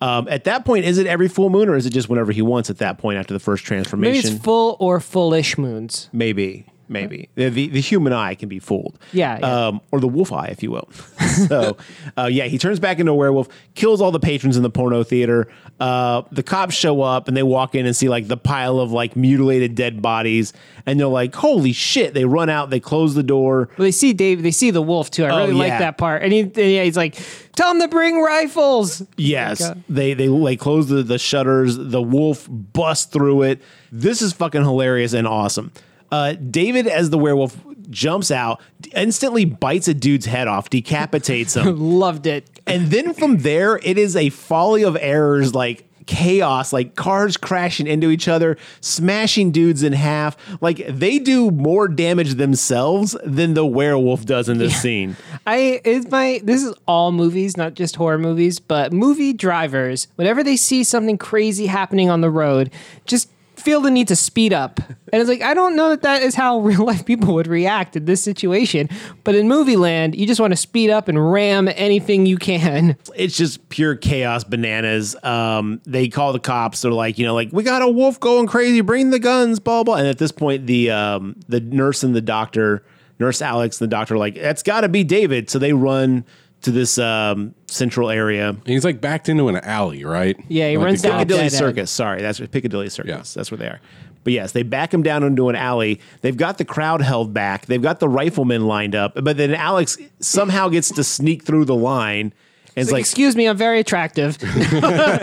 Speaker 3: Um, at that point, is it every full moon or is it just whenever he wants at that point after the first
Speaker 2: Maybe
Speaker 3: transformation?
Speaker 2: it's full or fullish moons.
Speaker 3: Maybe, maybe the, the the human eye can be fooled.
Speaker 2: Yeah, yeah.
Speaker 3: Um, or the wolf eye, if you will. so, uh, yeah, he turns back into a werewolf, kills all the patrons in the porno theater. Uh, the cops show up and they walk in and see like the pile of like mutilated dead bodies, and they're like, "Holy shit!" They run out, they close the door.
Speaker 2: Well, they see Dave. They see the wolf too. I
Speaker 3: Oh,
Speaker 2: really
Speaker 3: yeah.
Speaker 2: like that part. And, he, and yeah, he's like, "Tell him to bring rifles."
Speaker 3: Yes,
Speaker 2: Like, uh,
Speaker 3: they they they close the, the shutters. The wolf busts through it. This is fucking hilarious and awesome. Uh, David, as the werewolf, jumps out, instantly bites a dude's head off, decapitates him.
Speaker 2: Loved it.
Speaker 3: And then from there, it is a folly of errors like chaos, like cars crashing into each other, smashing dudes in half. Like they do more damage themselves than the werewolf does in this scene.
Speaker 2: I is my this is all movies, not just horror movies, but movie drivers, whenever they see something crazy happening on the road, just feel the need to speed up. And it's like I don't know that that is how real life people would react in this situation, but in movie land, you just want to speed up and ram anything you can.
Speaker 3: It's just pure chaos bananas. Um, they call the cops. They're like, you know, like we got a wolf going crazy. Bring the guns, blah blah. And at this point, the um, the nurse and the doctor, nurse Alex and the doctor, are like that's got to be David. So they run to this um, central area.
Speaker 1: And he's like backed into an alley, right?
Speaker 2: Yeah, he
Speaker 1: Like
Speaker 2: runs
Speaker 1: the
Speaker 2: down-
Speaker 1: cop-
Speaker 3: Piccadilly
Speaker 2: dead end.
Speaker 3: Circus. Sorry, that's Piccadilly Circus.
Speaker 1: Yeah.
Speaker 3: That's where they are. But yes, they back him down into an alley. They've got the crowd held back. They've got the riflemen lined up. But then Alex somehow gets to sneak through the line. And it's
Speaker 2: Like,
Speaker 3: like,
Speaker 2: excuse me, I'm very attractive.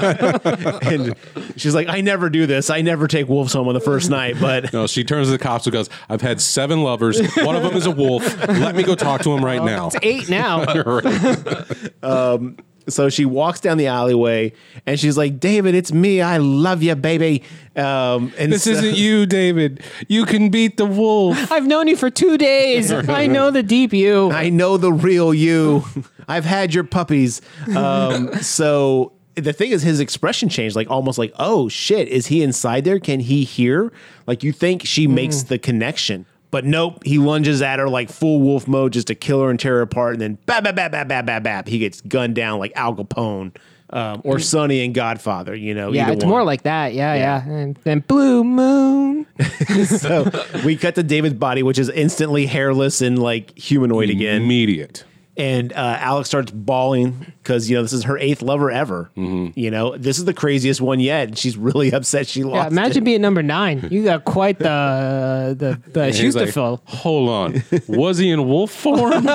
Speaker 3: and she's like, I never do this. I never take wolves home on the first night. But
Speaker 1: No, she turns to the cops and goes, "I've had seven lovers. One of them
Speaker 3: Oh,
Speaker 1: is a wolf. Let me go talk to him right now."
Speaker 2: It's eight now.
Speaker 1: Right.
Speaker 3: So she walks down the alleyway and she's like, David, it's me. I love you, baby. Um, and
Speaker 1: This
Speaker 3: so-
Speaker 1: isn't you, David. You can beat the wolf.
Speaker 2: I've known you for two days. I know the deep you.
Speaker 3: I know the real you. I've had your puppies. Um, so the thing is, his expression changed, like almost like, oh shit, is he inside there? Can he hear? Like you think she makes
Speaker 2: Mm.
Speaker 3: the connection, but nope. He lunges at her like full wolf mode, just to kill her and tear her apart, and then bap bap bap bap bap bap bap. He gets gunned down like Al Capone um, or Sonny and Godfather. You know,
Speaker 2: Mm. Yeah,
Speaker 3: either
Speaker 2: it's
Speaker 3: one.
Speaker 2: more like that. Yeah, yeah. And then blue moon.
Speaker 3: so. We cut to David's body, which is instantly hairless and like
Speaker 2: Mm,
Speaker 3: humanoid again.
Speaker 1: Immediate.
Speaker 3: and uh, Alex starts bawling because you know this is her eighth lover ever. You know this is the craziest one yet, and she's really upset she
Speaker 2: Yeah,
Speaker 3: lost.
Speaker 2: imagine being number nine. You got quite the the, the
Speaker 1: And he's
Speaker 2: shoes to
Speaker 1: like,
Speaker 2: fill.
Speaker 1: Hold on. Was he in wolf form?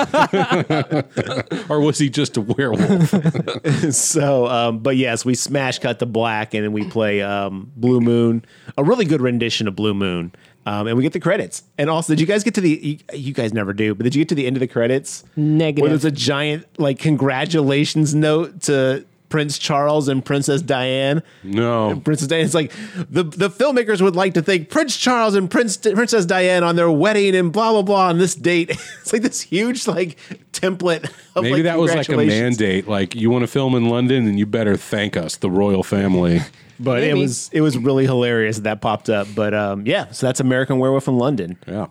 Speaker 1: or was he just a werewolf?
Speaker 3: it. so, um, but yes, we smash cut to black, and then we play um, Blue Moon, a really good rendition of Blue Moon, um, and we get the credits. And also, did you guys get to the? You, you guys never do, but did you get to the end of the credits? Where
Speaker 2: Negative.
Speaker 3: there's a giant like congratulations note to Prince Charles and Princess Diane.
Speaker 1: No.
Speaker 3: Princess Diane. It's like the the filmmakers would like to thank Prince Charles and Prince Princess Diane on their wedding and blah blah blah on this date. It's like this huge like template. Of,
Speaker 1: Maybe
Speaker 3: like,
Speaker 1: that was like a
Speaker 3: congratulations.
Speaker 1: mandate. Like, you want to film in London, then you better thank us, the royal family.
Speaker 3: But it
Speaker 2: Maybe.
Speaker 3: was it was really hilarious that, that popped up. But um, yeah, so that's American Werewolf in London.
Speaker 1: Yeah.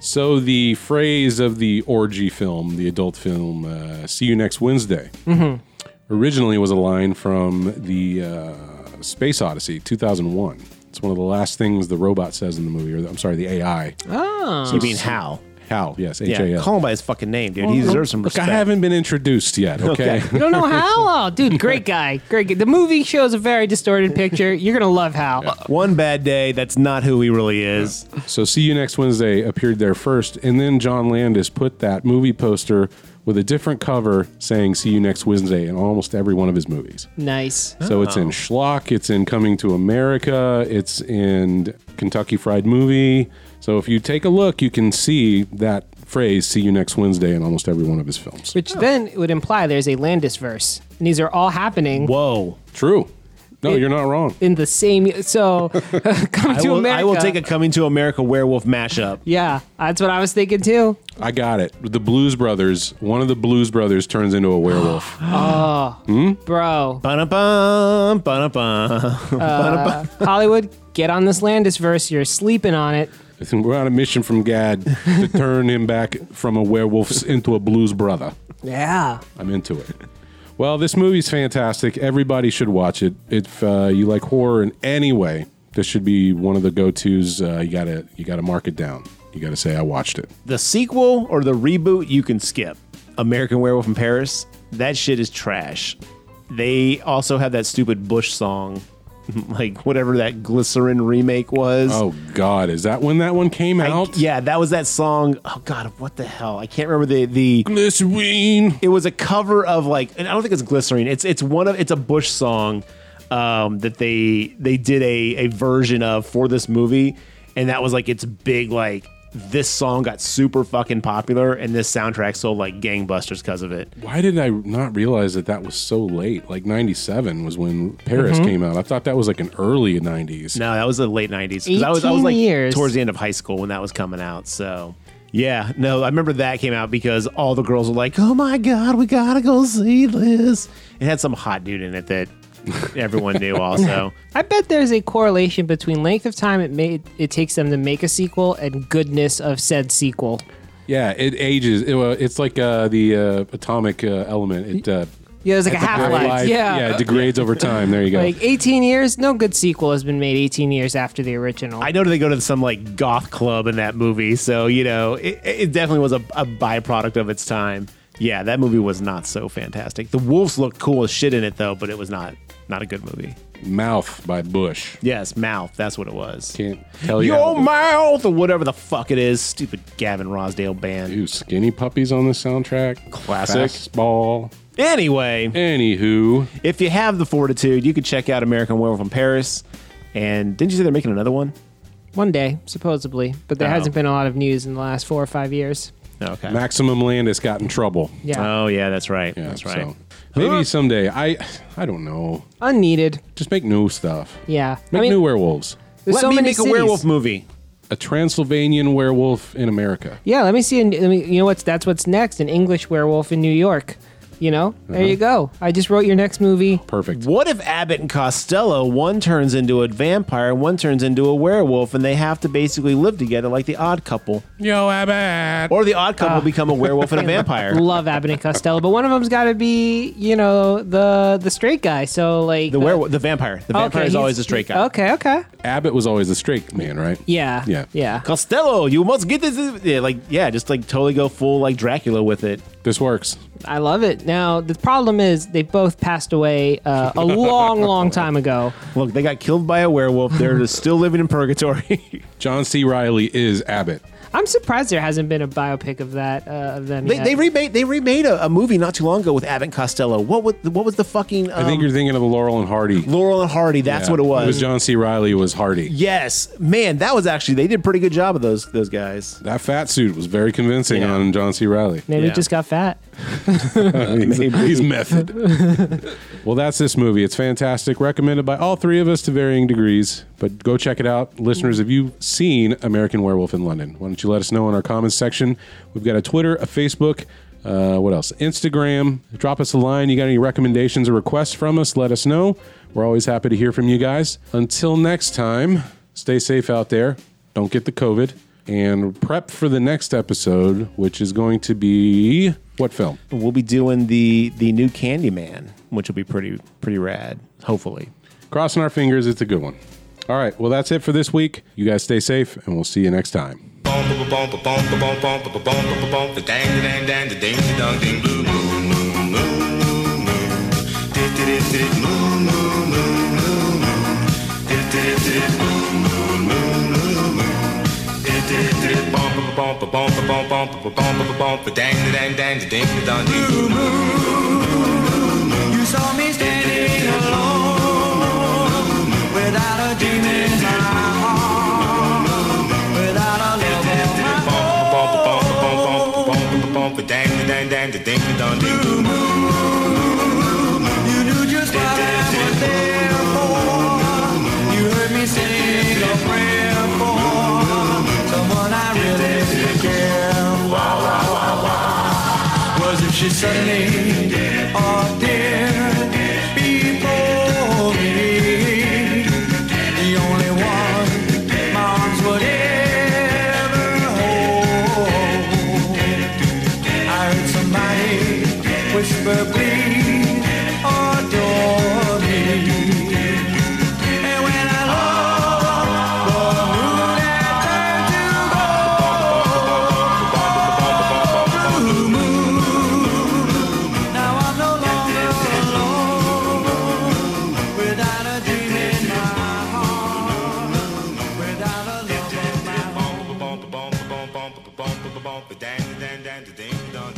Speaker 1: So the phrase of the orgy film, the adult film, uh, "See you next Wednesday,"
Speaker 3: Mm-hmm.
Speaker 1: originally was a line from the uh, Space Odyssey, two thousand one. It's one of the last things the robot says in the movie, or the, I'm sorry, the AI.
Speaker 3: you mean Hal?
Speaker 1: Hal, yes, H
Speaker 3: Oh. Yeah,
Speaker 1: A
Speaker 3: call
Speaker 1: L.
Speaker 3: him by his fucking name, dude. He deserves some
Speaker 1: Look,
Speaker 3: respect.
Speaker 1: I haven't been introduced yet. Okay.
Speaker 2: You don't know Hal? Oh, dude, great guy. Great guy. The movie shows a very distorted picture. You're going to love Hal.
Speaker 3: One bad day. That's not who he really is.
Speaker 1: So see you next Wednesday appeared there first, and then John Landis put that movie poster with a different cover saying "See you next Wednesday" in almost every one of his movies.
Speaker 2: Nice.
Speaker 1: So it's in Schlock, it's in Coming to America, it's in Kentucky Fried Movie. So if you take a look, you can see that phrase "See you next Wednesday" in almost every one of his films.
Speaker 2: Which then would imply there's a Landis verse. And these are all happening
Speaker 3: Whoa.
Speaker 1: True. No, you're not wrong.
Speaker 2: in the same. So, coming
Speaker 3: I
Speaker 2: to
Speaker 3: will,
Speaker 2: America.
Speaker 3: I will take a coming to America werewolf mashup.
Speaker 2: Yeah, that's what I was thinking too.
Speaker 1: I got it. The Blues Brothers. One of the Blues Brothers turns into a werewolf.
Speaker 2: Bro,
Speaker 3: Ba-da-bum, ba-da-bum, ba-da-bum.
Speaker 2: Hollywood, get on this Landis verse. You're sleeping on it.
Speaker 1: We're on a mission from God to turn him back from a werewolf into a blues brother.
Speaker 2: Yeah.
Speaker 1: I'm into it. Well, this movie's fantastic. Everybody should watch it. If uh, you like horror in any way, this should be one of the go-tos. Uh, you gotta you gotta mark it down. You gotta say I watched it.
Speaker 3: The sequel or the reboot, you can skip. American Werewolf in Paris, that shit is trash. They also have that stupid Bush song, like whatever that glycerin remake was.
Speaker 1: Oh God, is that when that one came
Speaker 3: I-
Speaker 1: out?
Speaker 3: yeah, that was that song. Oh God, what the hell? I can't remember the the.
Speaker 1: Glycerine.
Speaker 3: It was a cover of like, and I don't think it's glycerin. It's it's one of it's a Bush song um, that they they did a a version of for this movie, and that was like its big like this song got super fucking popular, and this soundtrack sold like gangbusters because of it.
Speaker 1: Why did I not realize that that was so late? Like '97 was when Paris
Speaker 3: Mm-hmm.
Speaker 1: came out. I thought that was like an early '90s.
Speaker 3: No, that was the late nineties. I was I was
Speaker 2: 18
Speaker 3: like
Speaker 2: years.
Speaker 3: towards the end of high school when that was coming out. So yeah, no, I remember that came out because all the girls were like, "Oh my god, we gotta go see this." It had some hot dude in it that everyone knew. Also,
Speaker 2: I bet there's a correlation between length of time it made it takes them to make a sequel and goodness of said sequel.
Speaker 1: Yeah, it ages. It, uh, it's like uh, the uh, atomic uh, element. It uh,
Speaker 2: Yeah, there's like a half life.
Speaker 1: degrades-
Speaker 2: Yeah.
Speaker 1: it degrades over time. There you go.
Speaker 2: Like 18 years, no good sequel has been made 18 years after the original.
Speaker 3: I know they go to some like goth club in that movie, so you know it, it definitely was a, a byproduct of its time. Yeah, that movie was not so fantastic. The wolves looked cool as shit in it though, but it was not not a good movie.
Speaker 1: Mouth by Bush.
Speaker 3: Yes, mouth. That's what it was.
Speaker 1: Can't tell you. how
Speaker 3: Your
Speaker 1: to-
Speaker 3: mouth or whatever the fuck it is. Stupid Gavin Rosdale band.
Speaker 1: Ooh, skinny puppies on the soundtrack.
Speaker 3: Classic.
Speaker 1: Ball.
Speaker 3: Anyway,
Speaker 1: Anywho,
Speaker 3: if you have the fortitude, you could check out American Werewolf in Paris. And didn't you say they're making another one?
Speaker 2: One day, supposedly, but there
Speaker 3: Oh.
Speaker 2: hasn't been a lot of news in the last four or five years.
Speaker 3: Okay.
Speaker 1: Maximum Landis got in trouble.
Speaker 2: Yeah.
Speaker 3: Oh yeah, that's right. that's right.
Speaker 1: So maybe someday. I I don't know.
Speaker 2: Unneeded.
Speaker 1: Just make new stuff.
Speaker 2: Yeah.
Speaker 1: Make
Speaker 2: I mean,
Speaker 1: new werewolves.
Speaker 2: there's
Speaker 3: Let
Speaker 2: so
Speaker 3: me
Speaker 2: many
Speaker 3: make
Speaker 2: cities.
Speaker 3: a werewolf movie.
Speaker 1: A Transylvanian werewolf in America.
Speaker 2: Yeah, let me see. an- Let me, you know what's that's what's next? An English werewolf in New York. You know, there
Speaker 3: Mm-hmm.
Speaker 2: you go. I just wrote your next movie.
Speaker 1: Perfect.
Speaker 3: What if Abbott and Costello, one turns into a vampire, one turns into a werewolf, and they have to basically live together like the odd couple?
Speaker 1: Yo, Abbott.
Speaker 3: Or the odd couple become a werewolf and a vampire.
Speaker 2: Love Abbott and Costello, but one of them's got to be, you know, the the straight guy. So like
Speaker 3: The werewolf, the vampire. The vampire is
Speaker 2: he's-
Speaker 3: always a straight guy.
Speaker 2: Okay, okay.
Speaker 1: Abbott was always the straight man, right?
Speaker 2: Yeah.
Speaker 1: Yeah.
Speaker 2: Yeah.
Speaker 3: Costello, you must get this. Yeah, like yeah, just like totally go full like Dracula with it.
Speaker 1: This works.
Speaker 2: I love it. Now the problem is they both passed away uh, a long, long time ago.
Speaker 3: Look, they got killed by a werewolf. They're just still living in purgatory.
Speaker 1: John C. Riley is Abbott.
Speaker 2: I'm surprised there hasn't been a biopic of that uh, of them.
Speaker 3: they,
Speaker 2: yet.
Speaker 3: they remade they remade a, a movie not too long ago with Abbott and Costello. What was what was the fucking? Um,
Speaker 1: I think you're thinking of Laurel and Hardy.
Speaker 3: Laurel and Hardy. That's
Speaker 1: Yeah.
Speaker 3: what it was.
Speaker 1: It was John C. Riley was Hardy.
Speaker 3: yes, man, that was actually they did a pretty good job of those those guys.
Speaker 1: That fat suit was very convincing
Speaker 3: Yeah.
Speaker 1: on John C. Riley.
Speaker 2: Maybe
Speaker 3: Yeah.
Speaker 2: it just got fat.
Speaker 1: he's, he's method. well, that's this movie. It's fantastic. Recommended by all three of us to varying degrees. But go check it out. Listeners, have you seen American Werewolf in London? Why don't you let us know in our comments section? We've got a Twitter, a Facebook. Uh, what else? Instagram. Drop us a line. You got any recommendations or requests from us? Let us know. We're always happy to hear from you guys. Until next time, stay safe out there. Don't get the COVID. And prep for the next episode, which is going to be what film?
Speaker 3: We'll be doing the the new Candyman, which will be pretty pretty rad. Hopefully.
Speaker 1: Crossing our fingers, it's a good one. All right, well, that's it for this week. You guys stay safe, and we'll see you next time.
Speaker 6: You saw me standing alone without a dream in my heart, without a love of my own. You knew just what I was there for. You heard me sing a prayer for someone I really did care for. Was if she suddenly appeared before me. The only one my arms would ever hold. I heard somebody whisper, please adore me. And when I looked, the moon had turned to gold. Blue now I'm no longer alone without a dream in my heart, without a love of my own.